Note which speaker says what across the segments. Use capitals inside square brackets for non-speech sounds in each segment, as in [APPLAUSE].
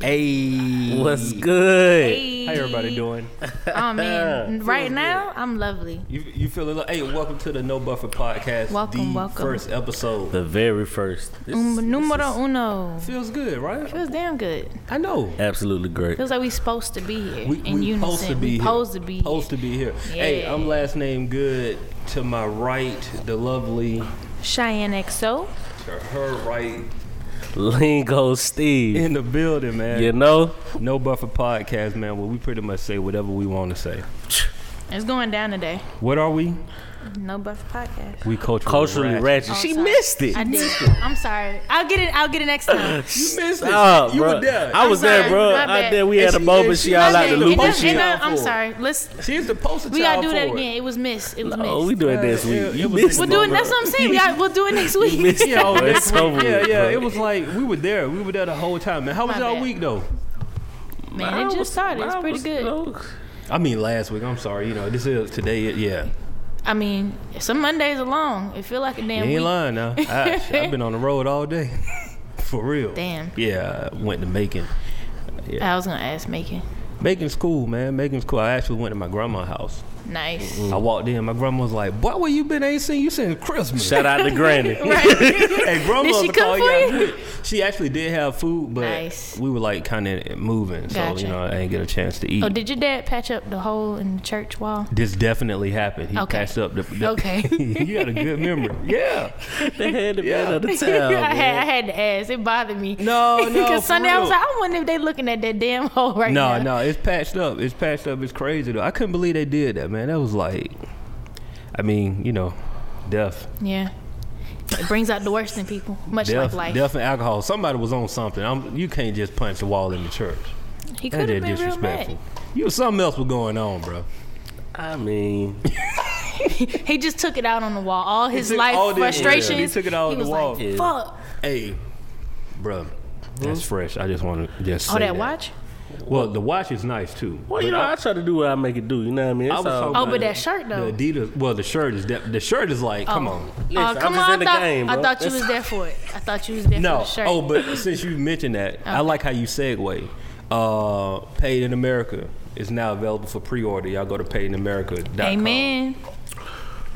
Speaker 1: Hey.
Speaker 2: What's good?
Speaker 3: Hey.
Speaker 4: How everybody doing?
Speaker 3: Oh man, right now I'm lovely.
Speaker 4: You you feeling? Hey, welcome to the No Buffer Podcast.
Speaker 3: Welcome,
Speaker 4: the
Speaker 3: welcome.
Speaker 4: First episode.
Speaker 2: The very first.
Speaker 4: This
Speaker 3: Um, numero uno.
Speaker 4: feels good, right?
Speaker 3: Feels damn good.
Speaker 4: I know.
Speaker 2: Absolutely great.
Speaker 3: Feels like we supposed to be here
Speaker 4: We,
Speaker 3: in
Speaker 4: we
Speaker 3: unison.
Speaker 4: supposed to be
Speaker 3: we
Speaker 4: here.
Speaker 3: supposed to be.
Speaker 4: Supposed to be here. Hey,
Speaker 3: Yeah.
Speaker 4: I'm last name good. To my right, the lovely.
Speaker 3: here. Cheyenne XO.
Speaker 4: To her right
Speaker 2: Lingo Steve.
Speaker 4: in the building, man.
Speaker 2: You know?
Speaker 4: No Buffer Podcast, man. Where we pretty much say whatever we want to say.
Speaker 3: It's going down today.
Speaker 4: What are we?
Speaker 3: No buffer podcast.
Speaker 4: We culturally,
Speaker 2: Culturally
Speaker 4: ratchet.
Speaker 2: ratchet.
Speaker 3: Oh,
Speaker 2: she
Speaker 3: sorry.
Speaker 2: missed it.
Speaker 3: I did. I'm sorry. I'll get it. I'll get it next time.
Speaker 4: You missed it.
Speaker 2: Stop,
Speaker 4: you
Speaker 2: bro.
Speaker 4: were there.
Speaker 2: I was
Speaker 3: I'm
Speaker 2: there,
Speaker 3: sorry.
Speaker 2: bro.
Speaker 3: My
Speaker 2: I
Speaker 3: bad.
Speaker 2: there. We
Speaker 4: And
Speaker 2: had a
Speaker 4: she-
Speaker 2: moment.
Speaker 4: and
Speaker 2: She
Speaker 4: she
Speaker 2: all
Speaker 4: missed
Speaker 2: out the
Speaker 4: it. And
Speaker 2: loop and
Speaker 4: that-
Speaker 2: shit.
Speaker 4: and that-
Speaker 3: I'm
Speaker 4: for it.
Speaker 3: sorry. Let's.
Speaker 4: She's the poster
Speaker 3: We
Speaker 4: child
Speaker 3: gotta do that
Speaker 4: for it.
Speaker 3: again. It was missed. It was
Speaker 2: Oh, we
Speaker 3: missed.
Speaker 2: doing this
Speaker 4: Yeah,
Speaker 2: week.
Speaker 4: it
Speaker 2: You
Speaker 4: was
Speaker 2: missed
Speaker 3: We'll
Speaker 2: it.
Speaker 3: do it.
Speaker 4: bro.
Speaker 3: That's what I'm saying. We got, we'll do it next
Speaker 2: You
Speaker 3: week.
Speaker 2: missed it, bro. It's over with,
Speaker 4: Yeah, yeah.
Speaker 2: bro.
Speaker 4: It was like we were there. We were there the whole time. Man, how was
Speaker 3: My
Speaker 4: y'all
Speaker 3: bad.
Speaker 4: week though?
Speaker 2: Mine
Speaker 3: Man, it
Speaker 2: was-
Speaker 3: just started. It's
Speaker 2: mine
Speaker 3: pretty
Speaker 2: was-
Speaker 3: good.
Speaker 2: no.
Speaker 4: I mean, last week. I'm sorry. You know, this is today. it- Yeah,
Speaker 3: I mean, some Mondays are long. It feel like a
Speaker 4: you
Speaker 3: damn
Speaker 4: ain't
Speaker 3: week.
Speaker 4: lying now.
Speaker 3: [LAUGHS]
Speaker 4: I, I've been on the road all day, [LAUGHS] for real.
Speaker 3: Damn.
Speaker 4: Yeah, I went to Macon.
Speaker 3: I was gonna ask Macon.
Speaker 4: Macon's cool, man. Macon's cool. I actually went to my grandma's house.
Speaker 3: Nice.
Speaker 2: Mm.
Speaker 4: I walked in. My grandma was like, "Boy, where you been? I ain't seen you since Christmas."
Speaker 2: Shout out
Speaker 4: [LAUGHS]
Speaker 2: to Granny.
Speaker 4: hey, grandma
Speaker 3: Did she
Speaker 4: was "Oh, the call
Speaker 3: cook for
Speaker 4: y'all
Speaker 3: you?
Speaker 4: food. She actually did have food, but
Speaker 3: Nice.
Speaker 4: we were like kind of moving, so
Speaker 3: Gotcha.
Speaker 4: you know I didn't get a chance to eat.
Speaker 3: Oh, did your dad patch up the hole in the
Speaker 4: [LAUGHS]
Speaker 3: church wall? [LAUGHS]
Speaker 4: This definitely happened. He
Speaker 3: Okay.
Speaker 4: passed up the. the
Speaker 3: Okay.
Speaker 4: [LAUGHS] you got a good memory. Yeah.
Speaker 2: They had the man
Speaker 4: Yeah.
Speaker 3: [LAUGHS]
Speaker 2: of the town.
Speaker 3: I,
Speaker 2: man.
Speaker 3: had, I had to ask. It bothered me. [LAUGHS]
Speaker 4: No, no,
Speaker 3: Because
Speaker 4: for
Speaker 3: Sunday I was
Speaker 4: real.
Speaker 3: like, I wonder if they looking at that damn hole right
Speaker 4: No,
Speaker 3: now.
Speaker 4: no, it's patched up. It's patched up. It's crazy though. I couldn't believe they did that, man. That was like, I mean, you know, death,
Speaker 3: Yeah. It brings out the worst in people, much
Speaker 4: death,
Speaker 3: like life.
Speaker 4: death, and alcohol. Somebody was on something. I'm, you can't just punch the wall in the church.
Speaker 3: He
Speaker 4: That
Speaker 3: could
Speaker 4: is
Speaker 3: have been real mad.
Speaker 4: disrespectful. You something else was going on, bro.
Speaker 2: I mean,
Speaker 3: He just took it out on the wall. All his
Speaker 4: took
Speaker 3: life
Speaker 4: all this-
Speaker 3: frustrations.
Speaker 4: yeah, he took it out on the
Speaker 3: was
Speaker 4: wall.
Speaker 3: like,
Speaker 2: Yeah.
Speaker 3: Fuck.
Speaker 4: Hey, bro. That's fresh. I just want to just.
Speaker 3: Oh,
Speaker 4: say
Speaker 3: that, watch.
Speaker 4: Well, the watch is nice too.
Speaker 2: well, you know, I try to do what I make it do. You know what I mean?
Speaker 4: I
Speaker 2: It's
Speaker 4: was
Speaker 2: all-
Speaker 4: talking
Speaker 3: Oh,
Speaker 4: about
Speaker 3: but
Speaker 4: the-
Speaker 3: that shirt, though.
Speaker 4: The Adidas. Well, the shirt is de- the shirt is like, come
Speaker 3: Oh.
Speaker 4: on.
Speaker 2: Listen,
Speaker 3: Uh,
Speaker 2: I'm
Speaker 3: come
Speaker 2: just in
Speaker 3: on, I
Speaker 2: the
Speaker 3: thought,
Speaker 2: game,
Speaker 3: I
Speaker 2: bro.
Speaker 3: thought you
Speaker 2: That's-
Speaker 3: was there for it. I thought you was there for
Speaker 4: No.
Speaker 3: the shirt.
Speaker 4: Oh, but since you mentioned that, I like how you segue. Uh, Paid in America is now available for pre-order. Y'all go to paidinamerica.com.
Speaker 3: Amen.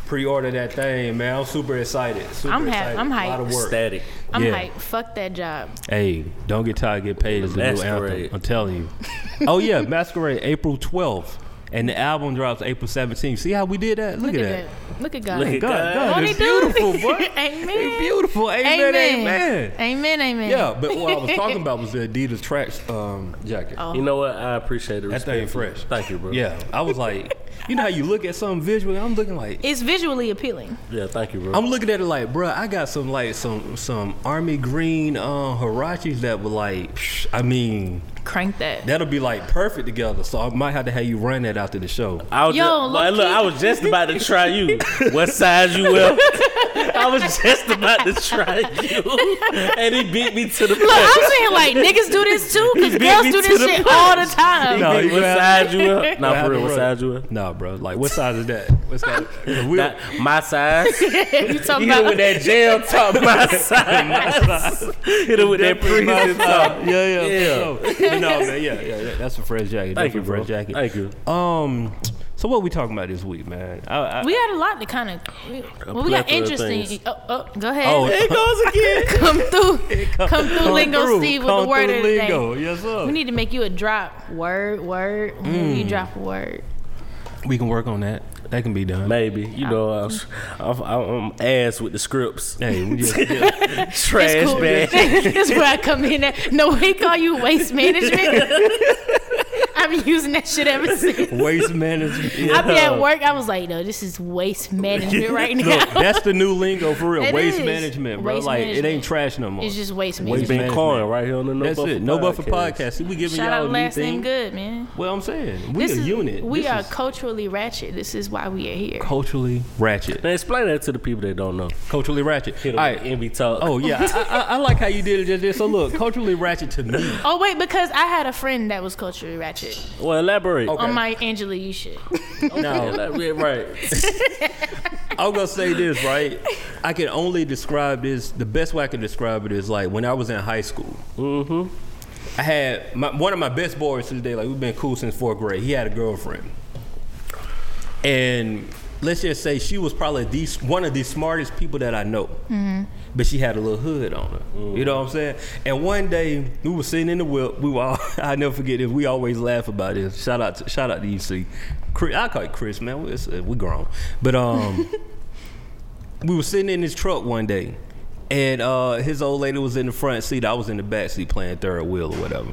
Speaker 4: Pre-order that thing, man. I'm super excited. Super
Speaker 3: I'm ha-
Speaker 4: excited.
Speaker 3: I'm
Speaker 4: A lot
Speaker 3: hyped.
Speaker 4: of work.
Speaker 2: static.
Speaker 3: I'm
Speaker 4: Yeah.
Speaker 3: like, fuck that job.
Speaker 4: Hey, don't get tired. Get paid is the new
Speaker 2: Masquerade.
Speaker 4: anthem. I'm telling
Speaker 3: [LAUGHS]
Speaker 4: you. oh yeah, Masquerade, April 12th, and the album drops April 17th. See how we did that? Look,
Speaker 3: Look
Speaker 4: at that.
Speaker 3: that. Look at God.
Speaker 2: Look at
Speaker 4: God, God,
Speaker 3: Won't
Speaker 4: it's
Speaker 3: he do it?
Speaker 4: beautiful, [LAUGHS] boy.
Speaker 3: [LAUGHS] Amen.
Speaker 4: It's beautiful. Amen. Amen.
Speaker 3: Amen. Amen.
Speaker 4: Yeah, but what I was talking about was the Adidas tracks um, jacket.
Speaker 3: Oh.
Speaker 2: You know what? I appreciate the
Speaker 4: That
Speaker 2: respect.
Speaker 4: thing fresh.
Speaker 2: Thank you, bro.
Speaker 4: Yeah, I was like, you know how you look at something visually. I'm looking like,
Speaker 3: It's visually appealing.
Speaker 2: Yeah, thank you, bro.
Speaker 4: I'm looking at it like, bruh, I got some like some some army green uh, hirachis that were like, psh, I mean,
Speaker 3: Crank that.
Speaker 4: that'll be like perfect together. So I might have to have you run that after the show.
Speaker 2: I was
Speaker 3: Yo,
Speaker 2: ju- like,
Speaker 3: low-key.
Speaker 2: look, I was just about to try
Speaker 3: [LAUGHS]
Speaker 2: you. what size you will? I was just about to try you, and he beat me to the
Speaker 3: Look,
Speaker 2: punch.
Speaker 3: I'm saying like niggas do this too,
Speaker 2: He
Speaker 3: because
Speaker 2: beat
Speaker 3: girls
Speaker 2: me
Speaker 3: do
Speaker 2: to
Speaker 3: this
Speaker 2: the
Speaker 3: shit
Speaker 2: punch.
Speaker 3: all the time.
Speaker 4: No,
Speaker 2: He beat
Speaker 4: you
Speaker 2: what
Speaker 4: have-
Speaker 2: size you will?
Speaker 4: I
Speaker 2: Nah,
Speaker 4: have to
Speaker 2: for real, what
Speaker 4: run.
Speaker 2: size you will?
Speaker 4: Nah, bro. Like, what size is that? What's [LAUGHS] that? We-
Speaker 2: Not my size.
Speaker 3: [LAUGHS] you talking
Speaker 2: Hit it with
Speaker 3: about
Speaker 2: that jail talk, [LAUGHS] my size. Hit it with that
Speaker 4: Pretty much,
Speaker 2: prison talk.
Speaker 4: uh, yeah, yeah,
Speaker 2: Yeah.
Speaker 4: yeah. But no, man, yeah, yeah, yeah. That's a fresh jacket.
Speaker 2: Thank
Speaker 4: That's
Speaker 2: you,
Speaker 4: a fresh
Speaker 2: bro.
Speaker 4: jacket.
Speaker 2: Thank you.
Speaker 4: Um, so what we talking about this week, man? I, I,
Speaker 3: we got a lot to kind of. Well, we
Speaker 2: plethora of
Speaker 3: got
Speaker 2: things.
Speaker 3: interesting. Oh, oh, go ahead.
Speaker 4: Oh,
Speaker 2: It goes again.
Speaker 3: [LAUGHS] come through. Come, through,
Speaker 4: [LAUGHS] Come
Speaker 3: Lingo
Speaker 4: through,
Speaker 3: Steve, with
Speaker 4: come
Speaker 3: the word
Speaker 4: through
Speaker 3: of the
Speaker 4: lingo.
Speaker 3: day.
Speaker 4: Yes, sir.
Speaker 3: We
Speaker 4: We,
Speaker 3: need to make you a drop. Word, word. Whenever You drop a word.
Speaker 4: can work on that. That can be done.
Speaker 2: Maybe you know I was, I'm, I'm ass with the scripts.
Speaker 4: Hey, we just, yeah.
Speaker 2: Trash
Speaker 3: cool. [LAUGHS]
Speaker 2: bag.
Speaker 3: That's where I come in at. No, we call you waste management. [LAUGHS] I've been using that shit ever since.
Speaker 4: waste management. Yeah.
Speaker 3: [LAUGHS] I be at work. I was like, no, this is
Speaker 4: [LAUGHS]
Speaker 3: waste management right now.
Speaker 4: Look, that's the new lingo for real.
Speaker 3: It
Speaker 4: waste
Speaker 3: is.
Speaker 4: management, bro.
Speaker 3: Waste
Speaker 4: like it ain't
Speaker 3: management.
Speaker 4: trash no more.
Speaker 3: [LAUGHS] it's just waste
Speaker 4: Waste
Speaker 2: It's
Speaker 3: management.
Speaker 2: been
Speaker 4: management.
Speaker 2: corn right here on the No
Speaker 4: that's
Speaker 2: Buffer
Speaker 4: it. No buffer podcast. See, we giving
Speaker 3: Shout
Speaker 4: y'all
Speaker 3: out
Speaker 4: new
Speaker 3: last name
Speaker 4: thing.
Speaker 3: good, man.
Speaker 4: Well, I'm saying we
Speaker 3: This
Speaker 4: a
Speaker 3: is-
Speaker 4: unit.
Speaker 3: We
Speaker 4: This
Speaker 3: are
Speaker 4: is
Speaker 3: culturally ratchet. This is why we are here.
Speaker 4: culturally ratchet.
Speaker 2: Now explain that to the people that don't know.
Speaker 4: Culturally ratchet.
Speaker 2: Hit 'em
Speaker 4: All right.
Speaker 2: with envy talk.
Speaker 4: Oh yeah, I, I, I like how you did it just there. So look, culturally ratchet to me.
Speaker 3: Oh wait, because I had a friend that was culturally ratchet
Speaker 2: well, elaborate.
Speaker 4: Okay.
Speaker 3: on my Angela Yee shit.
Speaker 4: Now
Speaker 2: Elaborate,
Speaker 3: [LAUGHS]
Speaker 2: right.
Speaker 4: I'm gonna say this right. I can only describe this. The best way I can describe it is like when I was in high school.
Speaker 2: Mm-hmm.
Speaker 4: I had my, one of my best boys to this day. Like we've been cool since fourth grade. He had a girlfriend, and let's just say she was probably the, one of the smartest people that I know. But she had a little hood on her. You know what I'm saying? And one day we were sitting in the whip. We were all, [LAUGHS] I never forget this. We always laugh about this. Shout out to shout out to UC. Chris, I call it Chris, man. We, it's, uh, we grown, but um. we were sitting in his truck one day, and uh, his old lady was in the front seat. I was in the back seat playing third wheel or whatever.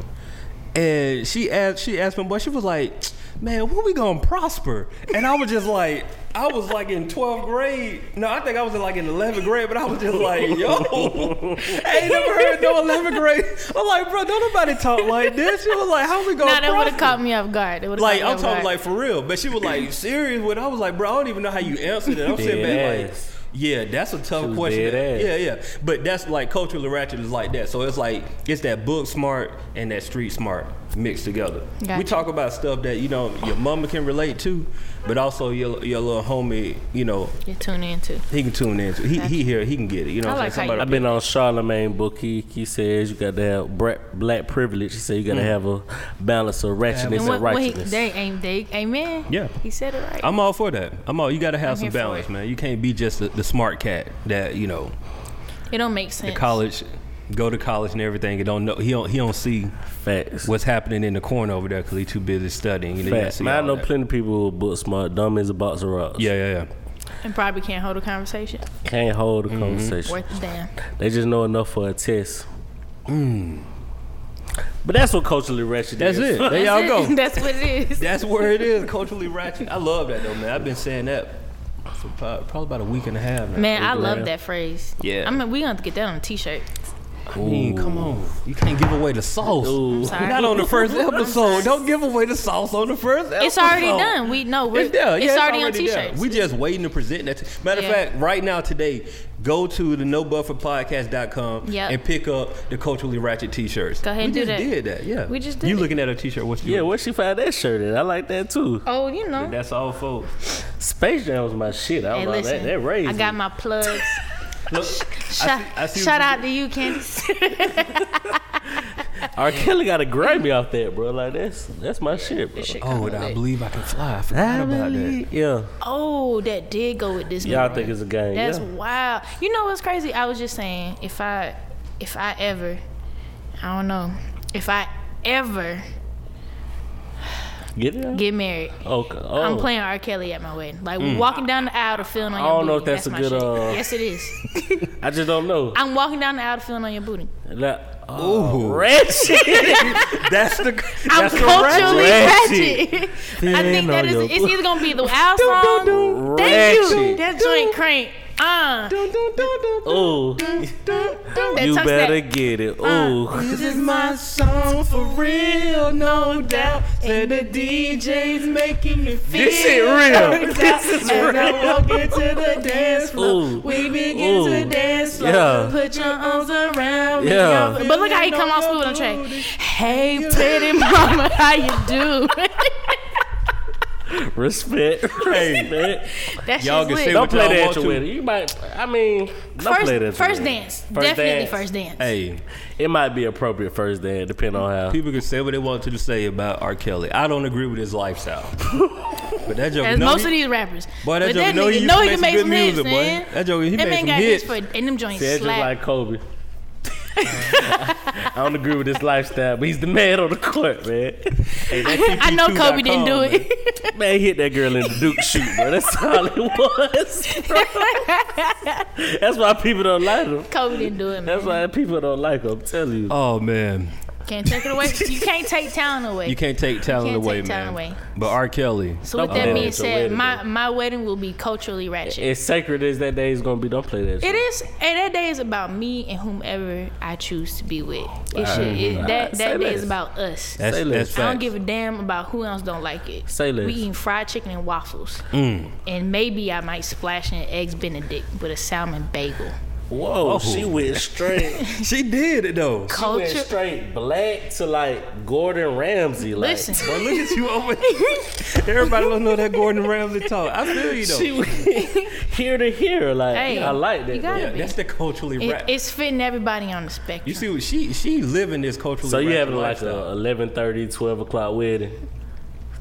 Speaker 4: And she asked, she asked my boy. She was like, "Man, when we gonna prosper?" And I was just like, I was like in twelfth grade. No, I think I was in like in eleventh grade. But I was just like, "Yo, [LAUGHS] I ain't never heard no eleventh grade." I'm like, "Bro, don't nobody talk like this." She was like, "How we gonna?"
Speaker 3: Nah, that would
Speaker 4: prosper?
Speaker 3: have caught me off guard. It would've
Speaker 4: Like
Speaker 3: caught me
Speaker 4: I'm
Speaker 3: off
Speaker 4: talking
Speaker 3: guard.
Speaker 4: like for real, but she was like "You serious. What I was like, bro, I don't even know how you answered it. I'm sitting back
Speaker 2: Dead
Speaker 4: like,
Speaker 2: ass.
Speaker 4: yeah, that's a tough
Speaker 2: was
Speaker 4: question.
Speaker 2: dead ass.
Speaker 4: Yeah, yeah, but that's like cultural ratchet is like that. So it's like it's that book smart and that street smart mixed together. We
Speaker 3: Gotcha.
Speaker 4: talk about stuff that you know your mama can relate to, but also your your little homie, you know,
Speaker 3: you tune in too.
Speaker 4: he can tune in. To. He he here, he can get it. You know,
Speaker 3: I
Speaker 4: what I'm
Speaker 3: like how
Speaker 4: saying?
Speaker 3: you-
Speaker 4: Somebody-
Speaker 2: I've been on Charlemagne book. He, he says you got to have bra- black privilege. He said you got to have a balance of ratchetness
Speaker 3: Mm. And
Speaker 2: and,
Speaker 3: what, what he,
Speaker 2: righteousness.
Speaker 3: they ain't they amen.
Speaker 4: Yeah.
Speaker 3: he said it right.
Speaker 4: I'm all for that. I'm all. You got to have some
Speaker 3: here for
Speaker 4: balance,
Speaker 3: it.
Speaker 4: man. You can't be just the, the smart cat that you know.
Speaker 3: it don't make sense.
Speaker 4: college, go to college and everything. And don't know he don't he don't see
Speaker 2: Facts.
Speaker 4: what's happening in the corner over there because he's too busy studying. You know, you
Speaker 2: Facts.
Speaker 4: see
Speaker 2: Man, I
Speaker 4: all
Speaker 2: know
Speaker 4: that.
Speaker 2: plenty of people who are book smart. Dumb as a box of rocks.
Speaker 4: Yeah, yeah, yeah.
Speaker 3: and probably can't hold a conversation.
Speaker 2: Can't hold
Speaker 3: Mm-hmm.
Speaker 2: a conversation.
Speaker 3: Worth a damn.
Speaker 2: They just know enough for a test. But that's what culturally ratchet
Speaker 4: That's
Speaker 2: is.
Speaker 4: it. There y'all
Speaker 3: Mm. That's
Speaker 4: [LAUGHS]
Speaker 3: it.
Speaker 4: go.
Speaker 3: [LAUGHS] That's what it is.
Speaker 4: That's where it is. Culturally ratchet. I love that though, man. I've been saying that for pro- probably about a week and a half. Now.
Speaker 3: Man, I
Speaker 2: Look
Speaker 3: love
Speaker 2: around.
Speaker 3: that phrase.
Speaker 4: Yeah.
Speaker 3: I mean, we gonna have to get that on a t-shirt.
Speaker 4: I mean, come on, you can't give away the sauce.
Speaker 2: Ooh.
Speaker 3: sorry.
Speaker 4: Not on the first
Speaker 3: I'm
Speaker 4: episode. Don't give away the sauce on the first episode.
Speaker 3: It's already done. We know we're,
Speaker 4: It's
Speaker 3: it's,
Speaker 4: there. Yeah,
Speaker 3: already,
Speaker 4: there.
Speaker 3: on t-shirts.
Speaker 4: We just waiting to present that. to- Matter
Speaker 3: Yeah.
Speaker 4: of fact, right now today, go to the no buffer podcast.com
Speaker 3: Yep.
Speaker 4: and pick up the culturally ratchet t-shirts.
Speaker 3: Go ahead
Speaker 4: we
Speaker 3: and do
Speaker 4: just
Speaker 3: that.
Speaker 4: did that. Yeah.
Speaker 3: We just did
Speaker 4: You
Speaker 3: it.
Speaker 4: looking at a t-shirt? What's
Speaker 2: [LAUGHS] Yeah,
Speaker 4: yours?
Speaker 2: where she found that shirt at? I like that too.
Speaker 3: oh, you know.
Speaker 4: That's all, folks.
Speaker 2: Space Jam was my shit. I was
Speaker 3: Hey,
Speaker 2: like,
Speaker 3: listen.
Speaker 2: that, that raised
Speaker 3: I got
Speaker 4: [LAUGHS]
Speaker 3: my plugs.
Speaker 4: Look,
Speaker 3: Shout,
Speaker 4: I see what
Speaker 3: shout
Speaker 4: you
Speaker 3: out to
Speaker 4: [LAUGHS]
Speaker 3: you, Candice.
Speaker 2: me. R. Kelly got a Grammy off that, bro. Like that's that's my shit, bro.
Speaker 3: This shit
Speaker 4: oh, and
Speaker 3: kinda
Speaker 4: I
Speaker 3: lit.
Speaker 4: believe I can fly. I forgot about that.
Speaker 2: Yeah,
Speaker 3: Oh, that did go with this.
Speaker 2: y'all
Speaker 3: memory.
Speaker 2: think it's a game?
Speaker 3: That's
Speaker 2: yeah.
Speaker 3: wild. You know what's crazy? I was just saying, if I, if I ever, I don't know, if I ever
Speaker 2: Get it? out?
Speaker 3: get married,
Speaker 2: okay. Oh. Mm.
Speaker 3: I'm playing R. Kelly at my wedding. Like walking down the aisle to feeling on
Speaker 2: I
Speaker 3: your
Speaker 2: don't know if
Speaker 3: booty.
Speaker 2: that's
Speaker 3: my
Speaker 2: a good,
Speaker 3: shit.
Speaker 2: uh,
Speaker 3: Yes, it is.
Speaker 2: I just don't know.
Speaker 3: I'm walking down the aisle to feeling on
Speaker 2: [LAUGHS]
Speaker 3: your booty.
Speaker 2: Like, oh,
Speaker 4: Ooh.
Speaker 2: ratchet.
Speaker 4: That's the.
Speaker 3: [LAUGHS] I'm
Speaker 4: That's the
Speaker 3: culturally
Speaker 2: ratchet. [LAUGHS]
Speaker 3: ratchet. I think that
Speaker 2: on
Speaker 3: is.
Speaker 2: your
Speaker 3: It's
Speaker 2: booty.
Speaker 3: either gonna
Speaker 2: [LAUGHS]
Speaker 3: be the owl song. Thank you.
Speaker 2: Ratchet.
Speaker 3: That joint crank. Uh,
Speaker 2: Ooh,
Speaker 3: that
Speaker 2: you
Speaker 3: tucks
Speaker 2: better
Speaker 3: that. uh,
Speaker 2: get it. Ooh,
Speaker 4: This is my song for real, no doubt.
Speaker 3: Said the
Speaker 4: DJ's making me feel.
Speaker 2: [LAUGHS] this shit real. This is real.
Speaker 4: walk into the dance
Speaker 2: Ooh.
Speaker 4: We begin
Speaker 2: Ooh. to
Speaker 4: dance
Speaker 2: Yeah.
Speaker 3: Put your arms around me.
Speaker 2: Yeah.
Speaker 3: But look how he come on school and track. Hey, [LAUGHS] pretty mama, how you do?
Speaker 2: Respect. Respect.
Speaker 3: That
Speaker 4: Y'all can
Speaker 3: shit's lit.
Speaker 4: say
Speaker 2: Don't
Speaker 4: what
Speaker 2: play
Speaker 4: y'all
Speaker 2: that
Speaker 4: want
Speaker 2: at your
Speaker 4: to.
Speaker 2: wedding. You might. I mean, don't
Speaker 3: First,
Speaker 2: play that. at your
Speaker 3: first
Speaker 2: wedding.
Speaker 3: dance,
Speaker 2: First
Speaker 3: definitely
Speaker 2: dance.
Speaker 3: first dance.
Speaker 4: Hey,
Speaker 2: It might be appropriate first dance, depending on how.
Speaker 4: people can say what they want to say about R. Kelly. I don't agree with his
Speaker 3: [LAUGHS]
Speaker 4: lifestyle. but that joke,
Speaker 3: As
Speaker 4: no,
Speaker 3: most
Speaker 4: he,
Speaker 3: of these rappers,
Speaker 4: Boy, that
Speaker 3: but
Speaker 4: joke
Speaker 3: that
Speaker 4: know
Speaker 3: nigga
Speaker 4: he used
Speaker 3: know
Speaker 4: to
Speaker 3: he
Speaker 4: make
Speaker 3: can
Speaker 4: some
Speaker 3: make
Speaker 4: good music,
Speaker 3: some hits,
Speaker 4: boy.
Speaker 3: man.
Speaker 4: That joke, he
Speaker 3: That
Speaker 4: made
Speaker 3: man
Speaker 4: some
Speaker 3: got
Speaker 4: hits.
Speaker 3: hits for and them joints
Speaker 2: Said just
Speaker 3: slap.
Speaker 2: like Kobe. [LAUGHS] I don't agree with his lifestyle, but he's the man on the court, man.
Speaker 3: [LAUGHS] [LAUGHS] I know Kobe didn't do
Speaker 4: man.
Speaker 3: it.
Speaker 2: Man, he hit that girl in the Duke shoot, bro. That's all it was. [LAUGHS] bro. That's why people don't like him.
Speaker 3: [LAUGHS] Kobe didn't do it, man.
Speaker 2: That's why people don't like him. I'm telling you.
Speaker 4: Oh man,
Speaker 3: Can't take
Speaker 4: [LAUGHS]
Speaker 3: it away. You can't take talent away.
Speaker 4: you can't take talent
Speaker 3: can't
Speaker 4: away,
Speaker 3: take
Speaker 4: man.
Speaker 3: talent away.
Speaker 4: But R. Kelly,
Speaker 3: so with
Speaker 2: Don't
Speaker 3: that
Speaker 2: play
Speaker 3: being
Speaker 2: that.
Speaker 3: said,
Speaker 2: It's a
Speaker 3: my, my wedding will be culturally ratchet.
Speaker 2: As sacred as that day is gonna be, don't play that.
Speaker 3: It
Speaker 2: shit.
Speaker 3: is, and that day is about me and whomever I choose to be with. It should, it,
Speaker 2: Alright,
Speaker 3: that
Speaker 2: say
Speaker 3: that day
Speaker 2: less.
Speaker 3: is about us.
Speaker 4: that's
Speaker 2: Say
Speaker 4: that's
Speaker 2: less.
Speaker 3: I don't
Speaker 4: facts.
Speaker 3: give a damn about who else don't like it.
Speaker 2: Say less.
Speaker 3: We eating fried chicken and
Speaker 4: Mm.
Speaker 3: waffles, and maybe I might splash in eggs Benedict with a salmon bagel.
Speaker 2: Whoa, she went straight.
Speaker 4: She did it though.
Speaker 2: she went
Speaker 3: Culture.
Speaker 2: straight black to like Gordon Ramsay. Like,
Speaker 3: Listen,
Speaker 4: But look at you over
Speaker 3: [LAUGHS]
Speaker 4: Everybody don't know that Gordon Ramsay talk. I feel you though.
Speaker 2: she went here to here. Like,
Speaker 3: Hey,
Speaker 2: I like that.
Speaker 3: you gotta
Speaker 2: though.
Speaker 4: yeah, that's the culturally
Speaker 3: it,
Speaker 4: rap.
Speaker 3: it's fitting everybody on the spectrum.
Speaker 4: You see, what she she living this culturally.
Speaker 2: So you
Speaker 4: rap
Speaker 2: having like
Speaker 4: lifestyle.
Speaker 2: a 11:30, 12 o'clock wedding?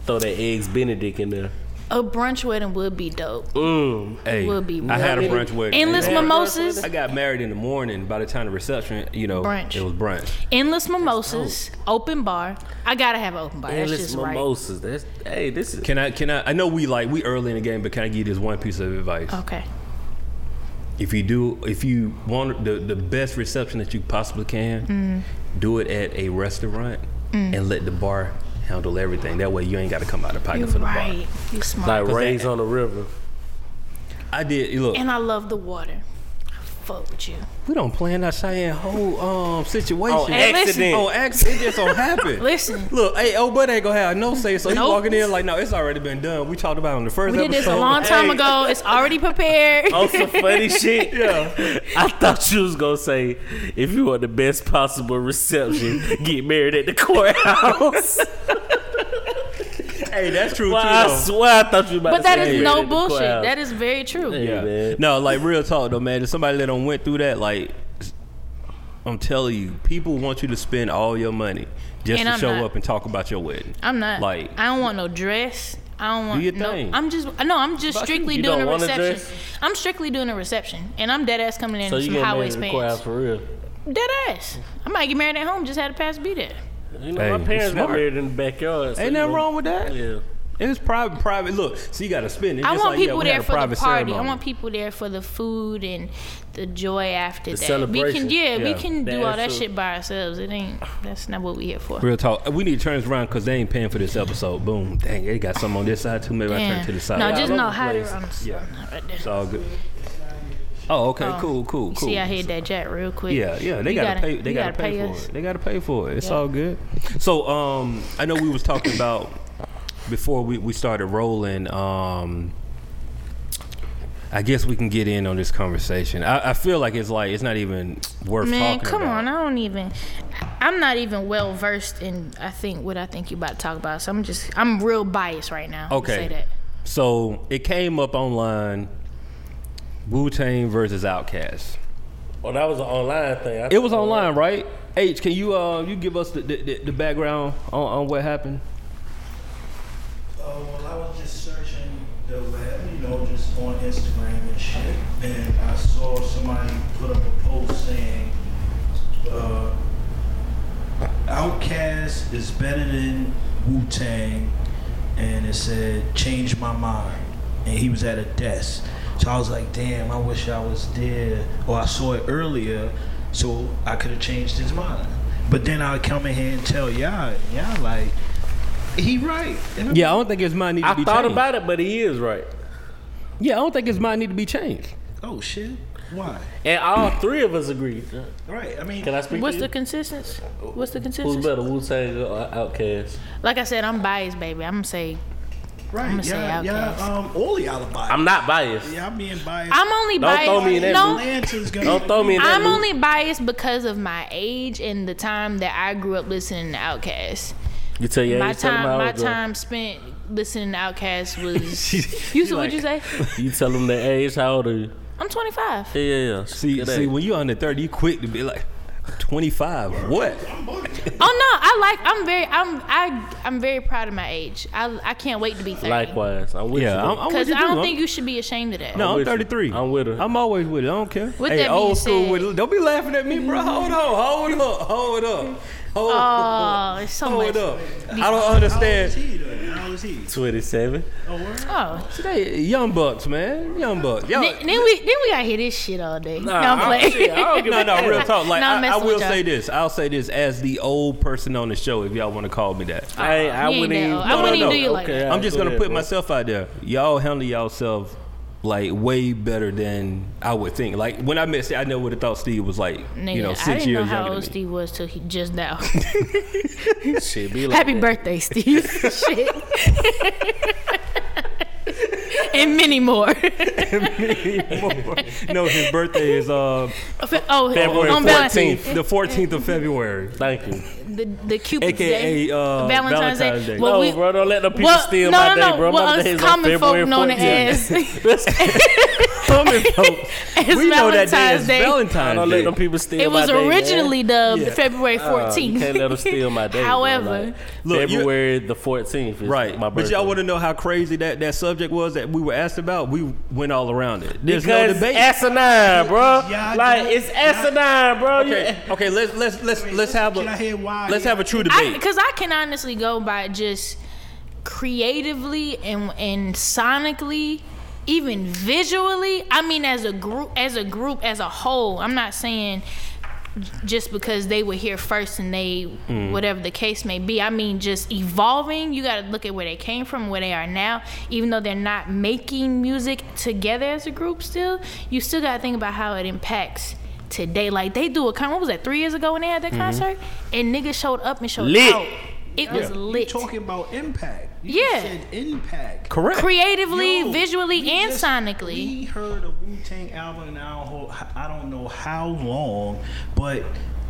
Speaker 2: Throw that eggs Benedict in there.
Speaker 3: a brunch wedding would be dope.
Speaker 2: Mm.
Speaker 4: Hey,
Speaker 3: Will be
Speaker 4: I had a
Speaker 2: wedding.
Speaker 4: brunch wedding.
Speaker 3: Endless
Speaker 2: Yeah.
Speaker 3: mimosas.
Speaker 4: I got married in the morning. By the time the reception, you know,
Speaker 3: Brunch.
Speaker 4: it was brunch.
Speaker 3: Endless mimosas, open bar. I gotta have an open bar.
Speaker 2: Endless
Speaker 3: That's just
Speaker 2: mimosas. That's hey, this is
Speaker 4: Can I? Can I? I know we like we early in the game, but can I give you this one piece of advice?
Speaker 3: right. Okay.
Speaker 4: If you do, if you want the the best reception that you possibly can,
Speaker 3: Mm.
Speaker 4: do it at a restaurant and let the bar handle everything. That way, you ain't got to come out of pocket
Speaker 3: You're
Speaker 4: for the bar.
Speaker 3: right. You smart.
Speaker 2: like
Speaker 4: 'Cause
Speaker 2: rays
Speaker 4: that-
Speaker 2: on the river.
Speaker 4: I did. Look,
Speaker 3: and I love the water. I fuck with you.
Speaker 4: we don't plan our Cheyenne whole um situation.
Speaker 2: On
Speaker 3: Hey, listen.
Speaker 2: accident.
Speaker 4: Oh, accident. It just don't happen.
Speaker 3: Listen,
Speaker 4: Look, hey, old bud ain't gonna have no say, so he
Speaker 3: Nope.
Speaker 4: walking in like, no, it's already been done. We talked about it on the Oh, first
Speaker 3: we did
Speaker 4: episode.
Speaker 3: this a long time
Speaker 2: Hey.
Speaker 3: ago. It's
Speaker 4: [LAUGHS]
Speaker 3: already prepared.
Speaker 2: on Oh, some funny
Speaker 3: [LAUGHS]
Speaker 2: shit.
Speaker 4: Yeah.
Speaker 2: I thought you was gonna say if you want the best possible reception, get married at the [LAUGHS] courthouse.
Speaker 4: Hey, that's true
Speaker 2: well,
Speaker 4: too.
Speaker 2: I
Speaker 4: though.
Speaker 2: swear I thought you about
Speaker 3: But
Speaker 2: to
Speaker 3: that
Speaker 2: say get
Speaker 3: is
Speaker 2: married
Speaker 3: no
Speaker 2: at the
Speaker 3: bullshit.
Speaker 2: courthouse.
Speaker 3: That is very true.
Speaker 2: Hey.
Speaker 4: yeah.
Speaker 2: man.
Speaker 4: No, like real talk though, man. If somebody that done went through that, like, I'm telling you, people want you to spend all your money just
Speaker 3: And
Speaker 4: to
Speaker 3: I'm
Speaker 4: show
Speaker 3: not.
Speaker 4: up and talk about your wedding.
Speaker 3: I'm not.
Speaker 4: Like-
Speaker 3: I don't want no dress. I don't want
Speaker 4: your
Speaker 3: no.
Speaker 4: thing.
Speaker 3: I'm just no. I'm just
Speaker 2: Fuck you.
Speaker 3: strictly
Speaker 2: You
Speaker 3: doing
Speaker 2: don't
Speaker 3: a
Speaker 2: want a
Speaker 3: reception.
Speaker 2: dress?
Speaker 3: I'm strictly doing a reception, and I'm dead ass coming in
Speaker 2: So
Speaker 3: in
Speaker 2: you
Speaker 3: some
Speaker 2: get
Speaker 3: high
Speaker 2: married at
Speaker 3: waist
Speaker 2: the courthouse
Speaker 3: pants.
Speaker 2: for real?
Speaker 3: Dead ass. I might get married at home. Just had to pass be there.
Speaker 2: You know,
Speaker 4: Hey,
Speaker 2: my
Speaker 4: you
Speaker 2: parents got
Speaker 4: smart.
Speaker 2: married in the backyard. so
Speaker 4: Ain't
Speaker 2: you
Speaker 4: nothing
Speaker 2: know-
Speaker 4: wrong with that.
Speaker 2: Yeah.
Speaker 4: It's private, private. Look, so you got to spend. it.
Speaker 3: I
Speaker 4: just
Speaker 3: want
Speaker 4: like, yeah,
Speaker 3: people
Speaker 4: we had
Speaker 3: there
Speaker 4: a
Speaker 3: for the
Speaker 4: private
Speaker 3: party. I
Speaker 4: ceremony.
Speaker 3: want people there for the food and the joy after
Speaker 2: The
Speaker 3: that.
Speaker 2: celebration.
Speaker 3: We can, yeah,
Speaker 4: Yeah.
Speaker 3: we can
Speaker 2: The
Speaker 3: do all that
Speaker 2: actual-
Speaker 3: shit by ourselves. It ain't. That's not what we here for.
Speaker 4: Real talk. We need to turn this around because they ain't paying for this episode. Boom. Dang, they got something on this side too. Maybe I turn
Speaker 3: Damn.
Speaker 4: to the side.
Speaker 3: No,
Speaker 4: Yeah,
Speaker 3: just
Speaker 4: I
Speaker 3: no
Speaker 4: love
Speaker 3: hide
Speaker 4: this
Speaker 3: it
Speaker 4: place.
Speaker 3: on the
Speaker 4: Yeah.
Speaker 3: side. Right there.
Speaker 4: It's all good. Oh, okay, cool, cool, cool.
Speaker 3: See, I hit that jack real quick.
Speaker 4: yeah, yeah, they
Speaker 3: You
Speaker 4: gotta, pay. They
Speaker 3: you
Speaker 4: gotta, pay, for
Speaker 3: us.
Speaker 4: it. They gotta pay for it. It's
Speaker 3: Yeah.
Speaker 4: all good. So, um, I know we was talking about before we, we started rolling. Um, I guess we can get in on this conversation. I, I feel like it's like it's not even worth
Speaker 3: Man,
Speaker 4: talking
Speaker 3: come
Speaker 4: about.
Speaker 3: on! I don't even. I'm not even well versed in. I think what I think you about to talk about. So I'm just. I'm real biased right now. I'ma
Speaker 4: Okay.
Speaker 3: Say that.
Speaker 4: So it came up online. Wu Tang versus Outkast.
Speaker 2: Well, that was an online thing. I
Speaker 4: It was online, right? H, can you uh you give us the the, the, the background on, on what happened?
Speaker 1: Uh, well, I was just searching the web, you know, just on Instagram and shit, and I saw somebody put up a post saying, uh, "Outcast is better than Wu Tang," and it said, "Change my mind." And he was at a desk, so I was like, "Damn, I wish I was there, or I saw it earlier, so I could have changed his mind." But then I come in here and tell y'all, y'all like, he right. And I'm
Speaker 4: Yeah, I don't think his mind need to
Speaker 2: I
Speaker 4: be
Speaker 2: thought
Speaker 4: changed.
Speaker 2: about it, but he is right.
Speaker 4: yeah, I don't think his mind need to be changed.
Speaker 1: Oh shit! Why?
Speaker 2: And
Speaker 4: [CLEARS THROAT]
Speaker 2: all three of us agreed.
Speaker 1: Right. I mean,
Speaker 2: Can I speak?
Speaker 3: What's
Speaker 2: to
Speaker 3: the
Speaker 2: you?
Speaker 3: consistency? What's the
Speaker 2: Who's
Speaker 3: consistency?
Speaker 2: better, Wu Tang or Outkast?
Speaker 3: Like I said, I'm biased, baby. I'm gonna say
Speaker 1: right?
Speaker 3: I'ma say
Speaker 1: yeah,
Speaker 3: outcast.
Speaker 1: yeah. Um, all y'all are biased.
Speaker 2: I'm not biased.
Speaker 1: yeah, I'm being biased.
Speaker 3: I'm only
Speaker 2: Don't
Speaker 3: biased.
Speaker 2: throw me in that
Speaker 3: no,
Speaker 2: loop.
Speaker 1: Atlanta's gonna
Speaker 2: Don't throw me in that
Speaker 3: I'm
Speaker 2: loop.
Speaker 3: only biased because of my age and the time that I grew up listening to Outkast.
Speaker 2: You tell your
Speaker 3: my
Speaker 2: age, tell them
Speaker 3: time,
Speaker 2: how
Speaker 3: my
Speaker 2: old you are.
Speaker 3: time spent listening to Outkast was.
Speaker 4: She-
Speaker 3: you
Speaker 4: she
Speaker 3: said what'd you say?
Speaker 2: You tell them the age. How old are you?
Speaker 3: I'm 25.
Speaker 2: Yeah, yeah, yeah.
Speaker 4: See,
Speaker 2: Good
Speaker 4: see,
Speaker 2: age.
Speaker 4: when you're under thirty, you quick to be like twenty five. What?
Speaker 3: Oh no, I like. I'm very. I'm. I. I'm very proud of my age. I. I can't wait to be 30.
Speaker 2: Likewise, I'm with
Speaker 4: Yeah,
Speaker 2: you.
Speaker 4: I'm, I'm with
Speaker 3: Because
Speaker 4: you.
Speaker 3: I don't
Speaker 4: too.
Speaker 3: think you should be ashamed of that.
Speaker 4: I'm, no, I'm
Speaker 2: with you.
Speaker 4: thirty three.
Speaker 2: I'm with her.
Speaker 4: I'm always with it. I don't care.
Speaker 3: With
Speaker 4: hey,
Speaker 3: that being
Speaker 4: old school
Speaker 3: said-
Speaker 4: with it. Don't be laughing at me, bro. Hold on, hold up, hold up, hold up.
Speaker 3: Oh, it's so
Speaker 4: Hold
Speaker 3: much.
Speaker 4: up. I don't understand.
Speaker 1: he though? How old is he?
Speaker 2: 27.
Speaker 3: Oh,
Speaker 4: Today, young bucks, man, young bucks. Y'all, Oh, [LAUGHS]
Speaker 3: then, then we then we gotta hear this shit all day.
Speaker 2: Nah,
Speaker 3: no,
Speaker 2: I'm-
Speaker 3: I'm playing.
Speaker 2: shit, I don't give
Speaker 3: [LAUGHS]
Speaker 4: no, no, real talk. Like
Speaker 3: Nah, I'm
Speaker 4: I, I
Speaker 3: messing
Speaker 4: will
Speaker 3: with y'all.
Speaker 4: say this. I'll say this as the old person on the show, if y'all want to call me that.
Speaker 2: I, I
Speaker 3: You ain't
Speaker 2: wouldn't
Speaker 3: that
Speaker 2: even.
Speaker 3: old. I wouldn't even do you like that.
Speaker 4: I'm just
Speaker 2: go
Speaker 4: gonna
Speaker 2: ahead,
Speaker 4: put
Speaker 2: bro.
Speaker 4: myself out there. Y'all handle yourself like way better than I would think. Like when I met Steve, I never would have thought Steve was like
Speaker 3: Nigga,
Speaker 4: you know
Speaker 3: I
Speaker 4: six
Speaker 3: didn't know
Speaker 4: years
Speaker 3: how
Speaker 4: younger
Speaker 3: old
Speaker 4: than me.
Speaker 3: Steve was till he
Speaker 4: [LAUGHS]
Speaker 3: just now.
Speaker 2: Shit, be like
Speaker 4: [LAUGHS]
Speaker 3: Happy
Speaker 2: that.
Speaker 3: birthday, Steve. Shit. [LAUGHS] and many more.
Speaker 4: no, his birthday
Speaker 3: [LAUGHS]
Speaker 4: is uh,
Speaker 3: oh,
Speaker 4: February
Speaker 3: on Valentine's-
Speaker 4: 14th, the 14th of
Speaker 3: [LAUGHS]
Speaker 4: February,
Speaker 2: Thank you.
Speaker 3: The, the Cupid's
Speaker 4: aka
Speaker 3: Day.
Speaker 4: uh,
Speaker 3: Valentine's,
Speaker 4: Valentine's
Speaker 3: Day.
Speaker 4: Day.
Speaker 3: Well,
Speaker 2: no,
Speaker 3: we-
Speaker 2: bro, don't let the people
Speaker 3: Well,
Speaker 2: steal
Speaker 3: no,
Speaker 2: my
Speaker 3: no,
Speaker 2: day,
Speaker 3: no.
Speaker 2: bro.
Speaker 3: Well,
Speaker 2: my day
Speaker 3: us
Speaker 2: is on
Speaker 3: common
Speaker 2: February
Speaker 3: folk known
Speaker 2: 14th.
Speaker 3: as, as
Speaker 4: Coming, folks.
Speaker 3: [LAUGHS]
Speaker 4: we know that day
Speaker 3: Valentine's
Speaker 4: is
Speaker 3: Day.
Speaker 4: Valentine's
Speaker 2: [LAUGHS]
Speaker 3: [LAUGHS]
Speaker 2: Don't
Speaker 4: Day.
Speaker 2: let them people steal
Speaker 3: It
Speaker 2: my
Speaker 3: was
Speaker 2: day, man.
Speaker 3: originally dubbed
Speaker 4: Yeah.
Speaker 3: February
Speaker 2: Uh, you
Speaker 3: 14th.
Speaker 2: can't let them steal
Speaker 3: [LAUGHS]
Speaker 2: my day. bro.
Speaker 3: However,
Speaker 2: Like,
Speaker 4: Look, you-
Speaker 2: February the 14th is
Speaker 4: Right,
Speaker 2: my birthday.
Speaker 4: but y'all want to know how crazy that, that subject was that we were asked about? We went all around it. There's
Speaker 2: because
Speaker 4: no debate.
Speaker 2: asinine, bro.
Speaker 1: Y'all
Speaker 2: Like
Speaker 1: do-
Speaker 2: it's asinine, bro.
Speaker 4: okay, okay, let's let's let's let's have a
Speaker 1: Can I hear why?
Speaker 4: let's have a true
Speaker 3: I
Speaker 4: debate.
Speaker 3: because I can honestly go by just creatively and and sonically, even visually. I mean, as a group, as a group, as a whole. I'm not saying just because they were here first and they whatever the case may be i mean just evolving you got to look at where they came from where they are now even though they're not making music together as a group still you still got to think about how it impacts today like they do a con what was that three years ago when they had that concert and niggas showed up and showed
Speaker 2: Lit.
Speaker 3: out it was lit
Speaker 1: Talking about impact. You just
Speaker 3: Yeah.
Speaker 1: Said impact.
Speaker 4: Correct.
Speaker 3: creatively
Speaker 1: Yo,
Speaker 3: visually
Speaker 1: we
Speaker 3: and
Speaker 1: just-
Speaker 3: sonically
Speaker 1: We heard a Wu Tang album, and I don't, ho- I don't know how long, but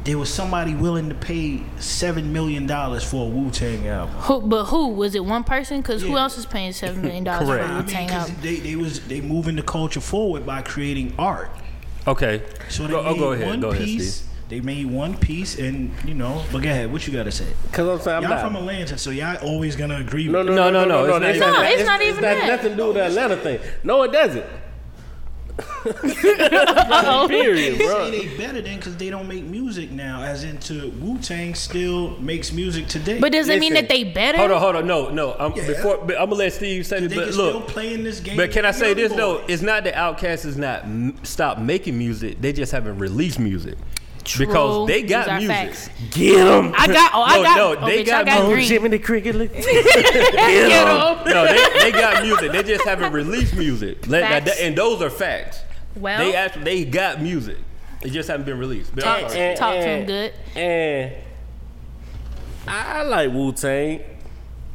Speaker 1: there was somebody willing to pay seven million dollars for a Wu Tang album.
Speaker 3: who, but who was it one person because who
Speaker 1: Yeah.
Speaker 3: else is paying seven million dollars for
Speaker 4: Correct.
Speaker 3: a
Speaker 1: I mean,
Speaker 3: Wu-Tang
Speaker 1: 'cause
Speaker 3: album
Speaker 1: they they was they moving the culture forward by creating art.
Speaker 4: Okay.
Speaker 1: So they
Speaker 4: go, oh,
Speaker 1: made
Speaker 4: go ahead.
Speaker 1: one
Speaker 4: go ahead, Steve.
Speaker 1: piece. They made one piece, and you know, but go ahead. What you gotta say?
Speaker 2: Because I'm saying I'm
Speaker 1: y'all
Speaker 2: not.
Speaker 1: from Atlanta, so y'all always gonna agree.
Speaker 2: no,
Speaker 1: with
Speaker 2: no, no, no, no, no,
Speaker 4: it's
Speaker 2: that's
Speaker 3: not- No, it's not even
Speaker 2: that's
Speaker 3: that.
Speaker 2: Nothing to do with the Atlanta thing. No, it doesn't.
Speaker 1: [LAUGHS]
Speaker 3: Uh-oh.
Speaker 2: Period,
Speaker 1: They
Speaker 2: bro.
Speaker 1: say they better than because they don't make music now. As into Wu Tang still makes music today.
Speaker 3: but does it mean
Speaker 2: Listen.
Speaker 3: that they better
Speaker 4: Hold on, hold on. No, no. I'm,
Speaker 1: Yeah.
Speaker 4: Before I'm gonna let Steve say this,
Speaker 1: they
Speaker 4: but
Speaker 1: can still
Speaker 4: look.
Speaker 1: playing this game.
Speaker 4: But can I say this
Speaker 1: Youngboy.
Speaker 4: though? It's not that Outkast is not m- stop making music. They just haven't released music because
Speaker 3: True.
Speaker 4: they got
Speaker 3: These are
Speaker 4: music.
Speaker 3: facts.
Speaker 2: [LAUGHS] Get them.
Speaker 3: I got. Oh, I
Speaker 4: No,
Speaker 3: got.
Speaker 4: no,
Speaker 3: oh,
Speaker 4: they
Speaker 3: bitch, I
Speaker 4: got
Speaker 3: got
Speaker 4: Mo
Speaker 3: green.
Speaker 2: Jiminy Cricket.
Speaker 3: [LAUGHS]
Speaker 2: look.
Speaker 3: Get 'em.
Speaker 4: No, they, they got music. They just haven't released
Speaker 3: [LAUGHS]
Speaker 4: music. Let-
Speaker 3: Facts.
Speaker 4: that- and those are facts.
Speaker 3: Well-
Speaker 4: they actually they got music. It just haven't been released. But I'm
Speaker 3: Talk,
Speaker 4: sorry.
Speaker 3: talk to him good.
Speaker 2: And I like Wu Tang.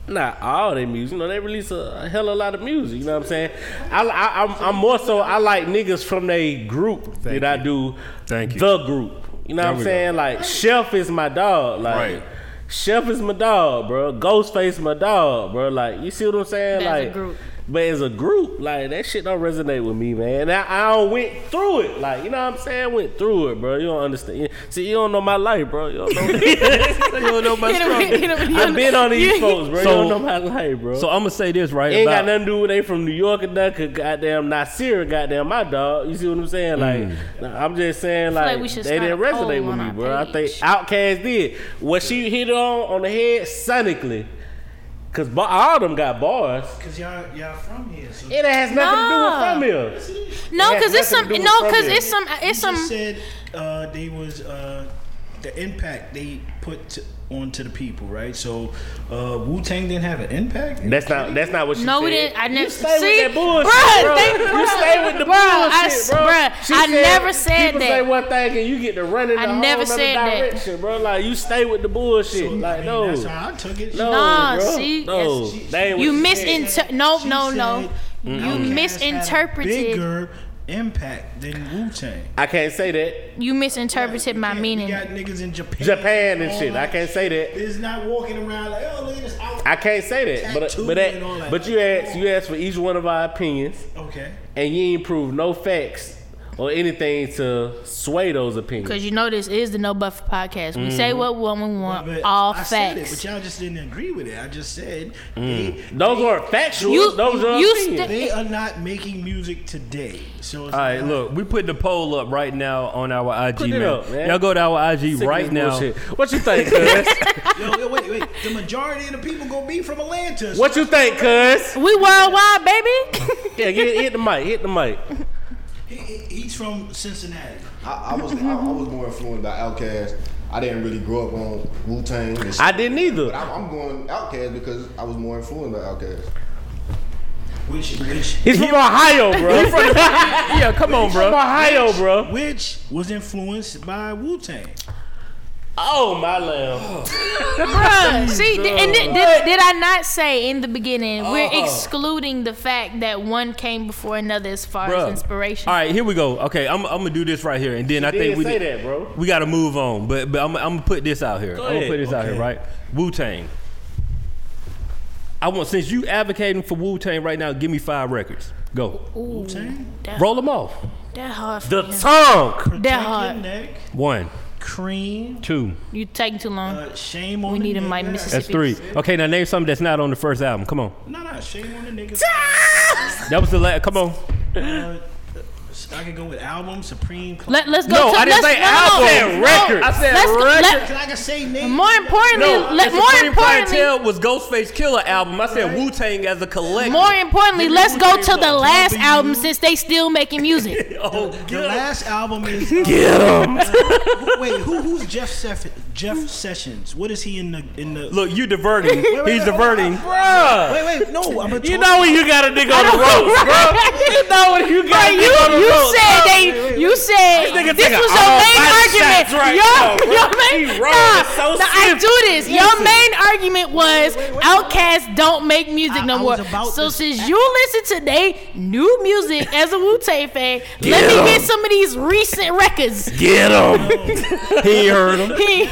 Speaker 2: Not all their music, you know. They release a, a hell of a lot of music. You know what I'm saying? I, I, am I'm more so. I like niggas from they group that
Speaker 4: Thank
Speaker 2: I
Speaker 4: you.
Speaker 2: do.
Speaker 4: Thank you.
Speaker 2: The group. You know
Speaker 4: There we
Speaker 2: what I'm
Speaker 4: go.
Speaker 2: saying? Like Chef is my dog. Like
Speaker 4: Right.
Speaker 2: Chef is my dog, bro. Ghostface my dog, bro. Like you see what I'm saying?
Speaker 3: But as a
Speaker 2: like
Speaker 3: group.
Speaker 2: But as a group, like that shit don't resonate with me, man. I, I don't went through it, like you know what I'm saying. Went through it, bro. You don't understand. See, you don't know my life, bro. You
Speaker 3: [LAUGHS]
Speaker 2: don't know. you don't know my
Speaker 3: [LAUGHS] Hit him,
Speaker 2: struggle.
Speaker 3: hit him, hit him.
Speaker 2: I've been on these
Speaker 3: You-
Speaker 2: folks, bro.
Speaker 4: So-
Speaker 2: you don't know my life, bro.
Speaker 4: So I'm gonna say this right
Speaker 2: It ain't
Speaker 4: about
Speaker 2: got nothing to do with they from New York or nothing. 'cause Goddamn Nasir, goddamn my dog. You see what I'm
Speaker 4: Mm.
Speaker 2: saying? Like I'm just saying,
Speaker 3: like
Speaker 2: like,
Speaker 3: we should
Speaker 2: they didn't
Speaker 3: start
Speaker 2: resonate
Speaker 3: old
Speaker 2: with
Speaker 3: on
Speaker 2: me,
Speaker 3: our
Speaker 2: bro. I think
Speaker 3: page.
Speaker 2: Outkast did what she hit on on the head sonically, cause ba- all them got bars.
Speaker 1: Cause y'all y'all from here. So
Speaker 2: It has nothing to do with from here.
Speaker 3: No,
Speaker 2: It has
Speaker 3: because it's some.
Speaker 2: nothing to do
Speaker 3: No,
Speaker 2: with Sunday.
Speaker 3: because it's some. It's
Speaker 1: you just
Speaker 3: some.
Speaker 1: said uh, they was uh, the impact they put to, onto the people, right? So uh, Wu Tang didn't have an impact.
Speaker 2: That's not. That's not what she
Speaker 3: No,
Speaker 2: said.
Speaker 3: we didn't. I never
Speaker 2: You stay
Speaker 3: see,
Speaker 2: with that bullshit,
Speaker 3: bruh,
Speaker 2: bro.
Speaker 3: thank-
Speaker 2: you
Speaker 3: bruh,
Speaker 2: stay with the
Speaker 3: bruh, I s-
Speaker 2: bullshit, bro.
Speaker 3: bruh, I never said
Speaker 2: people
Speaker 3: that.
Speaker 2: say one thing and you get to running.
Speaker 3: I
Speaker 2: the
Speaker 3: never
Speaker 2: whole other
Speaker 3: said that.
Speaker 2: direction, bro. Like you stay with the bullshit,
Speaker 1: So, I
Speaker 2: like
Speaker 1: mean,
Speaker 2: no.
Speaker 1: That's how I took it.
Speaker 2: No,
Speaker 3: Nah,
Speaker 2: bro.
Speaker 3: see,
Speaker 2: no,
Speaker 3: that's-
Speaker 2: that ain't what
Speaker 3: You
Speaker 2: she
Speaker 3: misinter. No,
Speaker 1: She
Speaker 3: no,
Speaker 1: said
Speaker 3: no. You
Speaker 1: Outkast had a
Speaker 3: misinterpreted.
Speaker 1: Bigger impact than Wu Tang.
Speaker 2: I can't say that.
Speaker 3: You misinterpreted my
Speaker 1: You
Speaker 3: meaning.
Speaker 1: got niggas in Japan.
Speaker 2: Japan and
Speaker 1: all
Speaker 2: shit. I
Speaker 1: that
Speaker 2: can't say that.
Speaker 1: It's not walking around like, oh, look at this out.
Speaker 2: I can't say that. But
Speaker 1: Tattoo
Speaker 2: but
Speaker 1: and all
Speaker 2: that,
Speaker 1: that.
Speaker 2: but you asked you asked for each one of our opinions,
Speaker 1: okay.
Speaker 2: and you ain't proved no facts or anything to sway those opinions.
Speaker 3: Because you know this is the No Buffer podcast. We say what we want, we want
Speaker 1: Mm-hmm. But
Speaker 3: all
Speaker 1: I said it,
Speaker 3: facts.
Speaker 1: but y'all just didn't agree with it. I just said they,
Speaker 2: Mm. Those aren't factual.
Speaker 3: You-
Speaker 2: those are
Speaker 3: you
Speaker 2: opinions.
Speaker 3: sta-
Speaker 1: they are not making music today. So it's
Speaker 4: All right,
Speaker 1: not-
Speaker 4: look, we put the poll up right now on our IG,
Speaker 2: Put it
Speaker 4: man.
Speaker 2: up, man.
Speaker 4: Y'all go to our IG
Speaker 2: Sick of
Speaker 4: right
Speaker 2: this
Speaker 4: now.
Speaker 2: bullshit. What you think,
Speaker 4: [LAUGHS]
Speaker 2: cuz?
Speaker 1: Yo, yo, wait, wait. The majority of the people gonna be from Atlanta.
Speaker 2: what you think, cuz?
Speaker 3: We worldwide, baby.
Speaker 4: [LAUGHS]
Speaker 2: Yeah, get, hit the mic. Hit the mic.
Speaker 1: He, he- he's from Cincinnati.
Speaker 5: I, I was I, I was more influenced by Outkast. I didn't really grow up on Wu Tang.
Speaker 2: I didn't
Speaker 5: But
Speaker 2: either.
Speaker 5: I'm, I'm going Outkast because I was more influenced by Outkast.
Speaker 1: Which, which,
Speaker 2: He's from Ohio, bro. He's
Speaker 4: [LAUGHS]
Speaker 2: from,
Speaker 4: Yeah, come on, bro.
Speaker 2: Ohio, bro.
Speaker 1: which was influenced by Wu Tang.
Speaker 2: Oh my lamb.
Speaker 3: Bruh, see, th- and did, did, did I not say in the beginning we're
Speaker 4: Uh-huh.
Speaker 3: excluding the fact that one came before another as far as
Speaker 4: Bruh.
Speaker 3: inspiration?
Speaker 4: All right, here we go. Okay, I'm, I'm gonna do this right here, and then I think
Speaker 2: did
Speaker 4: we
Speaker 2: say that, bro. [LAUGHS]
Speaker 4: We gotta move on, but but I'm, I'm gonna put this out here. I'm
Speaker 2: ahead.
Speaker 4: gonna put this out here, right? Wu Tang. I want since you advocating for Wu Tang right now, give me five records. Go,
Speaker 3: Ooh, that,
Speaker 4: roll them off.
Speaker 3: that hard. For
Speaker 2: The
Speaker 3: him.
Speaker 2: tongue.
Speaker 1: Protect
Speaker 3: That
Speaker 1: your
Speaker 3: hard.
Speaker 1: neck,
Speaker 4: One,
Speaker 1: cream.
Speaker 4: two,
Speaker 3: You taking too long.
Speaker 1: Uh, shame on
Speaker 3: We
Speaker 1: the
Speaker 3: need a
Speaker 1: nigga.
Speaker 3: Mike
Speaker 4: that's
Speaker 3: Mississippi.
Speaker 4: three. Okay, now name something that's not on the first album. Come on,
Speaker 1: No, no, shame on the niggas.
Speaker 4: that was the last. Come
Speaker 3: [LAUGHS]
Speaker 4: on.
Speaker 1: Uh, I could go with album, Supreme. Cl-
Speaker 3: Let, let's go.
Speaker 4: No,
Speaker 3: to,
Speaker 4: I didn't
Speaker 3: let's,
Speaker 4: say
Speaker 3: no,
Speaker 4: album.
Speaker 3: no, no.
Speaker 2: record. I said
Speaker 3: Let's go-
Speaker 2: record.
Speaker 3: let-
Speaker 1: Can I can say name?
Speaker 3: more importantly,
Speaker 4: No,
Speaker 3: let,
Speaker 4: the
Speaker 3: more
Speaker 4: Supreme
Speaker 3: importantly,
Speaker 4: Clientele was Ghostface Killer album. I said Wu Tang as a collective. [LAUGHS] Oh,
Speaker 3: more importantly,
Speaker 4: Maybe
Speaker 3: let's
Speaker 4: Wu
Speaker 3: go
Speaker 4: Tang
Speaker 3: to the
Speaker 4: Clan.
Speaker 3: last
Speaker 1: Don't be
Speaker 3: album
Speaker 1: you.
Speaker 3: since they still making music.
Speaker 4: Oh,
Speaker 1: The
Speaker 4: God.
Speaker 1: last album is. uh, who- wait, who, who's Jeff Seff- Jeff Sessions? What is he in the in the?
Speaker 4: Look, you diverting.
Speaker 1: [LAUGHS] wait,
Speaker 4: He's
Speaker 1: wait,
Speaker 4: diverting.
Speaker 2: Bruh.
Speaker 1: Wait, wait, no, I'm a.
Speaker 2: You know when you got a nigga [LAUGHS] on the ropes, bro. You know when you got
Speaker 3: But
Speaker 2: a
Speaker 3: you,
Speaker 2: nigga on the
Speaker 3: you
Speaker 2: ropes.
Speaker 3: said they, you said
Speaker 2: nigga
Speaker 3: this
Speaker 2: taking
Speaker 3: was your
Speaker 2: all
Speaker 3: main
Speaker 2: body
Speaker 3: argument.
Speaker 2: shots right
Speaker 3: your,
Speaker 2: now, bro.
Speaker 3: your main,
Speaker 2: He wrong.
Speaker 3: nah,
Speaker 2: It's so
Speaker 3: nah, I
Speaker 2: simple.
Speaker 3: do this. Your main argument was Outkast don't make music
Speaker 1: I-
Speaker 3: no
Speaker 1: I was
Speaker 3: more.
Speaker 1: about
Speaker 3: So
Speaker 1: to-
Speaker 3: since you listen to they new music as a Wu Tang fan, let me get some of these recent records.
Speaker 2: Get him. [LAUGHS]
Speaker 4: He heard him.
Speaker 3: he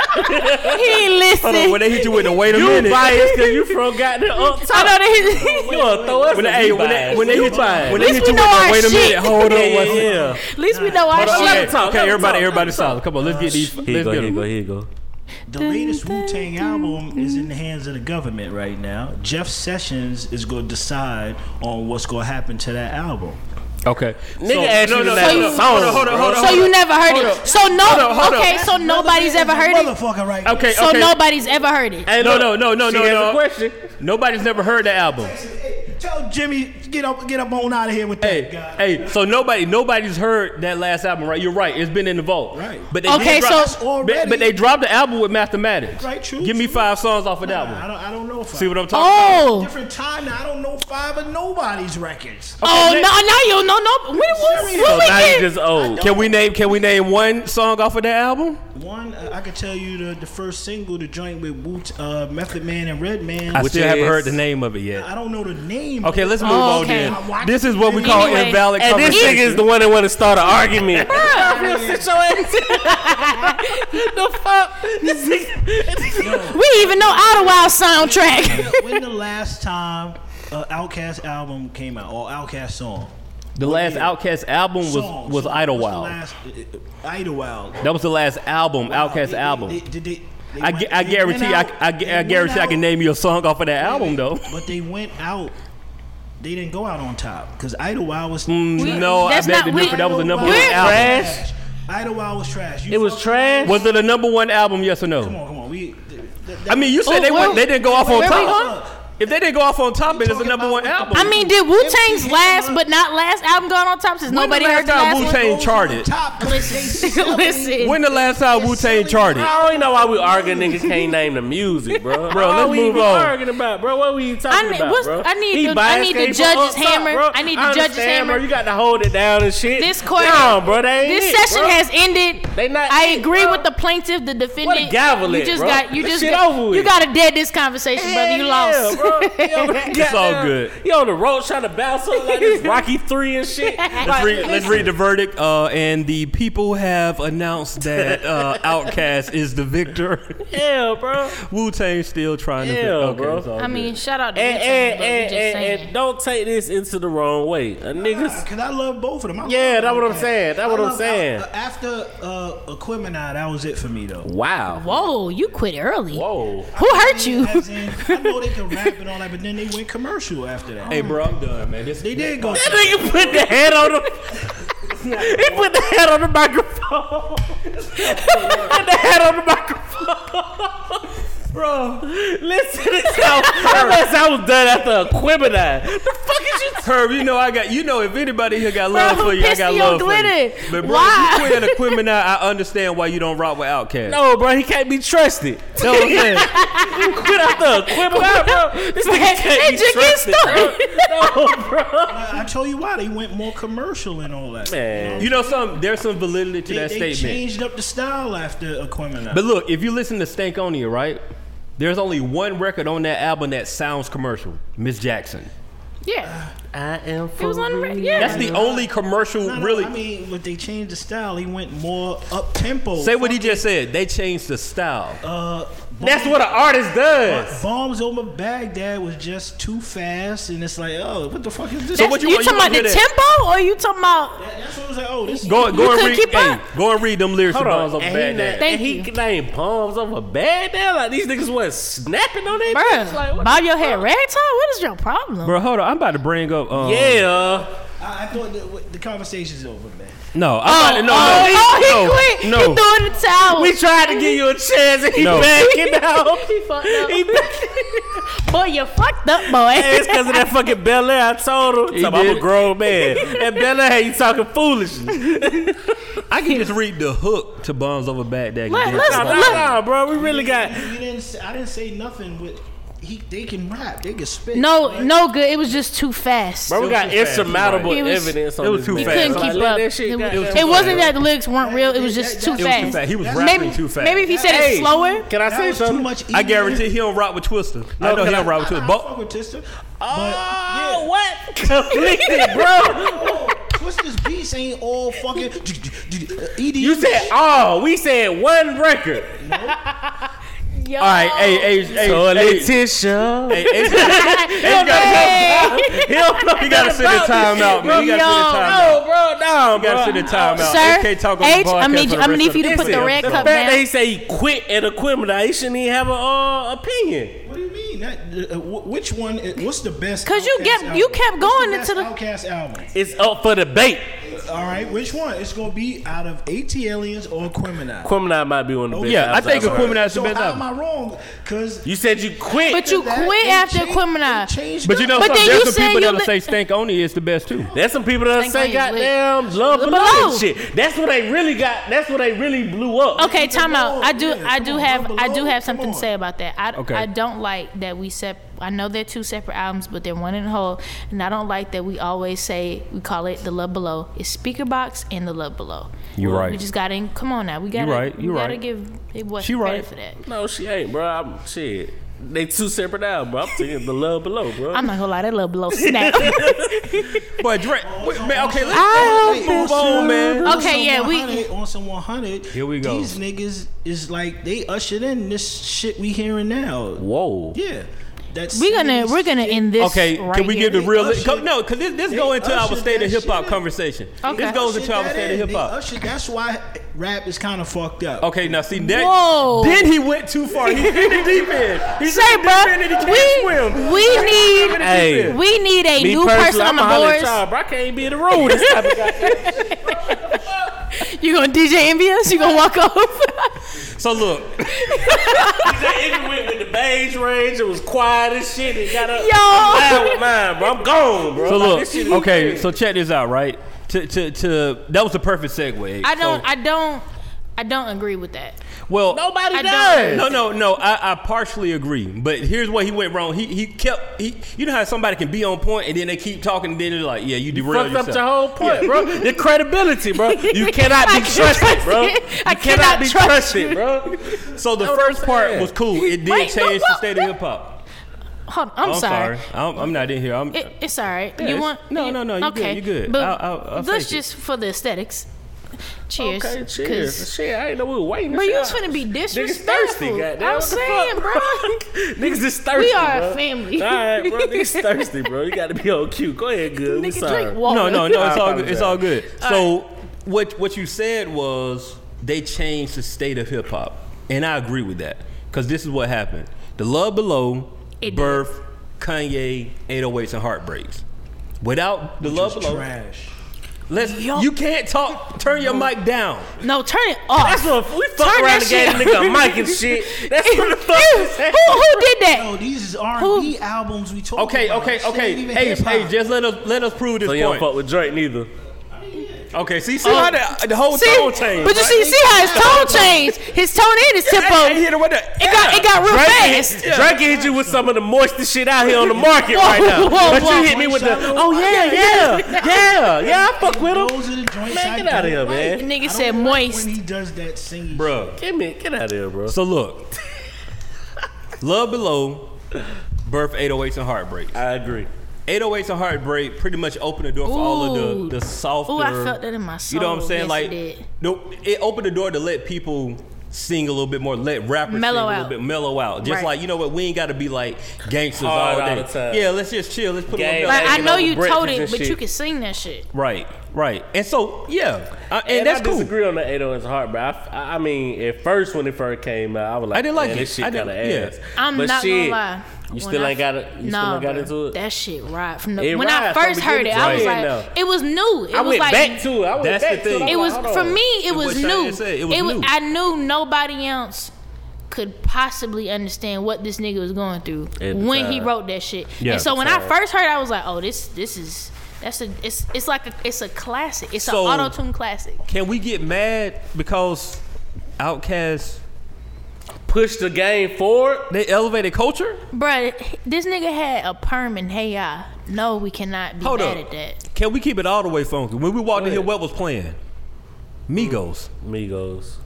Speaker 3: he
Speaker 4: Hold on, when
Speaker 3: listened.
Speaker 4: they hit you with the wait a
Speaker 2: You
Speaker 4: minute.
Speaker 2: biased because you from goddamn up
Speaker 3: I
Speaker 2: top.
Speaker 3: know that
Speaker 2: You gonna throw us
Speaker 4: [LAUGHS] When they,
Speaker 2: a
Speaker 4: hey,
Speaker 2: few
Speaker 4: when they,
Speaker 2: bias.
Speaker 4: when they
Speaker 2: You
Speaker 4: hit you,
Speaker 2: biased.
Speaker 4: when
Speaker 3: At
Speaker 4: they hit
Speaker 3: least
Speaker 4: you with
Speaker 3: we know
Speaker 4: the
Speaker 3: our
Speaker 4: wait a
Speaker 3: shit.
Speaker 4: minute, hold on,
Speaker 2: yeah,
Speaker 4: what's
Speaker 2: yeah, yeah.
Speaker 3: he, [LAUGHS] at least we know our
Speaker 2: Hold on,
Speaker 3: shit.
Speaker 2: let
Speaker 4: Okay,
Speaker 2: him talk,
Speaker 4: okay,
Speaker 2: let him
Speaker 4: everybody,
Speaker 2: talk.
Speaker 4: everybody solid. Come on, let's get these.
Speaker 2: Here you
Speaker 4: Let's
Speaker 2: go,
Speaker 4: get
Speaker 2: here you go,
Speaker 4: them.
Speaker 2: here you go.
Speaker 1: The latest Wu Tang album is in the hands of the government right now. Jeff Sessions is going to decide on what's going to happen to that album.
Speaker 4: Okay.
Speaker 2: Nigga asked
Speaker 4: no,
Speaker 2: you
Speaker 4: no,
Speaker 2: to name
Speaker 4: no,
Speaker 2: the
Speaker 4: no, hold on,
Speaker 2: songs,
Speaker 4: hold on,
Speaker 2: bro.
Speaker 4: hold on,
Speaker 3: So
Speaker 4: hold
Speaker 3: you
Speaker 4: on.
Speaker 3: never heard
Speaker 4: Hold
Speaker 3: it. So
Speaker 4: Hold on, hold
Speaker 3: no.
Speaker 4: on.
Speaker 3: Okay, so nobody's ever heard it.
Speaker 1: Motherfucker, right?
Speaker 4: Okay,
Speaker 3: So
Speaker 4: okay.
Speaker 3: nobody's ever heard it.
Speaker 4: Hey, no, no, no, no,
Speaker 2: she
Speaker 4: no,
Speaker 2: has a
Speaker 4: no.
Speaker 2: question.
Speaker 4: Nobody's never heard the album.
Speaker 1: Hey, Tell Jimmy get up, get up on out of here with that
Speaker 4: Hey,
Speaker 1: guy.
Speaker 4: hey. So nobody, nobody's heard that last album, right? You're right. It's been in the vault.
Speaker 1: Right.
Speaker 4: But they
Speaker 3: Okay,
Speaker 4: did drop,
Speaker 3: so-
Speaker 4: but, but they dropped the album with Mathematics.
Speaker 1: Right, true,
Speaker 4: Give me
Speaker 1: true.
Speaker 4: five songs off of that
Speaker 1: I
Speaker 4: one.
Speaker 1: don't, I don't know. If
Speaker 4: See
Speaker 1: I,
Speaker 4: what I'm talking about?
Speaker 3: Oh,
Speaker 1: Different time now. I don't know five of nobody's records.
Speaker 3: oh
Speaker 4: next-
Speaker 3: no, now you don't know no. When was
Speaker 4: Oh,
Speaker 2: So now you
Speaker 3: when we
Speaker 2: just
Speaker 3: get?
Speaker 2: old.
Speaker 4: Can we name Can we name one song off of that album?
Speaker 1: One, uh, I could tell you the, the first single, the joint with Wu, uh, Method Man and Redman.
Speaker 4: I
Speaker 1: I,
Speaker 4: still haven't
Speaker 2: is-
Speaker 4: heard the name of it yet.
Speaker 1: don't know the name.
Speaker 4: Okay, let's move
Speaker 3: Oh,
Speaker 4: on
Speaker 3: okay.
Speaker 4: then. This is what we call
Speaker 3: Anyway.
Speaker 4: invalid
Speaker 2: And this
Speaker 4: conversation.
Speaker 2: nigga is the one that want to start
Speaker 4: [LAUGHS]
Speaker 2: an argument.
Speaker 3: [LAUGHS]
Speaker 2: Sit your ass. the
Speaker 4: [LAUGHS]
Speaker 2: fuck? This nigga-
Speaker 3: We even know Idlewild soundtrack.
Speaker 1: when the last time uh, Outcast album came out or Outcast song?
Speaker 4: the last Outcast album was
Speaker 1: Song,
Speaker 4: was
Speaker 1: song.
Speaker 4: Idlewild.
Speaker 1: What's the last- uh, uh, Idlewild.
Speaker 4: That was the last album Outcast
Speaker 1: They- they-
Speaker 4: album.
Speaker 1: they- did they- they
Speaker 4: I,
Speaker 1: went-
Speaker 4: gu- I
Speaker 1: they
Speaker 4: guarantee
Speaker 1: went
Speaker 4: I,
Speaker 1: out-
Speaker 4: I,
Speaker 1: they
Speaker 4: gu- I
Speaker 1: went
Speaker 4: guarantee I can
Speaker 1: out.
Speaker 4: name you a song off of that album though.
Speaker 1: But they went out. They didn't go out on top because Idlewild was.
Speaker 4: Mm, no, I
Speaker 3: that's
Speaker 4: bet
Speaker 3: not-
Speaker 4: the
Speaker 3: we-
Speaker 4: number, that was the number one
Speaker 3: We're-
Speaker 4: album.
Speaker 1: trash. Idlewild was trash. You
Speaker 2: It was
Speaker 1: fuck-
Speaker 2: trash.
Speaker 4: Was it the number one album? Yes or
Speaker 1: Come
Speaker 4: no?
Speaker 1: on, come on. We. th- th-
Speaker 4: I mean, you said
Speaker 3: Oh,
Speaker 4: they
Speaker 3: where-
Speaker 4: went, they didn't go off on
Speaker 3: where we
Speaker 4: top.
Speaker 1: going?
Speaker 4: If they didn't go off on top, then it's the
Speaker 1: talking
Speaker 4: number
Speaker 1: about
Speaker 4: one
Speaker 1: with the-
Speaker 4: album.
Speaker 3: I mean, did Wu Tang's last but not last album gone on top since
Speaker 4: When the
Speaker 3: nobody
Speaker 4: last
Speaker 3: heard the
Speaker 4: time
Speaker 3: last
Speaker 4: Wu-Tang-
Speaker 3: one?
Speaker 1: goes on
Speaker 4: charted.
Speaker 1: Top, 'cause they sell
Speaker 3: [LAUGHS] Listen,
Speaker 4: when the last time Wu Tang charted?
Speaker 2: I don't even know why we arguing niggas can't name the music, bro.
Speaker 4: Bro,
Speaker 2: What
Speaker 4: let's
Speaker 2: we
Speaker 4: move
Speaker 2: even
Speaker 4: on.
Speaker 2: arguing about, bro? What we even
Speaker 3: I
Speaker 2: talking
Speaker 3: need-
Speaker 2: about,
Speaker 3: what's-
Speaker 2: bro?
Speaker 3: I need the- I
Speaker 2: biased
Speaker 3: need the
Speaker 2: came from
Speaker 3: judge's
Speaker 2: up top,
Speaker 3: hammer.
Speaker 2: bro.
Speaker 3: I need the
Speaker 2: I
Speaker 3: judge's
Speaker 2: understand,
Speaker 3: hammer.
Speaker 2: Bro, you got to hold it down and shit.
Speaker 3: This court-
Speaker 2: Damn, bro, that ain't
Speaker 3: this
Speaker 2: it,
Speaker 3: session
Speaker 2: bro.
Speaker 3: has ended.
Speaker 2: They not
Speaker 3: I
Speaker 2: it,
Speaker 3: agree
Speaker 2: bro.
Speaker 3: with the plaintiff, the defendant.
Speaker 2: gavel
Speaker 3: you
Speaker 2: it,
Speaker 3: just
Speaker 2: bro.
Speaker 3: got you
Speaker 2: That
Speaker 3: just
Speaker 2: shit
Speaker 3: got,
Speaker 2: over with.
Speaker 3: you got to dead this conversation, brother. You
Speaker 2: Hell
Speaker 3: lost.
Speaker 2: yeah, bro.
Speaker 3: [LAUGHS]
Speaker 2: It's
Speaker 4: all good.
Speaker 2: You on the road trying to bounce up like this Rocky Three and
Speaker 3: [LAUGHS]
Speaker 2: shit.
Speaker 4: Let's read, let's read the verdict. Uh, and the people have announced that uh, Outcast is the victor.
Speaker 2: [LAUGHS] Yeah, bro.
Speaker 4: Wu Tang still trying to.
Speaker 2: Yeah, bro.
Speaker 4: it's all
Speaker 3: I
Speaker 4: good.
Speaker 3: mean, shout out to
Speaker 2: And and, and,
Speaker 3: Wu-Tang, but we
Speaker 2: and,
Speaker 3: just
Speaker 2: and
Speaker 3: saying.
Speaker 2: don't take this into the wrong way. A niggas
Speaker 1: Because I love both of them. I
Speaker 2: Yeah,
Speaker 1: love
Speaker 2: that's what I'm
Speaker 1: Outkast.
Speaker 2: saying. That's
Speaker 1: I
Speaker 2: what I'm
Speaker 1: love-
Speaker 2: saying.
Speaker 1: uh, after uh, Aquemini, that was it for me though.
Speaker 2: Wow.
Speaker 3: Whoa, you quit early.
Speaker 2: Whoa.
Speaker 3: Who hurt
Speaker 2: [LAUGHS]
Speaker 3: you?
Speaker 1: As in, I know they can rap and all that, but then they went commercial
Speaker 2: [LAUGHS]
Speaker 1: after that.
Speaker 4: hey, bro, I'm done, man. This
Speaker 1: They did go.
Speaker 2: That nigga put the head on the He put the head on the microphone. put the head on the microphone. Bro, listen to this. I I was done after a Quibidine. The fuck is you
Speaker 4: Herb, you know I got you know if anybody here got love
Speaker 3: Bro,
Speaker 4: for you, I got
Speaker 3: Pissy
Speaker 4: love
Speaker 3: on
Speaker 4: for you.
Speaker 3: glitter.
Speaker 4: But bro,
Speaker 3: Why?
Speaker 4: if you quit a criminal, I understand why you don't rock with Outkast.
Speaker 2: No, bro, he can't be trusted.
Speaker 4: know what I'm saying?
Speaker 2: Quit out the quit him out, bro. This nigga can't
Speaker 3: It
Speaker 2: be
Speaker 3: just gets
Speaker 2: trusted.
Speaker 3: started.
Speaker 2: bro. No, bro.
Speaker 1: I I told you why they went more commercial and all that.
Speaker 2: Man.
Speaker 4: You know some there's some validity to
Speaker 1: They,
Speaker 4: that
Speaker 1: they
Speaker 4: statement.
Speaker 1: changed up the style after Aquemini.
Speaker 4: But look, if you listen to Stankonia, right? There's only one record on that album that sounds commercial. Miss Jackson.
Speaker 3: Yeah,
Speaker 2: I am
Speaker 3: it was on the radio. Yeah.
Speaker 4: That's the only commercial
Speaker 1: No, no,
Speaker 4: really.
Speaker 1: I mean, but they changed the style. He went more up tempo.
Speaker 4: Say what he just said. They changed the style.
Speaker 1: Uh,
Speaker 2: That's what an artist does.
Speaker 1: Bombs over Baghdad was just too fast, and it's like, oh, what the fuck is this?
Speaker 4: So
Speaker 3: That's-
Speaker 4: what you
Speaker 3: you,
Speaker 4: want- you
Speaker 3: talking
Speaker 4: want
Speaker 3: about the
Speaker 4: to hear
Speaker 3: tempo, or you talking about?
Speaker 1: That's what I was like. Oh, this.
Speaker 4: Go,
Speaker 3: You
Speaker 4: go and
Speaker 3: couldn't
Speaker 4: read.
Speaker 3: keep
Speaker 4: hey,
Speaker 3: up?
Speaker 4: go and read them lyrics.
Speaker 2: Hold
Speaker 4: from
Speaker 2: on,
Speaker 4: Bombs Over
Speaker 2: and he,
Speaker 4: Baghdad.
Speaker 2: na-
Speaker 3: Thank
Speaker 2: and he
Speaker 3: you.
Speaker 2: named palms over bad now. Like these niggas was snapping on that. bitch. Like,
Speaker 3: Bruh,
Speaker 2: what
Speaker 3: bob
Speaker 2: the
Speaker 3: your head
Speaker 2: fuck?
Speaker 3: ragtime. What is your problem?
Speaker 4: Bro, hold on. I'm about to bring up. Um,
Speaker 2: Yeah.
Speaker 1: I, I thought the, the conversation's over, man.
Speaker 4: No. I'm about
Speaker 3: Oh,
Speaker 4: to, no,
Speaker 3: oh,
Speaker 4: no,
Speaker 3: he,
Speaker 4: no,
Speaker 3: oh, he quit.
Speaker 4: No.
Speaker 3: He threw in the towel.
Speaker 2: We tried to give you a chance and he
Speaker 4: No.
Speaker 2: backing
Speaker 3: [LAUGHS]
Speaker 2: [LAUGHS] out.
Speaker 3: He fucked up.
Speaker 2: He back- [LAUGHS]
Speaker 3: boy, you fucked up, boy.
Speaker 2: Hey, it's because of that fucking Bel Air. I told him.
Speaker 4: He
Speaker 2: Talking about, I'm
Speaker 4: did.
Speaker 2: a grown man. and Bel Air, you talking foolishness.
Speaker 4: I can just read the hook to Bombs Over Baghdad.
Speaker 3: Let-
Speaker 4: Then-
Speaker 3: let's-
Speaker 2: Nah, nah,
Speaker 3: Look.
Speaker 2: nah, bro. We really got.
Speaker 1: You didn't. Say, I didn't say nothing, but he. They can rap. They can spit.
Speaker 3: no,
Speaker 1: Like,
Speaker 3: no good. It was just too fast.
Speaker 2: Bro, we got
Speaker 4: too fast,
Speaker 2: insurmountable
Speaker 3: right. He was-
Speaker 2: evidence on
Speaker 4: it was
Speaker 2: this
Speaker 4: too
Speaker 2: man.
Speaker 4: fast.
Speaker 3: couldn't
Speaker 4: Like,
Speaker 3: keep
Speaker 2: let
Speaker 3: up.
Speaker 2: That shit
Speaker 3: it
Speaker 2: got-
Speaker 3: was,
Speaker 4: was
Speaker 3: it
Speaker 4: too
Speaker 3: wasn't
Speaker 4: fast.
Speaker 3: that the lyrics weeling real. It was
Speaker 1: that-
Speaker 3: just
Speaker 1: that-
Speaker 3: too
Speaker 1: that
Speaker 4: It was
Speaker 3: fast.
Speaker 4: too fast. He was rapping
Speaker 3: Maybe,
Speaker 4: too fast.
Speaker 3: maybe if he said
Speaker 2: Hey.
Speaker 3: it slower.
Speaker 2: Can I
Speaker 1: That
Speaker 2: say
Speaker 1: was too
Speaker 2: something?
Speaker 1: much.
Speaker 4: I
Speaker 1: easier.
Speaker 4: guarantee he don't rock with Twister. I know
Speaker 2: No,
Speaker 4: he don't
Speaker 2: can I-
Speaker 4: rock with Twister.
Speaker 1: I
Speaker 4: Bo-
Speaker 1: [LAUGHS] fuck with Twister.
Speaker 2: Oh,
Speaker 1: but,
Speaker 2: what?
Speaker 4: [LAUGHS]
Speaker 2: Completed, bro.
Speaker 1: yeah. Twister's beats ain't
Speaker 4: [LAUGHS]
Speaker 1: all fucking. [LAUGHS] EDM.
Speaker 2: You said all. we said one record.
Speaker 3: Yo.
Speaker 4: All right, hey, hey, hey, hey, hey,
Speaker 2: Letitia.
Speaker 3: [LAUGHS]
Speaker 4: hey, [LAUGHS] gotta-
Speaker 3: Hey.
Speaker 2: He don't know
Speaker 4: you gotta sit in timeout, man. You gotta sit in timeout.
Speaker 2: No, bro, no,
Speaker 4: You gotta sit in timeout.
Speaker 3: Sir,
Speaker 4: SK talk on the
Speaker 3: H,
Speaker 4: podcast
Speaker 3: I'm
Speaker 4: for
Speaker 3: need
Speaker 4: the
Speaker 3: you, I'm
Speaker 4: rest
Speaker 3: need
Speaker 4: of
Speaker 3: for you to
Speaker 4: the
Speaker 3: put the
Speaker 4: episode.
Speaker 3: red
Speaker 2: The
Speaker 3: cup
Speaker 2: fact that he
Speaker 3: down.
Speaker 2: say he quit at Equimini, he shouldn't even have an uh, opinion.
Speaker 1: What do you mean? That, uh, wh- which one? i- What's the best?
Speaker 3: 'Cause you
Speaker 1: Outkast
Speaker 3: kept-
Speaker 1: album?
Speaker 3: you kept
Speaker 1: What's
Speaker 3: going
Speaker 1: best
Speaker 3: into the-
Speaker 1: Outcast album.
Speaker 2: It's up for debate.
Speaker 1: All right, which one? It's gonna be out of AT Aliens or Criminal.
Speaker 2: Equimini might be one of the best.
Speaker 4: Oh, Yeah, I
Speaker 2: albums
Speaker 4: think
Speaker 2: I've heard.
Speaker 4: Equimini is the
Speaker 1: So
Speaker 4: best
Speaker 1: how
Speaker 4: album.
Speaker 1: am I wrong? Cause
Speaker 2: You said you quit.
Speaker 3: But you
Speaker 1: that-
Speaker 3: quit
Speaker 1: they
Speaker 3: after
Speaker 1: changed-
Speaker 3: Equimini.
Speaker 1: they changed
Speaker 4: But you
Speaker 1: up.
Speaker 4: know,
Speaker 3: But
Speaker 4: something,
Speaker 3: then
Speaker 4: there's
Speaker 3: you
Speaker 4: some
Speaker 3: said
Speaker 4: people
Speaker 3: you
Speaker 4: that'll say
Speaker 3: li-
Speaker 4: Stank Oni is the best too.
Speaker 2: There's some people that
Speaker 3: Think
Speaker 2: say
Speaker 3: on your
Speaker 2: goddamn love
Speaker 3: Love
Speaker 2: below
Speaker 3: Below.
Speaker 2: and shit. That's what they really got. That's what they really blew up.
Speaker 3: Okay,
Speaker 1: Come
Speaker 3: time out.
Speaker 1: on,
Speaker 3: I do,
Speaker 1: yeah,
Speaker 3: I
Speaker 1: come
Speaker 3: do
Speaker 1: on,
Speaker 3: have,
Speaker 1: Love
Speaker 3: I do
Speaker 1: Below,
Speaker 3: have
Speaker 1: come
Speaker 3: something to
Speaker 1: on.
Speaker 3: say about that. I,
Speaker 4: Okay.
Speaker 3: I don't like that we sep. I know they're two separate albums, but they're one in whole, and I don't like that we always say we call it the Love Below. It's Speaker Box and the Love Below.
Speaker 4: You right.
Speaker 3: We just got to Come on now, we got
Speaker 4: right,
Speaker 3: to.
Speaker 4: you
Speaker 3: we got to
Speaker 4: right.
Speaker 3: give Big Boy
Speaker 4: She
Speaker 3: credit
Speaker 4: right.
Speaker 3: for that.
Speaker 2: No, she ain't, bro. I'm shit. They two separate albums. bro. I'm taking the love below, bro.
Speaker 3: I'm not gonna lie, that Love Below snap.
Speaker 4: But Drake, wait, man, okay, let's
Speaker 3: I
Speaker 4: let's move on, man.
Speaker 1: On
Speaker 3: Okay,
Speaker 1: some
Speaker 3: yeah, we-
Speaker 1: 100, on some 100.
Speaker 4: Here we go.
Speaker 1: These niggas is like they ushered in this shit we hearing now.
Speaker 2: Whoa.
Speaker 1: Yeah, that's
Speaker 3: we're gonna, we're gonna end this.
Speaker 4: Okay,
Speaker 3: right
Speaker 4: can we
Speaker 3: here.
Speaker 4: give the
Speaker 1: They
Speaker 4: real?
Speaker 1: ushered-
Speaker 4: come- No, because this, this
Speaker 1: they
Speaker 4: go into our
Speaker 1: ushered
Speaker 4: state of
Speaker 1: that
Speaker 4: hip hop
Speaker 1: shit.
Speaker 4: conversation.
Speaker 3: Okay.
Speaker 4: This goes into
Speaker 1: Ushered
Speaker 4: our
Speaker 1: that
Speaker 4: state
Speaker 1: in.
Speaker 4: of hip
Speaker 1: They
Speaker 4: hop.
Speaker 1: ushered- That's why rap is kind of fucked up.
Speaker 4: Okay, now see that.
Speaker 3: Whoa.
Speaker 4: Then he went too far. He's in the deep end.
Speaker 3: [LAUGHS]
Speaker 4: He's
Speaker 3: Say,
Speaker 4: in the
Speaker 3: bruh,
Speaker 4: deep end and he can't swim.
Speaker 3: we, we need,
Speaker 2: Hey.
Speaker 3: we need a
Speaker 2: Me
Speaker 3: new person
Speaker 2: personally,
Speaker 3: on
Speaker 2: I'm
Speaker 3: the
Speaker 2: a hundred
Speaker 3: boards.
Speaker 2: child, bro. I can't be in the room this type [LAUGHS] of guy.
Speaker 3: You gonna DJ envious? You gonna walk [LAUGHS] over?
Speaker 4: So look,
Speaker 2: That nigga went with the beige range. It was quiet as shit. It got up.
Speaker 3: Yo.
Speaker 2: I'm with mine, bro. I'm gone, bro.
Speaker 4: so
Speaker 2: Like,
Speaker 4: look.
Speaker 2: this shit is
Speaker 4: Okay,
Speaker 2: crazy.
Speaker 4: so check this out, right? To to to that was the perfect segue.
Speaker 3: I don't.
Speaker 4: So,
Speaker 3: I don't. I don't agree with that.
Speaker 4: well,
Speaker 2: nobody
Speaker 3: I don't-
Speaker 2: does.
Speaker 4: No, no, no. I, I partially agree, but here's where he went wrong. He he kept he. You know how somebody can be on point and then they keep talking and then they're like, yeah, you derailed
Speaker 2: Fucked
Speaker 4: yourself.
Speaker 2: up your whole point,
Speaker 3: [LAUGHS]
Speaker 2: bro. Your credibility, bro. You cannot be
Speaker 3: I can't
Speaker 2: trusted,
Speaker 3: trust
Speaker 2: bro.
Speaker 3: it.
Speaker 2: You
Speaker 3: I
Speaker 2: cannot,
Speaker 3: cannot
Speaker 2: be
Speaker 3: trust
Speaker 2: trusted,
Speaker 3: you.
Speaker 2: bro.
Speaker 4: so the
Speaker 2: That's what I'm
Speaker 4: first part
Speaker 2: saying.
Speaker 4: was cool. It did
Speaker 3: Wait, no,
Speaker 4: change the
Speaker 3: no,
Speaker 4: state of
Speaker 3: no.
Speaker 4: hip hop.
Speaker 3: Hold on, I'm,
Speaker 4: I'm
Speaker 3: sorry.
Speaker 4: sorry. I'm, I'm not in here. I'm,
Speaker 3: It, it's all right.
Speaker 4: it's-
Speaker 3: you want?
Speaker 4: no,
Speaker 3: you-
Speaker 4: no, no, you good,
Speaker 3: okay,
Speaker 4: you good.
Speaker 3: But
Speaker 4: I'll- I'll- I'll
Speaker 3: let's
Speaker 4: take it.
Speaker 3: just for the aesthetics. Cheers.
Speaker 2: Okay,
Speaker 3: 'cause-
Speaker 2: cheers. Shit, I ain't know we were waiting.
Speaker 3: Bro,
Speaker 2: Shit,
Speaker 3: you
Speaker 2: I-
Speaker 3: was finna be
Speaker 2: Niggas
Speaker 3: disrespectful.
Speaker 2: thirsty, goddamn.
Speaker 3: I'm
Speaker 2: What the
Speaker 3: saying,
Speaker 2: [LAUGHS] fuck,
Speaker 3: bro.
Speaker 2: niggas is thirsty.
Speaker 3: are a
Speaker 2: bro.
Speaker 3: family.
Speaker 2: All right, bro.
Speaker 3: [LAUGHS]
Speaker 2: Niggas thirsty, bro. You got to be on cue. Go ahead, good. We
Speaker 3: Nigga,
Speaker 2: sorry.
Speaker 3: drink water.
Speaker 4: no, no, no. It's
Speaker 2: I
Speaker 4: all good. It's all good.
Speaker 3: All
Speaker 4: So what what you said was they changed the state of hip hop, and I agree with that because this is what happened: the Love Below,
Speaker 3: It did.
Speaker 4: Birth, oh Kanye, 808s, and Heartbreaks. Without the Love
Speaker 1: It's
Speaker 4: Below,
Speaker 1: trash.
Speaker 4: Let's.
Speaker 3: Yo.
Speaker 4: You can't talk. Turn your mic down.
Speaker 3: [LAUGHS] No, turn it off.
Speaker 2: That's what we fuck
Speaker 3: Turn
Speaker 2: around
Speaker 3: that
Speaker 2: and gave nigga
Speaker 3: shit
Speaker 2: a
Speaker 3: off.
Speaker 2: mic and
Speaker 3: [LAUGHS]
Speaker 2: shit. That's what the fuck
Speaker 3: Ew,
Speaker 2: is happening.
Speaker 3: who, who did that?
Speaker 1: No, these is R&B albums we talking
Speaker 4: Okay,
Speaker 1: about.
Speaker 4: okay,
Speaker 1: Shit ain't
Speaker 4: okay.
Speaker 1: even
Speaker 4: Hey,
Speaker 1: hip-hop.
Speaker 4: hey, just let us let us prove this
Speaker 2: So you
Speaker 4: point.
Speaker 2: don't fuck with Drake neither.
Speaker 4: Okay, see, see how the, the whole
Speaker 3: Oh. See,
Speaker 4: tone changed.
Speaker 3: but you see, see how his tone changed. His tone and his tempo.
Speaker 4: I hit
Speaker 3: It
Speaker 4: it with the.
Speaker 3: got it got real
Speaker 2: Drake,
Speaker 3: fast.
Speaker 2: Hit, Drake hit you with some of the moistest shit out
Speaker 3: [LAUGHS]
Speaker 2: here on the market right now.
Speaker 3: Whoa, whoa,
Speaker 2: but
Speaker 3: whoa.
Speaker 2: you hit me with the, oh yeah, yeah, yeah, yeah, I fuck with
Speaker 3: [LAUGHS]
Speaker 2: him.
Speaker 1: Those are the joints
Speaker 2: Man,
Speaker 1: I
Speaker 2: get out of
Speaker 1: don't
Speaker 2: here,
Speaker 1: like.
Speaker 2: man.
Speaker 3: Nigga
Speaker 1: I
Speaker 3: said
Speaker 1: don't like
Speaker 3: moist.
Speaker 1: When he does that singing,
Speaker 4: Bruh.
Speaker 2: Give me, get out of here, bro.
Speaker 4: So
Speaker 2: [LAUGHS]
Speaker 4: look, love below, birth 808s and heartbreak.
Speaker 2: I agree.
Speaker 4: 808s and oh heartbreak pretty much opened the door for all
Speaker 3: Ooh.
Speaker 4: of the the softer.
Speaker 3: Ooh, I felt that in my soul.
Speaker 4: You know what I'm saying?
Speaker 3: Yes,
Speaker 4: like,
Speaker 3: it did.
Speaker 4: no, it opened the door to let people sing a little bit more, let rappers
Speaker 3: Mellow
Speaker 4: sing a little
Speaker 3: out.
Speaker 4: bit, mellow out. Just
Speaker 3: Right.
Speaker 4: like you know what, we ain't got to be like gangsters
Speaker 2: Hard
Speaker 4: all
Speaker 2: all
Speaker 4: day.
Speaker 2: the time.
Speaker 4: Yeah, let's just chill. Let's put
Speaker 2: Gang.
Speaker 4: a little
Speaker 2: Like,
Speaker 4: bit.
Speaker 3: Like, I
Speaker 2: hanging
Speaker 3: know
Speaker 2: over
Speaker 3: you told
Speaker 2: breakfast
Speaker 3: it,
Speaker 2: and
Speaker 3: but
Speaker 2: shit.
Speaker 3: you can sing that shit.
Speaker 4: Right, right, and so yeah, I, and,
Speaker 2: And
Speaker 4: that's
Speaker 2: I
Speaker 4: cool.
Speaker 2: disagree on the 808's heart, bro. I, f- I- I mean, at first when it first came out, I was like,
Speaker 4: I didn't like
Speaker 2: man,
Speaker 4: it.
Speaker 2: This shit
Speaker 4: I
Speaker 2: kind of
Speaker 4: didn't- yeah.
Speaker 2: ass.
Speaker 3: I'm
Speaker 2: but
Speaker 3: not
Speaker 2: shit,
Speaker 3: gonna lie.
Speaker 2: You
Speaker 3: When
Speaker 2: still
Speaker 3: I-
Speaker 2: ain't got it. You
Speaker 3: Nah,
Speaker 2: still ain't got
Speaker 3: bruh.
Speaker 2: into it.
Speaker 3: That shit right from the
Speaker 2: It
Speaker 3: when
Speaker 2: ride
Speaker 3: I
Speaker 2: from
Speaker 3: first heard it,
Speaker 2: beginning
Speaker 3: I was
Speaker 2: to
Speaker 3: like,
Speaker 2: end now.
Speaker 3: it was new. It
Speaker 2: I
Speaker 3: was
Speaker 2: went
Speaker 3: like
Speaker 2: back to it. I went
Speaker 4: That's
Speaker 2: back
Speaker 4: the
Speaker 2: to it.
Speaker 4: thing.
Speaker 2: I
Speaker 3: it was
Speaker 2: like, hold
Speaker 3: for
Speaker 2: on.
Speaker 3: me. It
Speaker 4: what
Speaker 3: was
Speaker 4: Cheyenne
Speaker 3: new.
Speaker 4: said, it was new.
Speaker 3: I knew nobody else could possibly understand what this nigga was going through
Speaker 2: the
Speaker 3: when he
Speaker 2: time.
Speaker 3: wrote that shit.
Speaker 4: Yeah,
Speaker 3: and so
Speaker 4: at
Speaker 3: when
Speaker 4: the
Speaker 3: I
Speaker 4: time.
Speaker 3: first heard, it, I was like, oh, this this is that's a it's it's like a it's a classic. It's
Speaker 4: So-
Speaker 3: an auto tune classic.
Speaker 4: Can we get mad because Outkast
Speaker 2: Push the game forward.
Speaker 4: they elevated culture?
Speaker 3: Bruh, this nigga had a perm and hey I. No, we cannot be
Speaker 4: Hold
Speaker 3: mad
Speaker 4: up.
Speaker 3: at that.
Speaker 4: Can we keep it all the way funky? When we walked in here,
Speaker 2: ahead.
Speaker 4: what was playing? Migos.
Speaker 2: Migos.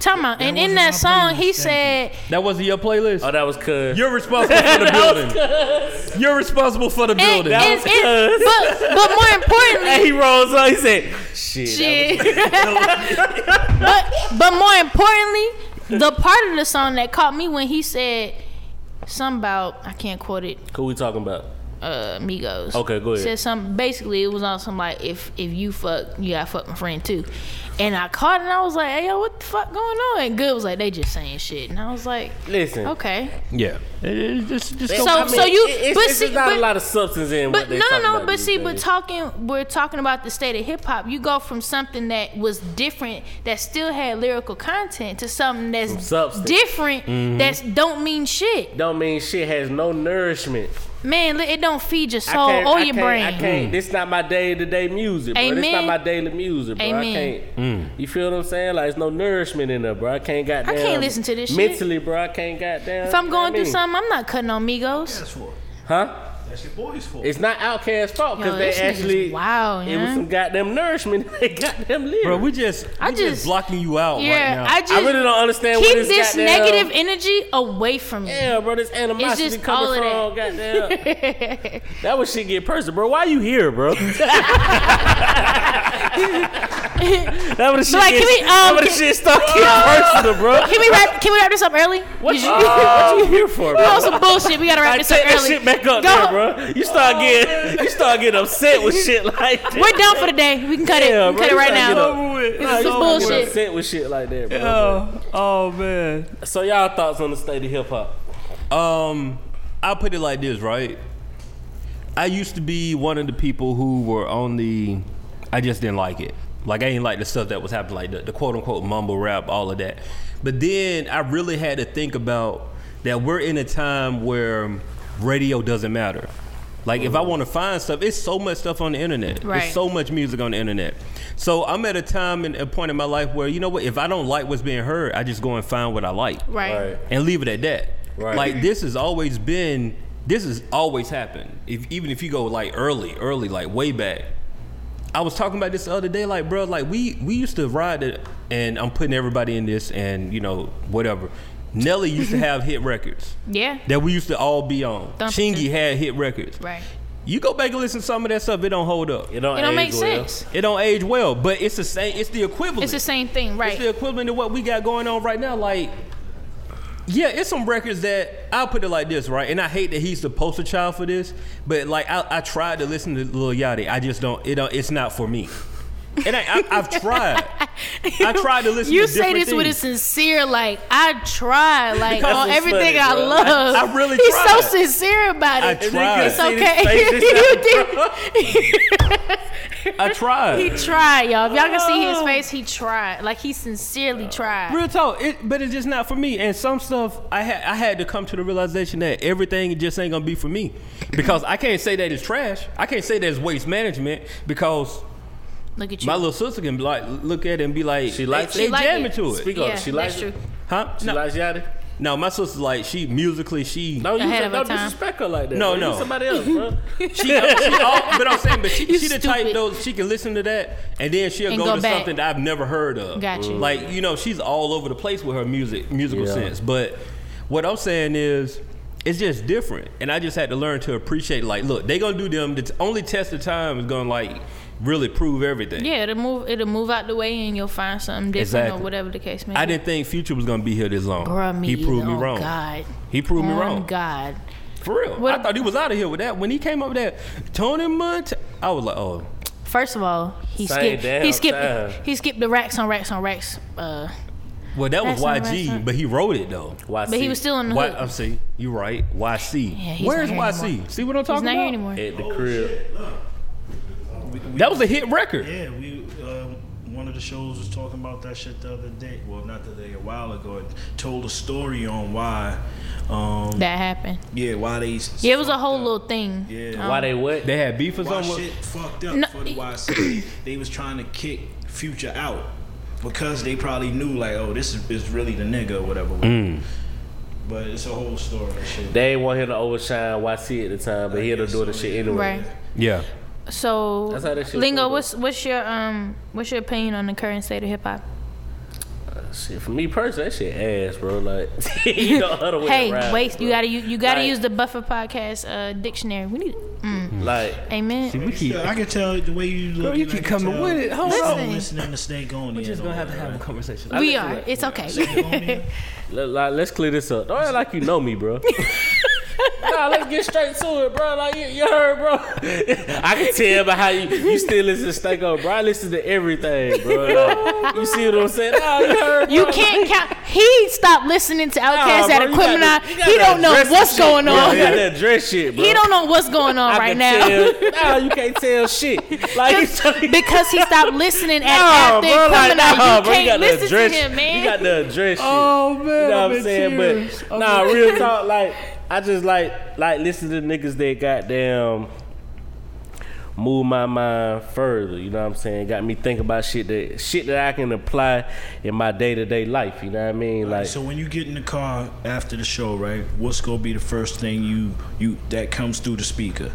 Speaker 3: Talking about, and in that song, he said,
Speaker 4: That wasn't your playlist.
Speaker 2: Oh, that was cuz.
Speaker 4: You're responsible [LAUGHS] for the building. You're responsible for the
Speaker 3: and,
Speaker 4: building.
Speaker 2: That
Speaker 3: and-
Speaker 2: was
Speaker 3: and- but, but more
Speaker 2: And
Speaker 3: importantly,
Speaker 2: he rolls up. He said, "Shit." that
Speaker 3: shit. but, [LAUGHS] but more importantly, the part of the song that caught me when he said something about, I can't quote it,
Speaker 2: was- Who we talking about?
Speaker 3: uh, Migos.
Speaker 2: Okay, go ahead.
Speaker 3: Said some. Basically, it was on some like if if you fuck, you gotta fuck my friend too. And I caught it and I was like, hey yo, what the fuck going on? And Good was like, they just saying shit. And I was like,
Speaker 2: Listen.
Speaker 3: okay.
Speaker 4: yeah. It- it- just- just
Speaker 3: So
Speaker 4: go-
Speaker 2: I mean,
Speaker 3: so you,
Speaker 2: it- it's,
Speaker 3: but
Speaker 2: it's
Speaker 3: see,
Speaker 2: just not
Speaker 3: but,
Speaker 2: a lot of substance in what
Speaker 3: but
Speaker 2: they
Speaker 3: no, no,
Speaker 2: talking
Speaker 3: no.
Speaker 2: about
Speaker 3: But
Speaker 2: these
Speaker 3: see, we're
Speaker 2: days.
Speaker 3: talking, we're talking about the state of hip hop. You go from something that was different, that still had lyrical content, to something that's
Speaker 2: substance. Mm-hmm.
Speaker 3: different, that's don't mean shit.
Speaker 2: don't mean shit has no nourishment.
Speaker 3: Man, li- it don't feed your
Speaker 2: I
Speaker 3: soul
Speaker 2: can't-
Speaker 3: or
Speaker 2: I
Speaker 3: oh, your
Speaker 2: can't-
Speaker 3: brain.
Speaker 2: I
Speaker 4: Hmm.
Speaker 2: can't. This not my day to day music, bro. This not
Speaker 3: Amen.
Speaker 2: my daily music, bro.
Speaker 3: Amen.
Speaker 2: I can't.
Speaker 4: Hmm.
Speaker 2: You feel what I'm saying? Like, it's no nourishment in there, bro. I can't goddamn.
Speaker 3: can't listen to this shit.
Speaker 2: mentally, bro. I can't goddamn.
Speaker 3: If I'm going
Speaker 2: you know what
Speaker 3: through something, I'm not cutting on Migos.
Speaker 1: That's for
Speaker 2: I mean? huh?
Speaker 1: that's your boy's fault.
Speaker 2: It's not Outkast's fault
Speaker 3: Yo,
Speaker 2: because they
Speaker 3: this nigga's
Speaker 2: actually
Speaker 3: wild,
Speaker 2: It was
Speaker 3: yeah.
Speaker 2: some goddamn nourishment. [LAUGHS] They goddamn lyrics.
Speaker 4: bro, we just
Speaker 3: I
Speaker 4: we just,
Speaker 3: just-
Speaker 4: blocking you out right
Speaker 3: yeah,
Speaker 4: now.
Speaker 3: I just
Speaker 2: I really don't understand
Speaker 3: keep
Speaker 2: what this,
Speaker 3: this
Speaker 2: goddamn-
Speaker 3: negative energy away from me.
Speaker 2: Yeah, bro, this animosity
Speaker 3: just
Speaker 2: coming
Speaker 3: all of
Speaker 2: from goddamn.
Speaker 3: [LAUGHS]
Speaker 2: that was shit get personal, bro. Why you here, bro? that would shit.
Speaker 3: But like,
Speaker 2: get,
Speaker 3: can we, um,
Speaker 2: that would
Speaker 3: can-
Speaker 2: shit start getting personal, bro.
Speaker 3: Can we wrap? Can we wrap this up early?
Speaker 2: What
Speaker 3: [LAUGHS] Did
Speaker 2: you, what you here for,
Speaker 3: we
Speaker 2: bro?
Speaker 3: on some bullshit. We gotta wrap
Speaker 2: Like,
Speaker 3: this
Speaker 2: take
Speaker 3: up
Speaker 2: that
Speaker 3: early.
Speaker 2: shit back up,
Speaker 3: Go. Oh.
Speaker 2: there, bro. You start getting, you start getting upset with shit like that.
Speaker 3: We're done for the day. We can cut
Speaker 2: Yeah,
Speaker 3: it. We can
Speaker 2: bro,
Speaker 3: cut it
Speaker 2: you
Speaker 3: right
Speaker 2: gotta get
Speaker 3: now.
Speaker 2: over with.
Speaker 3: This
Speaker 2: Nah,
Speaker 3: is
Speaker 2: you
Speaker 3: some
Speaker 2: gotta get
Speaker 3: bullshit.
Speaker 2: upset with shit like that, bro.
Speaker 4: oh, oh man.
Speaker 2: So y'all thoughts on the state of hip hop?
Speaker 4: Um, I'll put it like this, right? I used to be one of the people who were on the. I just didn't like it. Like I didn't like the stuff that was happening, like the, the quote unquote mumble rap, all of that. But then I really had to think about that we're in a time where radio doesn't matter. Like if I want to find stuff, it's so much stuff on the internet.
Speaker 3: Right.
Speaker 4: It's so much music on the internet. So I'm at a time and a point in my life where you know what? If I don't like what's being heard, I just go and find what I like
Speaker 3: Right.
Speaker 4: and leave it at that.
Speaker 2: Right.
Speaker 4: Like this has always been. This has always happened. If even if you go like early, early, like way back. I was talking about this the other day, like bro, like we we used to ride it, and I'm putting everybody in this, and you know whatever. Nelly used to have hit records
Speaker 3: [LAUGHS] Yeah.
Speaker 4: that we used to all be on.
Speaker 3: Thump.
Speaker 4: Chingy had hit records.
Speaker 3: Right.
Speaker 4: You go back and listen to some of that stuff, it don't hold up.
Speaker 2: It don't,
Speaker 3: It don't
Speaker 2: age
Speaker 3: make
Speaker 2: well.
Speaker 3: sense.
Speaker 4: It don't age well, but it's the same. It's the equivalent.
Speaker 3: It's the same thing,
Speaker 4: It's the
Speaker 3: right?
Speaker 4: equivalent to what we got going on right now. Like, yeah, it's some records that I'll put it like this, right? And I hate that he's the poster child for this, but like I, I tried to listen to Lil Yachty. I just don't. It don't, it's not for me. And I, I, I've tried. I tried to listen.
Speaker 3: [LAUGHS] You
Speaker 4: to
Speaker 3: say
Speaker 4: different
Speaker 3: this with a
Speaker 4: things.
Speaker 3: sincere, like I tried,
Speaker 2: [LAUGHS]
Speaker 3: like
Speaker 2: Because
Speaker 3: on
Speaker 2: it's
Speaker 3: everything
Speaker 2: funny,
Speaker 3: I
Speaker 2: bro.
Speaker 3: love.
Speaker 4: I- I really
Speaker 3: He's so
Speaker 4: tried.
Speaker 3: sincere about
Speaker 4: I
Speaker 3: it.
Speaker 4: tried.
Speaker 3: It's
Speaker 2: You see this
Speaker 3: okay.
Speaker 2: face this
Speaker 3: [LAUGHS] you
Speaker 2: time,
Speaker 3: did.
Speaker 4: I tried.
Speaker 3: he tried, y'all. If y'all can see
Speaker 2: Oh.
Speaker 3: his face, he tried. Like he sincerely tried.
Speaker 4: Real talk, it, but it's just not for me. And some stuff I had I had to come to the realization that everything just ain't gonna be for me, because I can't say that it's trash. I can't say that it's waste management because
Speaker 3: Look at you.
Speaker 4: my little sister can be like look at it and be like
Speaker 2: She likes
Speaker 4: they, they
Speaker 2: it.
Speaker 3: She like
Speaker 4: jamming
Speaker 3: it.
Speaker 4: to it.
Speaker 2: Speak
Speaker 3: yeah,
Speaker 2: up. She likes
Speaker 3: that's
Speaker 2: it.
Speaker 3: true.
Speaker 4: Huh?
Speaker 2: She
Speaker 4: No,
Speaker 2: likes Yachty.
Speaker 4: no, my sister's like she musically she
Speaker 2: Don't use
Speaker 3: Ahead
Speaker 2: her,
Speaker 3: of her
Speaker 2: don't
Speaker 3: time.
Speaker 2: disrespect her like that.
Speaker 4: No,
Speaker 2: bro.
Speaker 4: no.
Speaker 2: Use somebody else,
Speaker 3: [LAUGHS]
Speaker 2: bro.
Speaker 4: she, she all, but I'm saying, but she,
Speaker 3: You
Speaker 4: she the type
Speaker 3: stupid.
Speaker 4: though she can listen to that and then she'll
Speaker 3: And
Speaker 4: go,
Speaker 3: go
Speaker 4: to
Speaker 3: back.
Speaker 4: something that I've never heard of.
Speaker 3: Got you. Mm.
Speaker 4: Like you know, she's all over the place with her music musical
Speaker 2: Yeah.
Speaker 4: sense. But what I'm saying is, it's just different, and I just had to learn to appreciate. Like, look, they gonna do them. The t- only test of time is gonna like really prove everything.
Speaker 3: Yeah, it'll move. It'll move out the way, and you'll find something different
Speaker 4: Exactly.
Speaker 3: or whatever the case may be.
Speaker 4: I didn't think Future was gonna be here this long.
Speaker 3: Bruh, me
Speaker 4: he proved me
Speaker 3: either. Oh,
Speaker 4: wrong.
Speaker 3: God.
Speaker 4: He proved me
Speaker 3: On
Speaker 4: wrong.
Speaker 3: God.
Speaker 4: For real.
Speaker 3: What-
Speaker 4: I thought he was out of here with that. When he came up with that, Tony Munt, I was like, oh,
Speaker 3: First of all, he
Speaker 2: Same
Speaker 3: skipped.
Speaker 2: damn
Speaker 3: He skipped.
Speaker 2: time.
Speaker 3: He skipped the racks on racks on racks. Uh,
Speaker 4: well, that was
Speaker 3: That's not- that's
Speaker 4: YG,
Speaker 3: not-
Speaker 4: but he wrote it though.
Speaker 2: Why
Speaker 3: But he was still in the
Speaker 4: Y-
Speaker 3: hood.
Speaker 4: I'm see, you right. YC.
Speaker 3: Yeah, he's
Speaker 4: Where's
Speaker 3: not
Speaker 4: YC?
Speaker 3: here anymore.
Speaker 4: See what I'm
Speaker 3: he's
Speaker 4: talking
Speaker 3: not
Speaker 4: about?
Speaker 3: here anymore.
Speaker 2: at the crib.
Speaker 4: That was a hit record.
Speaker 1: Yeah, we um, one of the shows was talking about that shit the other day. Well, not the other day, a while ago. It told a story on why. Um,
Speaker 3: That happened.
Speaker 1: yeah, why they. s-
Speaker 3: Yeah, it was a whole Um, little thing.
Speaker 1: Yeah.
Speaker 2: Why
Speaker 3: Oh.
Speaker 2: they what?
Speaker 4: They had beef or
Speaker 1: Why
Speaker 4: something.
Speaker 1: shit fucked up
Speaker 3: No.
Speaker 1: for the YC. they was trying to kick Future out because they probably knew like, oh, this is, is really the nigga or whatever.
Speaker 4: Mm.
Speaker 1: But it's a whole story and shit.
Speaker 2: They ain't want him to overshine YC at the time, but he'll do the shit anyway.
Speaker 3: Right.
Speaker 4: Yeah.
Speaker 3: So,
Speaker 2: That's how that shit
Speaker 3: Lingo,
Speaker 2: go, though.
Speaker 3: what's what's your um what's your opinion on the current state of hip hop?
Speaker 2: Shit, for me personally, that shit ass, bro. Like, [LAUGHS]
Speaker 3: [LAUGHS]
Speaker 2: you know, other way
Speaker 3: Hey,
Speaker 2: around,
Speaker 3: wait,
Speaker 2: bro.
Speaker 3: you gotta you, you gotta
Speaker 2: Like-
Speaker 3: use the Buffer podcast uh, dictionary. We need. Mm,
Speaker 2: Like,
Speaker 3: amen.
Speaker 4: We keep.
Speaker 1: Yeah, I can tell the way you look.
Speaker 4: Bro, you keep coming with it. Hold
Speaker 3: Listen.
Speaker 4: on.
Speaker 1: I'm listening to Snake on.
Speaker 4: We're just gonna have to have a conversation.
Speaker 3: We are. It's okay.
Speaker 2: Let, like, let's clear this up. Don't act like you know me,
Speaker 3: [LAUGHS]
Speaker 2: bro. nah, let's get straight to it, bro. Like you, you heard, bro. [LAUGHS] I can tell by how you you still listen to Stank Up, bro. I listen to everything, bro. Like, you see what I'm saying? Nah, you heard.
Speaker 3: [LAUGHS] You
Speaker 2: bro. [LAUGHS]
Speaker 3: can't count. He stopped listening to Outkast
Speaker 2: Nah, bro,
Speaker 3: at
Speaker 2: you
Speaker 3: Equipment.
Speaker 2: gotta- you
Speaker 3: He
Speaker 2: gotta
Speaker 3: don't know
Speaker 2: address the
Speaker 3: what's
Speaker 2: shit,
Speaker 3: going
Speaker 2: bro.
Speaker 3: on.
Speaker 4: [LAUGHS]
Speaker 2: You gotta address shit, bro.
Speaker 3: He don't know what's going on
Speaker 2: I
Speaker 3: right
Speaker 2: can
Speaker 3: now.
Speaker 2: Tell, nah, you can't tell shit. Like [LAUGHS]
Speaker 3: [LAUGHS] because he stopped listening at
Speaker 2: Nah,
Speaker 3: after
Speaker 2: bro, like,
Speaker 3: coming out.
Speaker 2: nah,
Speaker 3: you
Speaker 2: bro,
Speaker 3: can't
Speaker 2: gotta
Speaker 3: listen to
Speaker 2: address-
Speaker 3: him, man.
Speaker 2: You got to address shit.
Speaker 4: Oh, man,
Speaker 2: you know
Speaker 4: I'm
Speaker 2: what I'm
Speaker 4: in
Speaker 2: saying?
Speaker 4: tears.
Speaker 2: But nah, real talk. Like I just like like listen to niggas that goddamn move my mind further. You know what I'm saying? Got me thinking about shit that shit that I can apply in my day to day life. You know what I mean? Like
Speaker 1: So when you get in the car after the show, right? What's gonna be the first thing you you that comes through the speaker?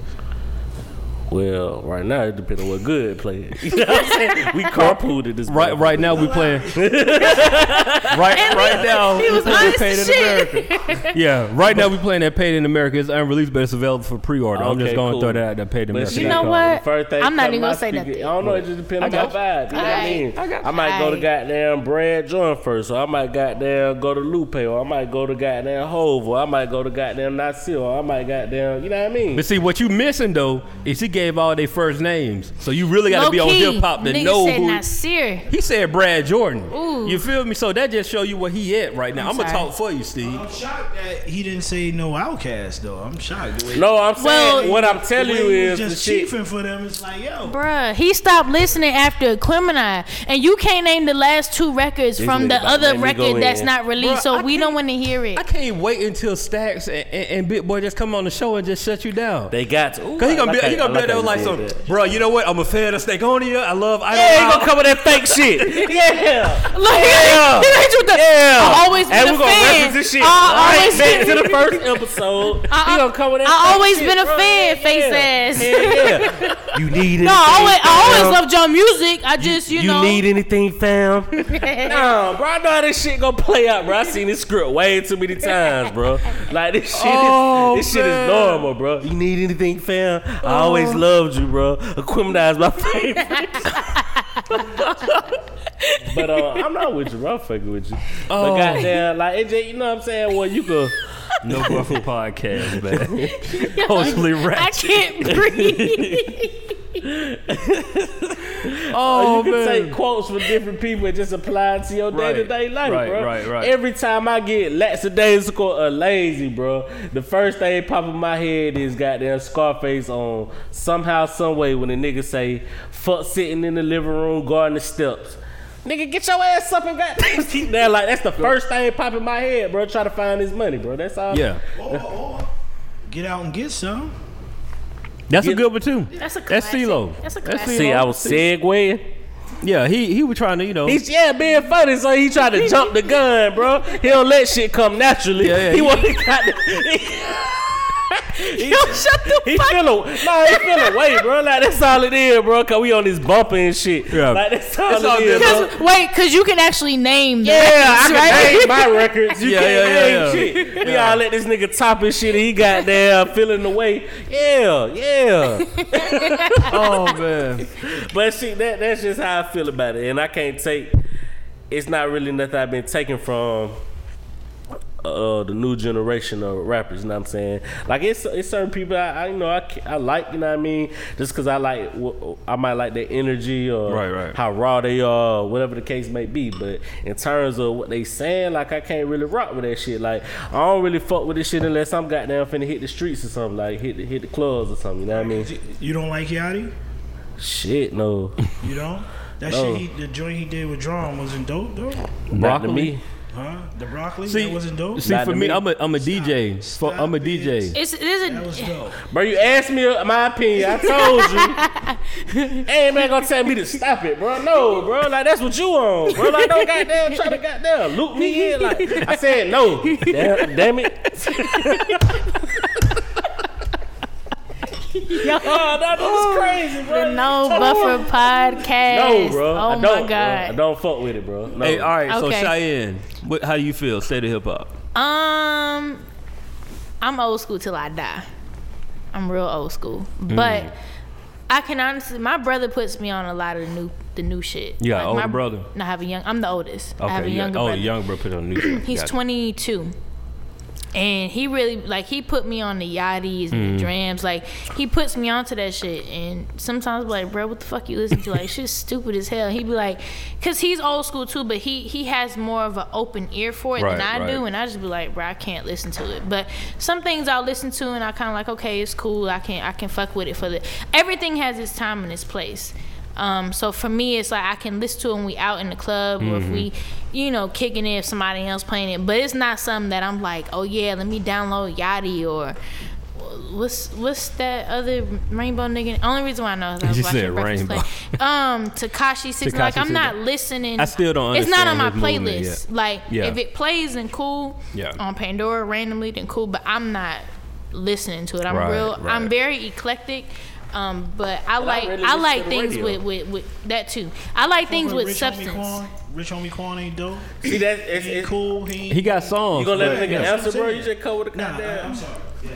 Speaker 2: well, right now it depends on what good play. [LAUGHS] You know what I'm saying? we carpooled at this
Speaker 4: Right, right now we playing. [LAUGHS] right, right now
Speaker 3: he was
Speaker 4: we playing
Speaker 3: honest
Speaker 4: Paid
Speaker 3: as
Speaker 4: in
Speaker 3: [LAUGHS]
Speaker 4: America. yeah, right now we playing that Paid in America. It's unreleased, but it's available for pre-order. I'm just
Speaker 2: Okay,
Speaker 4: going
Speaker 2: cool.
Speaker 4: to throw that out there. Paid in
Speaker 2: But
Speaker 4: America.
Speaker 2: shit,
Speaker 3: You know
Speaker 2: like,
Speaker 3: what?
Speaker 2: the first thing
Speaker 3: I'm not
Speaker 2: come
Speaker 3: even gonna
Speaker 2: my
Speaker 3: say
Speaker 2: speaker-
Speaker 3: nothing.
Speaker 2: I don't know. It just depends on my
Speaker 4: got
Speaker 2: vibe. You know what I
Speaker 3: Alright,
Speaker 2: mean?
Speaker 3: I got
Speaker 2: I might go to
Speaker 3: you.
Speaker 2: goddamn Brad John first, or I might goddamn go to Lupe, or I might go to goddamn Hove, or I might go to goddamn Nasir, or I might goddamn. You know what I mean?
Speaker 4: But see, what you missing though is he gave all their first names, so you really got to be on
Speaker 3: Low-key,
Speaker 4: hip hop to
Speaker 3: nigga
Speaker 4: know
Speaker 3: said
Speaker 4: who.
Speaker 3: Nasir.
Speaker 4: He said Brad Jordan.
Speaker 3: Ooh.
Speaker 4: You feel me? So that just show you where he at right now.
Speaker 3: I'm
Speaker 4: I'm, gonna
Speaker 3: sorry.
Speaker 4: talk for you, Steve.
Speaker 1: I'm shocked that he didn't say no outcast though. I'm shocked. The way-
Speaker 2: No, I'm saying
Speaker 3: Well-
Speaker 2: what I'm
Speaker 1: the
Speaker 2: telling
Speaker 1: way
Speaker 2: you
Speaker 1: he
Speaker 2: is
Speaker 1: was
Speaker 2: the
Speaker 1: just
Speaker 2: shit.
Speaker 1: chiefing for them. It's like yo,
Speaker 3: Bruh, he stopped listening after Equimini. And you can't name the last two records from
Speaker 2: niggas
Speaker 3: the
Speaker 2: about to
Speaker 3: other
Speaker 2: let me go
Speaker 3: record that's
Speaker 2: in.
Speaker 3: not released,
Speaker 4: Bruh,
Speaker 3: so
Speaker 4: I
Speaker 3: we don't
Speaker 4: can't-
Speaker 3: want to hear it.
Speaker 4: I can't wait until Stacks and, and, and Big Boy just come on the show and just shut you down.
Speaker 2: They got to. Ooh,
Speaker 4: Cause he gonna
Speaker 2: I
Speaker 4: be,
Speaker 2: like
Speaker 4: he
Speaker 2: how-
Speaker 4: gonna be
Speaker 2: I
Speaker 4: there
Speaker 2: how
Speaker 4: like
Speaker 2: you
Speaker 4: some,
Speaker 3: [LAUGHS]
Speaker 2: did that. [LAUGHS]
Speaker 4: bro. You know what? I'm a fan of Snakeonia. I love. I
Speaker 2: Yeah, he gonna come with
Speaker 4: [LAUGHS]
Speaker 2: that fake shit. Yeah.
Speaker 3: Look,
Speaker 2: Yeah.
Speaker 3: [LAUGHS] he hit you with the-
Speaker 2: Yeah.
Speaker 3: I
Speaker 4: Oh,
Speaker 3: always been
Speaker 2: and
Speaker 3: a
Speaker 2: we're gonna
Speaker 3: fan.
Speaker 2: reference this shit
Speaker 3: I
Speaker 2: right
Speaker 3: always-
Speaker 2: back [LAUGHS] to the first
Speaker 3: [LAUGHS]
Speaker 2: episode.
Speaker 3: I-
Speaker 2: he gonna come with that
Speaker 3: Uh-uh. I
Speaker 2: fake
Speaker 3: always
Speaker 2: shit,
Speaker 3: been a
Speaker 2: bro.
Speaker 3: fan,
Speaker 2: Yeah,
Speaker 3: face
Speaker 2: yeah.
Speaker 3: ass. [LAUGHS]
Speaker 2: Hell yeah. you need it.
Speaker 3: No, I always, I always loved your music. I just, you,
Speaker 2: You
Speaker 3: know. [LAUGHS]
Speaker 2: need anything, fam? nah, bro. I know how this shit gonna play out, bro. I seen this script way too many times, bro. Like this shit,
Speaker 4: Oh,
Speaker 2: is, this shit is
Speaker 4: man.
Speaker 2: normal, bro. You need anything, fam? I always
Speaker 3: Oh.
Speaker 2: loved you, bro. Equimini is my
Speaker 3: [LAUGHS]
Speaker 2: favorite. but uh, I'm not with you, bro. I'm fucking with you.
Speaker 4: Oh.
Speaker 2: But goddamn, like it just, you know what I'm saying? Well, you could.
Speaker 4: No Buffalo podcast, man. Mostly
Speaker 3: I
Speaker 2: [LAUGHS]
Speaker 4: ratchet.
Speaker 3: can't breathe. Oh,
Speaker 2: you can
Speaker 3: man.
Speaker 2: take quotes from different people and just apply it to your day
Speaker 4: Right,
Speaker 2: to day life,
Speaker 4: right,
Speaker 2: bro.
Speaker 4: right, right.
Speaker 2: Every time I get lackadaisical or uh, lazy, bro, the first thing pop in my head is goddamn Scarface on somehow, some way when a nigga say fuck sitting in the living room guarding the steps. Nigga, get your ass up and goddamn. [LAUGHS] Now, like that's the first thing pop in my head, bro. Try to find his money, bro. That's all.
Speaker 4: Yeah,
Speaker 1: Or, or get out and get some.
Speaker 4: that's a
Speaker 2: Yeah.
Speaker 4: good one too.
Speaker 3: That's a
Speaker 4: That's
Speaker 3: classic.
Speaker 4: CeeLo.
Speaker 3: That's a
Speaker 4: That's
Speaker 3: classic.
Speaker 2: See, I was segueing.
Speaker 4: Yeah, he he was trying to you know.
Speaker 2: He's yeah, being funny, so he tried to jump the gun, bro. He don't let shit come naturally.
Speaker 4: Yeah, yeah,
Speaker 2: he
Speaker 4: he-
Speaker 2: want to got the. [LAUGHS] He,
Speaker 3: shut the
Speaker 2: he feel a, nah, he feel away, bro. Like that's all it is, bro. Cause we on this bumper and shit.
Speaker 4: Yeah.
Speaker 2: Like that's all
Speaker 4: It's
Speaker 2: it
Speaker 4: all
Speaker 2: is,
Speaker 4: good,
Speaker 2: bro.
Speaker 4: bro.
Speaker 3: Cause, [LAUGHS] wait, cause you can actually name. The
Speaker 2: Yeah, I
Speaker 3: records,
Speaker 2: can
Speaker 3: right?
Speaker 2: name my records. You
Speaker 4: Yeah,
Speaker 2: can't
Speaker 4: yeah, yeah,
Speaker 2: name shit. We all let this nigga top his shit. And he got there feeling the way. Yeah, yeah.
Speaker 4: oh
Speaker 2: [LAUGHS]
Speaker 4: man,
Speaker 2: But see, that that's just how I feel about it, and I can't take. It's not really nothing I've been taking from uh, the new generation of rappers. You know what I'm saying? Like it's it's certain people I, I you know I, ca- I like. You know what I mean? Just because I like wh- I might like their energy or
Speaker 4: Right, right.
Speaker 2: how raw they are, whatever the case may be. But in terms of what they saying, like I can't really rock with that shit. Like I don't really fuck with this shit unless I'm goddamn finna hit the streets or something. Like hit the, hit the clubs or something. You know what I mean?
Speaker 1: You don't like Yachty?
Speaker 2: Shit, no.
Speaker 1: You don't? That
Speaker 2: No.
Speaker 1: shit, he, the joint he did with Drum wasn't dope, though.
Speaker 2: Not to
Speaker 4: Broccoli?
Speaker 2: me.
Speaker 1: Huh? The broccoli,
Speaker 4: See-
Speaker 1: that wasn't dope.
Speaker 4: See
Speaker 2: Not
Speaker 4: for
Speaker 2: to
Speaker 4: me,
Speaker 2: me.
Speaker 4: I'm a I'm a DJ.
Speaker 1: Stop
Speaker 4: For, I'm a
Speaker 1: it.
Speaker 4: DJ.
Speaker 3: It's there's
Speaker 1: That was
Speaker 3: a
Speaker 1: dope.
Speaker 2: Bro, you asked me my opinion. I told
Speaker 3: [LAUGHS]
Speaker 2: you. Ain't man gonna tell me to stop it, bro. No, bro. Like that's what you on, bro. Like don't goddamn try to goddamn loop me in. Like I said, no. Damn, damn it. [LAUGHS] Yo, that was crazy, bro.
Speaker 3: the No
Speaker 2: [LAUGHS]
Speaker 3: Buffer podcast.
Speaker 2: No, bro.
Speaker 3: Oh
Speaker 2: I don't,
Speaker 3: my
Speaker 2: bro.
Speaker 3: god.
Speaker 2: I don't fuck with it, bro. No.
Speaker 4: Hey, all right. So
Speaker 3: Okay.
Speaker 4: Cheyenne, what, how do you feel? State of hip hop.
Speaker 3: Um, I'm old school till I die. I'm real old school,
Speaker 4: Mm.
Speaker 3: but I can honestly. My brother puts me on a lot of the new the new shit.
Speaker 4: You got an
Speaker 3: my
Speaker 4: older brother?
Speaker 3: No, I have a young. I'm the oldest. I have a
Speaker 4: you got-
Speaker 3: younger
Speaker 4: oh,
Speaker 3: brother.
Speaker 4: young bro put on new. shit.
Speaker 3: He's
Speaker 4: Got it.
Speaker 3: 22. And he really like he put me on the yachties and
Speaker 4: Mm.
Speaker 3: the drams. Like he puts me onto that shit. And sometimes be like, bro, what the fuck you listen to? Like shit's [LAUGHS] stupid as hell. He be like, cause he's old school too, but he he has more of an open ear for it than
Speaker 4: Right,
Speaker 3: I do.
Speaker 4: right.
Speaker 3: And I just be like, bro, I can't listen to it. But some things I'll listen to and I kind of like, okay, it's cool. I can I can fuck with it for the. Everything has its time and its place. Um, so for me, it's like I can listen to it when we out in the club or if we,
Speaker 4: Mm-hmm.
Speaker 3: you know, kicking it if somebody else playing it. But it's not something that I'm like, oh yeah, let me download Yachty or what's what's that other rainbow nigga? Only reason why I know is I was
Speaker 4: You
Speaker 3: watching
Speaker 4: said
Speaker 3: Breakfast
Speaker 4: Rainbow.
Speaker 3: Club. Um, Takashi Six. Like
Speaker 4: Tekashi
Speaker 3: I'm not
Speaker 4: 6ix9ine.
Speaker 3: listening.
Speaker 4: I still don't
Speaker 3: It's not on
Speaker 4: understand
Speaker 3: my
Speaker 4: his movement
Speaker 3: playlist. Like
Speaker 4: Yeah.
Speaker 3: if it plays and cool
Speaker 4: Yeah.
Speaker 3: on Pandora randomly, then cool. But I'm not listening to it. I'm
Speaker 4: Right,
Speaker 3: real.
Speaker 4: right.
Speaker 3: I'm very eclectic. Um, but I like
Speaker 2: really
Speaker 3: I
Speaker 2: listen
Speaker 3: like
Speaker 2: to the
Speaker 3: things
Speaker 2: radio.
Speaker 3: with, with with that too. I like things with
Speaker 1: Rich Homie
Speaker 3: substance.
Speaker 1: Quan, Rich Homie Quan ain't dope.
Speaker 2: See that it's,
Speaker 1: He ain't
Speaker 2: it's
Speaker 1: cool. He, ain't-
Speaker 4: He got songs.
Speaker 2: You gonna let a nigga
Speaker 4: but- yeah.
Speaker 2: answer, bro? You just cover the
Speaker 1: Nah, I,
Speaker 2: goddamn.
Speaker 1: I'm sorry. Yeah.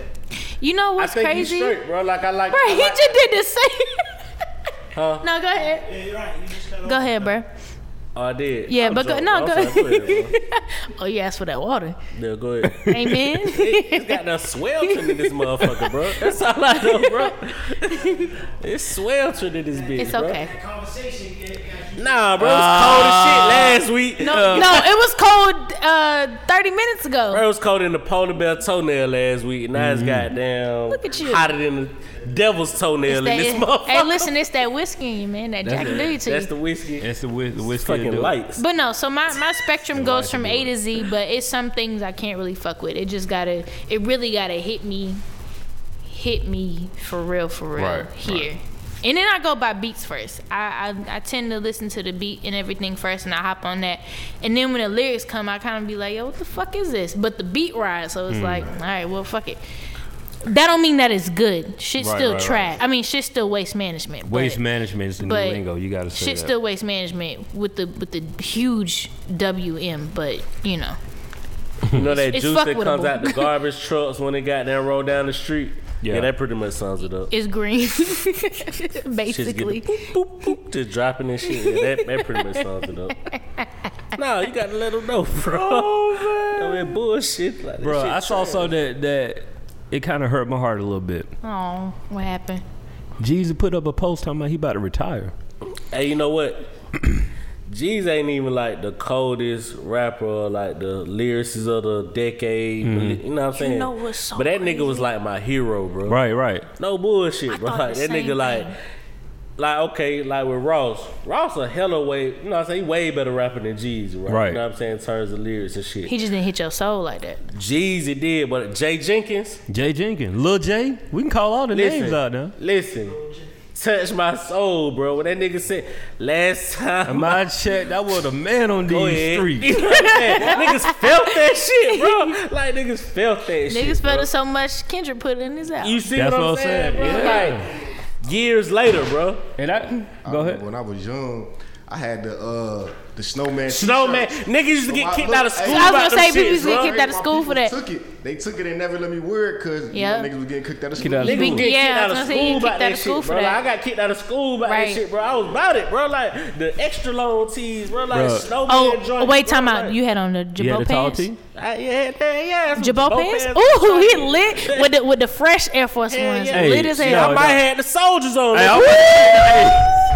Speaker 3: You know
Speaker 2: I
Speaker 3: what's
Speaker 2: think
Speaker 3: crazy?
Speaker 2: you straight, bro. Like I like.
Speaker 3: Bro,
Speaker 2: I
Speaker 3: he
Speaker 2: like-
Speaker 3: just did the same.
Speaker 2: [LAUGHS] Huh?
Speaker 3: No, go ahead.
Speaker 1: Yeah, you're right. You just cut
Speaker 3: Go
Speaker 1: off.
Speaker 3: ahead, bro.
Speaker 2: Oh, I did.
Speaker 3: Yeah,
Speaker 2: I'm
Speaker 3: but go,
Speaker 2: drunk,
Speaker 3: no,
Speaker 2: bro.
Speaker 3: go.
Speaker 2: I'm sorry. Go ahead, bro.
Speaker 3: oh, you asked for that
Speaker 2: [LAUGHS]
Speaker 3: water.
Speaker 2: Yeah, go ahead.
Speaker 3: Amen.
Speaker 2: It's got that sweltering in this motherfucker, bro.
Speaker 4: [LAUGHS]
Speaker 2: That's all I know, bro. It's sweltering in this bitch.
Speaker 3: it's
Speaker 2: bro.
Speaker 3: okay.
Speaker 1: Conversation. Yeah, yeah.
Speaker 2: Nah, bro, it was cold as shit last week.
Speaker 3: No,
Speaker 2: Uh,
Speaker 3: no, it was cold uh, 30 minutes ago.
Speaker 2: Bro, it was cold in the polar bear toenail last week. Now
Speaker 4: Mm-hmm.
Speaker 2: it's goddamn
Speaker 3: Look at you.
Speaker 2: hotter than the devil's
Speaker 3: It's
Speaker 2: toenail in
Speaker 3: that-
Speaker 2: this motherfucker.
Speaker 3: hey, listen, it's that whiskey in you, man. That Jack and Dewey to you.
Speaker 2: That's the whiskey.
Speaker 4: That's the whiz- the
Speaker 2: It's
Speaker 4: whiskey. to
Speaker 2: fucking
Speaker 4: do it. [LAUGHS]
Speaker 2: lights.
Speaker 3: but no, so my, my spectrum
Speaker 4: why
Speaker 3: goes from
Speaker 4: you
Speaker 3: A
Speaker 4: do
Speaker 3: to Z, but it's some things I can't really fuck with. It just gotta, it really gotta hit me, hit me for real, for real
Speaker 4: Right,
Speaker 3: here. And then I go by beats first. I, I I tend to listen to the beat and everything first, and I hop on that. And then when the lyrics come, I kind of be like, yo, what the fuck is this? But the beat rides, so it's
Speaker 4: Hmm.
Speaker 3: like, all right, well, fuck it. That don't mean that it's good. Shit's
Speaker 4: Right,
Speaker 3: still
Speaker 4: right, right.
Speaker 3: trash. I mean, shit's still waste management. but-
Speaker 4: Waste management is the new
Speaker 3: but
Speaker 4: lingo. You gotta say
Speaker 3: shit
Speaker 4: that.
Speaker 3: still waste management with the with the huge WM, but you know.
Speaker 2: You know that
Speaker 3: it's
Speaker 2: juice that
Speaker 3: fuck-wittable.
Speaker 2: comes out the garbage trucks when they goddamn roll down the street? Yeah.
Speaker 4: Yeah.
Speaker 2: that pretty much sums it up.
Speaker 3: It's green, [LAUGHS]
Speaker 2: Shit's getting
Speaker 3: basically.
Speaker 2: boop, boop, boop, just dropping this shit. Yeah, that, that pretty much sums it up. [LAUGHS] No, you gotta let them know, bro. Oh, man. I mean, bullshit. Like, that
Speaker 4: Bro,
Speaker 2: shit
Speaker 4: I saw
Speaker 2: trash.
Speaker 4: something that that it kind of hurt my heart a little bit.
Speaker 3: Oh, what happened?
Speaker 4: Jeezy put up a post talking about he about to retire.
Speaker 2: Hey, you know what? [CLEARS THROAT] G's ain't even like the coldest rapper, or, like the lyricist of the decade. You know what I'm saying?
Speaker 3: know what's so
Speaker 2: but that
Speaker 3: crazy?
Speaker 2: nigga was like my hero, bro.
Speaker 4: Right, right.
Speaker 2: No bullshit, bro.
Speaker 3: thought
Speaker 2: Like,
Speaker 3: the
Speaker 2: that
Speaker 3: same
Speaker 2: nigga, like,
Speaker 3: thing.
Speaker 2: like okay, like with Ross. Ross a hella way, you know what I'm saying? He way better rapper than Jeezy, right?
Speaker 4: Right.
Speaker 2: You know what I'm saying? In terms of lyrics and shit.
Speaker 3: He just didn't hit your soul like that.
Speaker 2: Jeezy did, but Jay Jenkins,
Speaker 4: Jay Jenkins, Lil Jay. We can call all the names
Speaker 2: listen,
Speaker 4: out now.
Speaker 2: listen. Touch my soul, bro. When that nigga said last time
Speaker 4: My check, that was a man on
Speaker 2: Go
Speaker 4: these
Speaker 2: ahead.
Speaker 4: streets.
Speaker 2: [LAUGHS] You know what I'm saying? niggas felt that shit, bro. Like niggas felt that shit.
Speaker 3: Niggas felt
Speaker 2: bro.
Speaker 3: it so much. Kendrick put it in his album.
Speaker 2: You see
Speaker 4: That's
Speaker 2: what I'm
Speaker 4: what I'm
Speaker 2: saying?
Speaker 4: saying,
Speaker 2: bro?
Speaker 4: yeah.
Speaker 2: Like years later, bro.
Speaker 4: And I go
Speaker 5: I
Speaker 4: ahead.
Speaker 5: remember When I was young, I had the uh the snowman.
Speaker 2: Snowman,
Speaker 5: t-shirt.
Speaker 2: niggas used to
Speaker 5: So
Speaker 2: get
Speaker 5: I
Speaker 2: kicked
Speaker 5: look-
Speaker 2: out of
Speaker 5: hey,
Speaker 2: school.
Speaker 5: I was
Speaker 2: about
Speaker 3: gonna say,
Speaker 2: them
Speaker 3: people
Speaker 2: shit,
Speaker 3: used to get
Speaker 2: bro.
Speaker 3: kicked out of
Speaker 5: My
Speaker 3: school for
Speaker 5: people
Speaker 3: that.
Speaker 5: Took it. They took it and never let me wear it because
Speaker 3: Yeah.
Speaker 5: niggas was getting kicked out of school.
Speaker 4: Kicked out of
Speaker 2: Niggas
Speaker 4: school.
Speaker 2: get kicked
Speaker 3: Yeah, I
Speaker 2: out of
Speaker 3: was gonna
Speaker 2: school
Speaker 3: say, you
Speaker 2: about
Speaker 3: kicked
Speaker 2: that
Speaker 3: out of school
Speaker 2: shit,
Speaker 3: for
Speaker 2: bro. Like,
Speaker 3: that.
Speaker 2: I got kicked out of school about that
Speaker 3: Right.
Speaker 2: shit, bro. I was about it, bro. Like the extra long tees, bro. Like
Speaker 4: Bruh.
Speaker 2: snowman
Speaker 3: oh,
Speaker 2: joints.
Speaker 3: oh, wait,
Speaker 2: bro.
Speaker 3: time
Speaker 2: Like,
Speaker 3: out. You had on the Jabot
Speaker 4: You had a tall
Speaker 3: pants.
Speaker 4: tee?
Speaker 2: I, yeah, yeah, yeah. some
Speaker 3: Jabot
Speaker 2: Jabot
Speaker 3: pants?
Speaker 2: pants.
Speaker 3: Ooh, he lit with the with the fresh Air Force
Speaker 2: Yeah,
Speaker 3: ones.
Speaker 2: yeah.
Speaker 3: lit as
Speaker 4: Hey,
Speaker 3: hell.
Speaker 2: I
Speaker 4: no,
Speaker 2: might have the soldiers on.
Speaker 4: Hey,
Speaker 2: nigga.
Speaker 4: I'm about to say,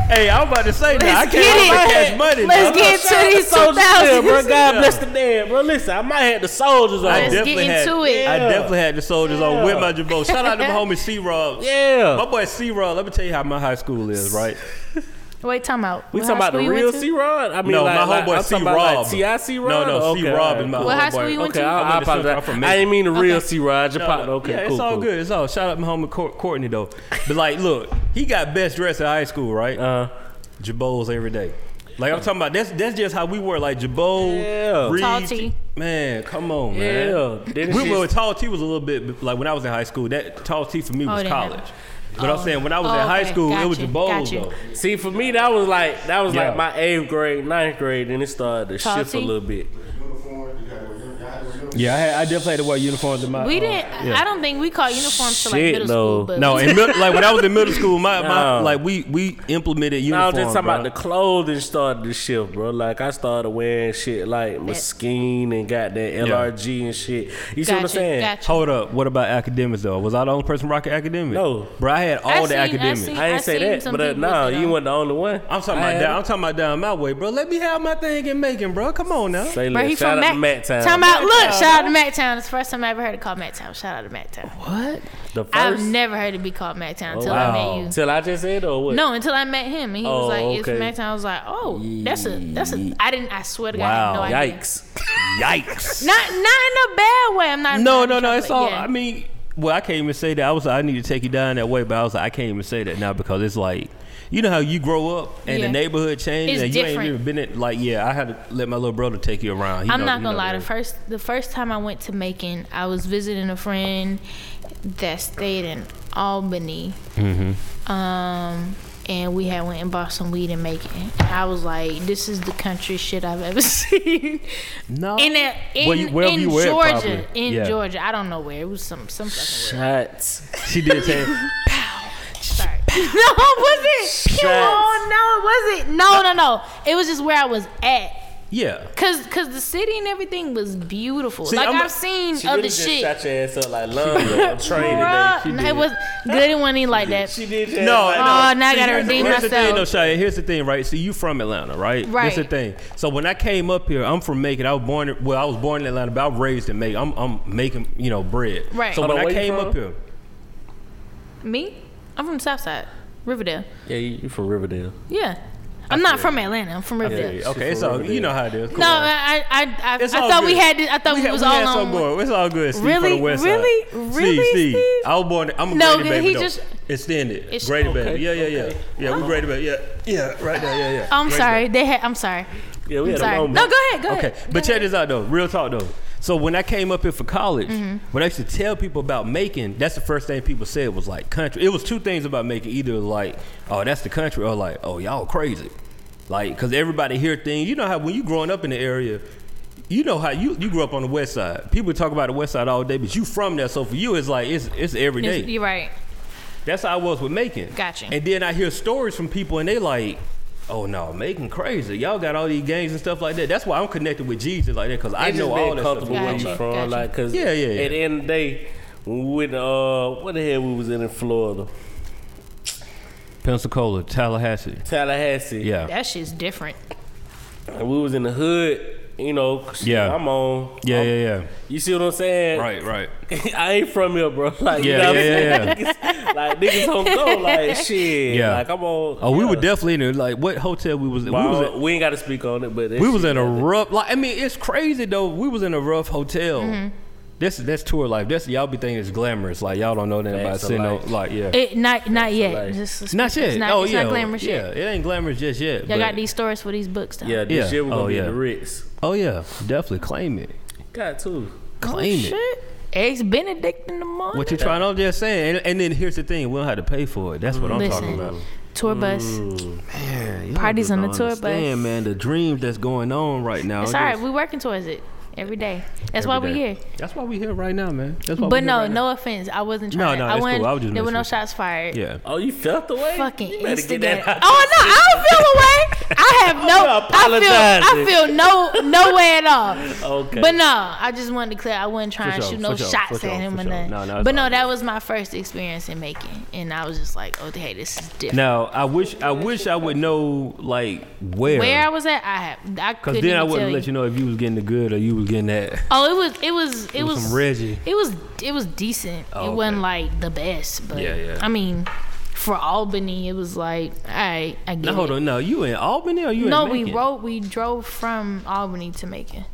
Speaker 4: hey, hey, I'm about to say that. I
Speaker 3: Let's
Speaker 4: can't I
Speaker 3: get
Speaker 4: can't
Speaker 3: it.
Speaker 4: catch money.
Speaker 3: Let's
Speaker 4: dog.
Speaker 3: get
Speaker 2: Shout out
Speaker 3: to these
Speaker 2: soldiers, yeah, bro.
Speaker 3: 2000s.
Speaker 2: God bless the dead, bro. Listen, I might have the soldiers on.
Speaker 4: I
Speaker 3: Let's get
Speaker 4: definitely had-
Speaker 3: into it.
Speaker 4: I
Speaker 2: Yeah.
Speaker 4: definitely had the soldiers on with my
Speaker 2: Yeah.
Speaker 4: Jabot. Shout out to
Speaker 3: [LAUGHS]
Speaker 4: my homie C Rob.
Speaker 2: Yeah.
Speaker 4: My boy C Rob, let me tell you how my high school is, right?
Speaker 3: Wait, time out.
Speaker 2: we
Speaker 3: What
Speaker 2: talking
Speaker 3: high
Speaker 2: about the
Speaker 3: school you
Speaker 2: real
Speaker 3: went to?
Speaker 2: C Rod? I mean,
Speaker 4: no,
Speaker 2: like,
Speaker 4: my homeboy
Speaker 2: like, I'm
Speaker 4: C
Speaker 2: talking about,
Speaker 4: Rob.
Speaker 2: Like, T.I. C Rod?
Speaker 4: No, no,
Speaker 2: okay,
Speaker 4: C Rob is my
Speaker 3: What high
Speaker 4: homeboy.
Speaker 3: school you went
Speaker 2: Okay,
Speaker 3: to?
Speaker 2: I, I,
Speaker 4: I'm from
Speaker 2: apologize.
Speaker 4: Central- I'm from
Speaker 2: I didn't mean the real
Speaker 3: Okay.
Speaker 2: C Rod. Your
Speaker 4: No,
Speaker 2: partner.
Speaker 4: no,
Speaker 2: Okay,
Speaker 4: yeah,
Speaker 2: cool.
Speaker 4: it's all
Speaker 2: cool.
Speaker 4: good. It's all. Shout out to my homie Cour- Courtney though. But like, look, he got best dressed at high school, right?
Speaker 2: Uh,
Speaker 4: Jabos every day. Like I'm talking about. That's that's just how we were. Like Jabot,
Speaker 2: Yeah.
Speaker 4: Reed,
Speaker 3: Tall T.
Speaker 4: Man, come on, man.
Speaker 2: Yeah. Then
Speaker 4: We
Speaker 2: she's-
Speaker 4: were tall T was a little bit like when I was in high school. That tall T for me
Speaker 3: Oh,
Speaker 4: was
Speaker 3: they
Speaker 4: college.
Speaker 3: have-
Speaker 4: But I'm
Speaker 3: Oh.
Speaker 4: saying when I was
Speaker 3: Oh,
Speaker 4: in high
Speaker 3: okay.
Speaker 4: school, it was
Speaker 3: Gotcha.
Speaker 4: Jabos
Speaker 3: Gotcha.
Speaker 4: though.
Speaker 2: See, for me, that was like that was
Speaker 4: Yeah.
Speaker 2: like my eighth grade, ninth grade, and it started to
Speaker 3: Tall
Speaker 2: shift a
Speaker 3: T?
Speaker 2: little bit.
Speaker 5: Uniform, you had to wear uni- I had to wear uniform.
Speaker 4: Yeah, I, had, I definitely had to wear uniforms in my.
Speaker 3: We
Speaker 4: uh,
Speaker 3: didn't. I- I don't think we called uniforms till like
Speaker 2: Shit,
Speaker 3: middle
Speaker 2: no.
Speaker 3: school. But
Speaker 4: No,
Speaker 3: [LAUGHS]
Speaker 4: in mid, like when I was in middle school, my, my
Speaker 2: No.
Speaker 4: like we we implemented
Speaker 2: No, I'm
Speaker 4: uniforms.
Speaker 2: just talking
Speaker 4: bro.
Speaker 2: about the clothing started to shift, bro. Like I started wearing shit like Mesquite and got that LRG and shit. You see what I'm
Speaker 3: Gotcha,
Speaker 2: saying?
Speaker 3: gotcha.
Speaker 4: Hold up. What about academics though? Was I the only person rocking academics?
Speaker 2: No.
Speaker 4: bro. I had all
Speaker 3: I
Speaker 4: the
Speaker 3: seen- I
Speaker 4: academics.
Speaker 3: seen-
Speaker 2: I ain't say
Speaker 3: seen
Speaker 2: that,
Speaker 3: some
Speaker 2: but uh,
Speaker 3: people
Speaker 2: nah,
Speaker 3: with it
Speaker 2: you
Speaker 3: on.
Speaker 2: weren't the only one.
Speaker 4: I'm talking about
Speaker 2: I had
Speaker 4: down.
Speaker 2: it.
Speaker 4: I'm talking about down my way, bro. Let me have my thing in Macon, bro. Come on now.
Speaker 2: Say
Speaker 3: Bro,
Speaker 2: less.
Speaker 3: he
Speaker 2: Shout
Speaker 3: from
Speaker 2: out
Speaker 3: Mac.
Speaker 2: to Matt Town.
Speaker 3: Time out. Look, shout out to Mac Town. It's the first time I ever heard it called Mac Town. Shout out to Mac Town.
Speaker 4: What?
Speaker 2: The 1st
Speaker 3: I've never heard it be called Mac Town until I met you.
Speaker 2: Till I just said or what?
Speaker 3: No, until I met him, and he
Speaker 2: Oh,
Speaker 3: was like, "It's
Speaker 2: okay.
Speaker 3: from Mac Town." I was like, "Oh, that's a that's a." I didn't. I swear to God,
Speaker 4: Wow,
Speaker 3: I had no idea.
Speaker 2: Yikes.
Speaker 4: Yikes.
Speaker 3: Not not in a bad way. I'm not.
Speaker 4: no, no,
Speaker 3: I'm not
Speaker 4: no.
Speaker 3: trying to,
Speaker 4: It's
Speaker 3: but
Speaker 4: all.
Speaker 3: yeah.
Speaker 4: I mean, well, I can't even say that. I was. Like, I need to take you down that way, but I was like, I can't even say that now because it's like. You know how you grow up and the
Speaker 3: Yeah.
Speaker 4: neighborhood changes
Speaker 3: It's
Speaker 4: and you
Speaker 3: different.
Speaker 4: ain't even been in like yeah I had to let my little brother take you around. He
Speaker 3: I'm
Speaker 4: know-
Speaker 3: not
Speaker 4: he
Speaker 3: gonna
Speaker 4: know
Speaker 3: lie.
Speaker 4: that.
Speaker 3: The first the first time I went to Macon, I was visiting a friend that stayed in Albany,
Speaker 4: Mm-hmm.
Speaker 3: um, and we had went and bought some weed in Macon. And I was like, "This is the country shit I've ever [LAUGHS] seen."
Speaker 4: no
Speaker 3: in a, in,
Speaker 4: Where you- wherever
Speaker 3: in
Speaker 4: you were,
Speaker 3: Georgia,
Speaker 4: probably.
Speaker 3: in
Speaker 4: Yeah.
Speaker 3: Georgia, I don't know where it was. Some some fucking word.
Speaker 2: Shots.
Speaker 4: she did say
Speaker 3: Sorry. [LAUGHS] no, it wasn't. Come on, no, it wasn't. No, no, no. It was just where I was at.
Speaker 4: [LAUGHS] yeah
Speaker 3: Cause, Cause the city and everything was beautiful.
Speaker 4: See,
Speaker 3: like
Speaker 4: I'm-
Speaker 3: i have seen
Speaker 2: She
Speaker 3: other
Speaker 2: just
Speaker 3: shit.
Speaker 2: shot your ass up like London on train today.
Speaker 3: Bruh,
Speaker 2: She
Speaker 3: no,
Speaker 2: did.
Speaker 3: it was good. It wasn't even like that.
Speaker 2: She did your
Speaker 4: No,
Speaker 2: ass
Speaker 4: no.
Speaker 2: like
Speaker 3: Oh, now I gotta
Speaker 4: here's the-
Speaker 3: redeem
Speaker 4: here's The thing,
Speaker 3: myself.
Speaker 4: though, Shia. Here's the thing, right? See, you from Atlanta, right? That's the
Speaker 3: Right.
Speaker 4: thing. So when I came up here, I'm from Macon. I was born. Well, I was born in Atlanta, but I was raised in Macon. I'm, I'm making, you know, bread.
Speaker 3: Right.
Speaker 4: So
Speaker 3: Hold
Speaker 4: when
Speaker 2: on,
Speaker 4: I
Speaker 2: where you
Speaker 4: came
Speaker 2: from?
Speaker 4: up here,
Speaker 3: Me? I'm from Southside, Riverdale.
Speaker 2: that. Yeah, you you from Riverdale.
Speaker 3: Yeah, I'm not from Atlanta. I'm from Riverdale.
Speaker 2: you.
Speaker 4: yeah, okay,
Speaker 2: She's
Speaker 4: so
Speaker 2: from
Speaker 4: you know how it is. Cool.
Speaker 3: No, I I I, I, I
Speaker 4: It's all
Speaker 3: thought we
Speaker 4: good.
Speaker 3: had. To, I thought we,
Speaker 4: had-
Speaker 3: was
Speaker 4: had
Speaker 3: all
Speaker 4: something
Speaker 3: on. one-
Speaker 4: going. It's all good. Steve,
Speaker 3: Really?
Speaker 4: for the West Side.
Speaker 3: Really?
Speaker 4: Steve,
Speaker 3: Really,
Speaker 4: Steve,
Speaker 3: Steve?
Speaker 4: I was born. I'm a
Speaker 3: No,
Speaker 4: graded
Speaker 3: he
Speaker 4: baby. though.
Speaker 3: just-
Speaker 4: extended.
Speaker 3: It's-
Speaker 4: graded
Speaker 2: Okay,
Speaker 4: baby. Yeah, yeah, yeah, yeah. We graded baby. Yeah, yeah. Right there. Yeah, yeah.
Speaker 3: Oh,
Speaker 4: Graded
Speaker 3: I'm
Speaker 4: baby.
Speaker 3: sorry. They had. I'm sorry.
Speaker 2: Yeah, we
Speaker 3: I'm
Speaker 2: had a
Speaker 3: sorry.
Speaker 2: moment.
Speaker 3: No, go ahead. Go
Speaker 4: Okay,
Speaker 3: ahead.
Speaker 4: but check this out though. Real talk though. So when I came up here for college,
Speaker 3: Mm-hmm.
Speaker 4: when I used to tell people about Macon, that's the first thing people said was like country. It was two things about Macon: either like, oh, that's the country, or like, oh, y'all crazy. Like, cause everybody hear things. You know how when you growing up in the area, you know how you you grew up on the west side. People talk about the west side all day, but you from there, so for you it's like it's it's every day.
Speaker 3: You're right.
Speaker 4: That's how I was with Macon.
Speaker 3: Gotcha.
Speaker 4: And then I hear stories from people and they like, oh no, Macon crazy. Y'all got all these gangs and stuff like that. That's why I'm connected with Jesus like that because I
Speaker 2: I just
Speaker 4: know all
Speaker 2: being
Speaker 4: that
Speaker 2: comfortable
Speaker 4: stuff.
Speaker 2: where
Speaker 3: Gotcha,
Speaker 2: you from,
Speaker 3: gotcha.
Speaker 2: like, cause
Speaker 4: Yeah, yeah, yeah.
Speaker 2: At the end of the day, when we went, uh, what the hell we was in in Florida?
Speaker 4: Pensacola, Tallahassee.
Speaker 2: Tallahassee.
Speaker 4: Yeah.
Speaker 3: That shit's different.
Speaker 2: And we was in the hood, you know. 'cause shit,
Speaker 4: Yeah.
Speaker 2: I'm on.
Speaker 4: Yeah,
Speaker 2: I'm-
Speaker 4: yeah,
Speaker 2: You see what I'm saying?
Speaker 4: yeah. Right, right.
Speaker 2: [LAUGHS] I ain't from here, bro. [LAUGHS] Like, you
Speaker 4: Yeah,
Speaker 2: know what
Speaker 4: yeah,
Speaker 2: I'm saying? [LAUGHS] Niggas, like, niggas don't go.
Speaker 4: [LAUGHS]
Speaker 2: Like, shit.
Speaker 4: Yeah.
Speaker 2: Like, I'm on.
Speaker 4: Oh, we
Speaker 2: yeah.
Speaker 4: were definitely in there. Like, what hotel we was in?
Speaker 2: Well,
Speaker 4: we
Speaker 2: I
Speaker 4: was
Speaker 2: don't- we ain't got to speak on it, but that
Speaker 4: we was
Speaker 2: shit-
Speaker 4: in a rough like I mean it's crazy though. We was in a rough hotel.
Speaker 3: Mm-hmm.
Speaker 4: That's that's tour life. That's y'all be thinking it's glamorous. Like y'all don't know nothing about
Speaker 2: Facts of
Speaker 4: sitting
Speaker 2: life.
Speaker 4: on like yeah.
Speaker 3: It not not yet.
Speaker 2: like-
Speaker 3: Just- it's
Speaker 4: not yet.
Speaker 3: It's not,
Speaker 4: oh
Speaker 3: it's
Speaker 4: yeah.
Speaker 3: not glamorous
Speaker 4: yeah.
Speaker 3: yet.
Speaker 4: It ain't glamorous just yet.
Speaker 3: Y'all
Speaker 4: but-
Speaker 3: got these stories for these books though.
Speaker 2: Yeah, this
Speaker 4: Yeah.
Speaker 2: year we're gonna
Speaker 4: Oh,
Speaker 2: be
Speaker 4: yeah.
Speaker 2: at the Ritz.
Speaker 4: Oh yeah. Definitely claim it.
Speaker 2: Got two.
Speaker 4: Claim it.
Speaker 3: Oh, Shit. Eggs Benedict in the morning.
Speaker 4: What you trying? I'm just saying. And, and then here's the thing: we don't have to pay for it. That's what I'm talking
Speaker 3: Listen.
Speaker 4: about. Mm.
Speaker 3: Tour bus.
Speaker 4: Man, y'all
Speaker 3: Parties
Speaker 4: just
Speaker 3: on the
Speaker 4: don't
Speaker 3: tour bus.
Speaker 4: understand, Man, the dreams that's going on right now.
Speaker 3: It's
Speaker 4: just-
Speaker 3: all right. We working towards it every day. That's why
Speaker 4: every
Speaker 3: we
Speaker 4: day.
Speaker 3: here.
Speaker 4: That's why we here right now, man. That's why we
Speaker 3: But
Speaker 4: here
Speaker 3: no,
Speaker 4: right now.
Speaker 3: no offense. I wasn't
Speaker 4: No,
Speaker 3: trying.
Speaker 4: no,
Speaker 3: I
Speaker 4: it's cool.
Speaker 3: wasn't,
Speaker 4: I was just
Speaker 3: there were
Speaker 4: messing
Speaker 3: no
Speaker 4: with you.
Speaker 3: shots fired.
Speaker 4: Yeah.
Speaker 2: Oh, you felt the way?
Speaker 3: Fucking
Speaker 2: you better get
Speaker 3: Instagram.
Speaker 2: that [LAUGHS] out.
Speaker 3: Oh no, I don't feel a way. I
Speaker 2: [LAUGHS]
Speaker 3: have no. I feel. I
Speaker 2: apologizing.
Speaker 3: feel no no way at all.
Speaker 2: Okay.
Speaker 3: But no, I just wanted to clear. I wasn't trying to
Speaker 4: sure,
Speaker 3: shoot no
Speaker 4: for sure,
Speaker 3: shots
Speaker 4: for
Speaker 3: at
Speaker 4: sure,
Speaker 3: him
Speaker 4: for
Speaker 3: or
Speaker 4: sure.
Speaker 3: nothing.
Speaker 4: No, no, it's
Speaker 3: but
Speaker 4: all
Speaker 3: no,
Speaker 4: good.
Speaker 3: that was my first experience in making, and I was just like, oh, hey, this is different.
Speaker 4: Now I wish I wish I would know like where.
Speaker 3: Where I was at, I have. I
Speaker 4: Cause
Speaker 3: couldn't
Speaker 4: then I
Speaker 3: even
Speaker 4: wouldn't
Speaker 3: tell
Speaker 4: let you know if you was getting the good or you was getting that. [LAUGHS]
Speaker 3: Oh, it was it was it,
Speaker 4: was
Speaker 3: was,
Speaker 4: some Reggie.
Speaker 3: It was it was decent.
Speaker 4: Oh,
Speaker 3: it wasn't
Speaker 4: okay.
Speaker 3: like the best, but
Speaker 4: Yeah, yeah.
Speaker 3: I mean, for Albany, it was like all right, I get
Speaker 4: Now hold
Speaker 3: it.
Speaker 4: on, no, you in Albany or you
Speaker 3: no,
Speaker 4: in
Speaker 3: we
Speaker 4: Macon?
Speaker 3: rode we drove from Albany to Macon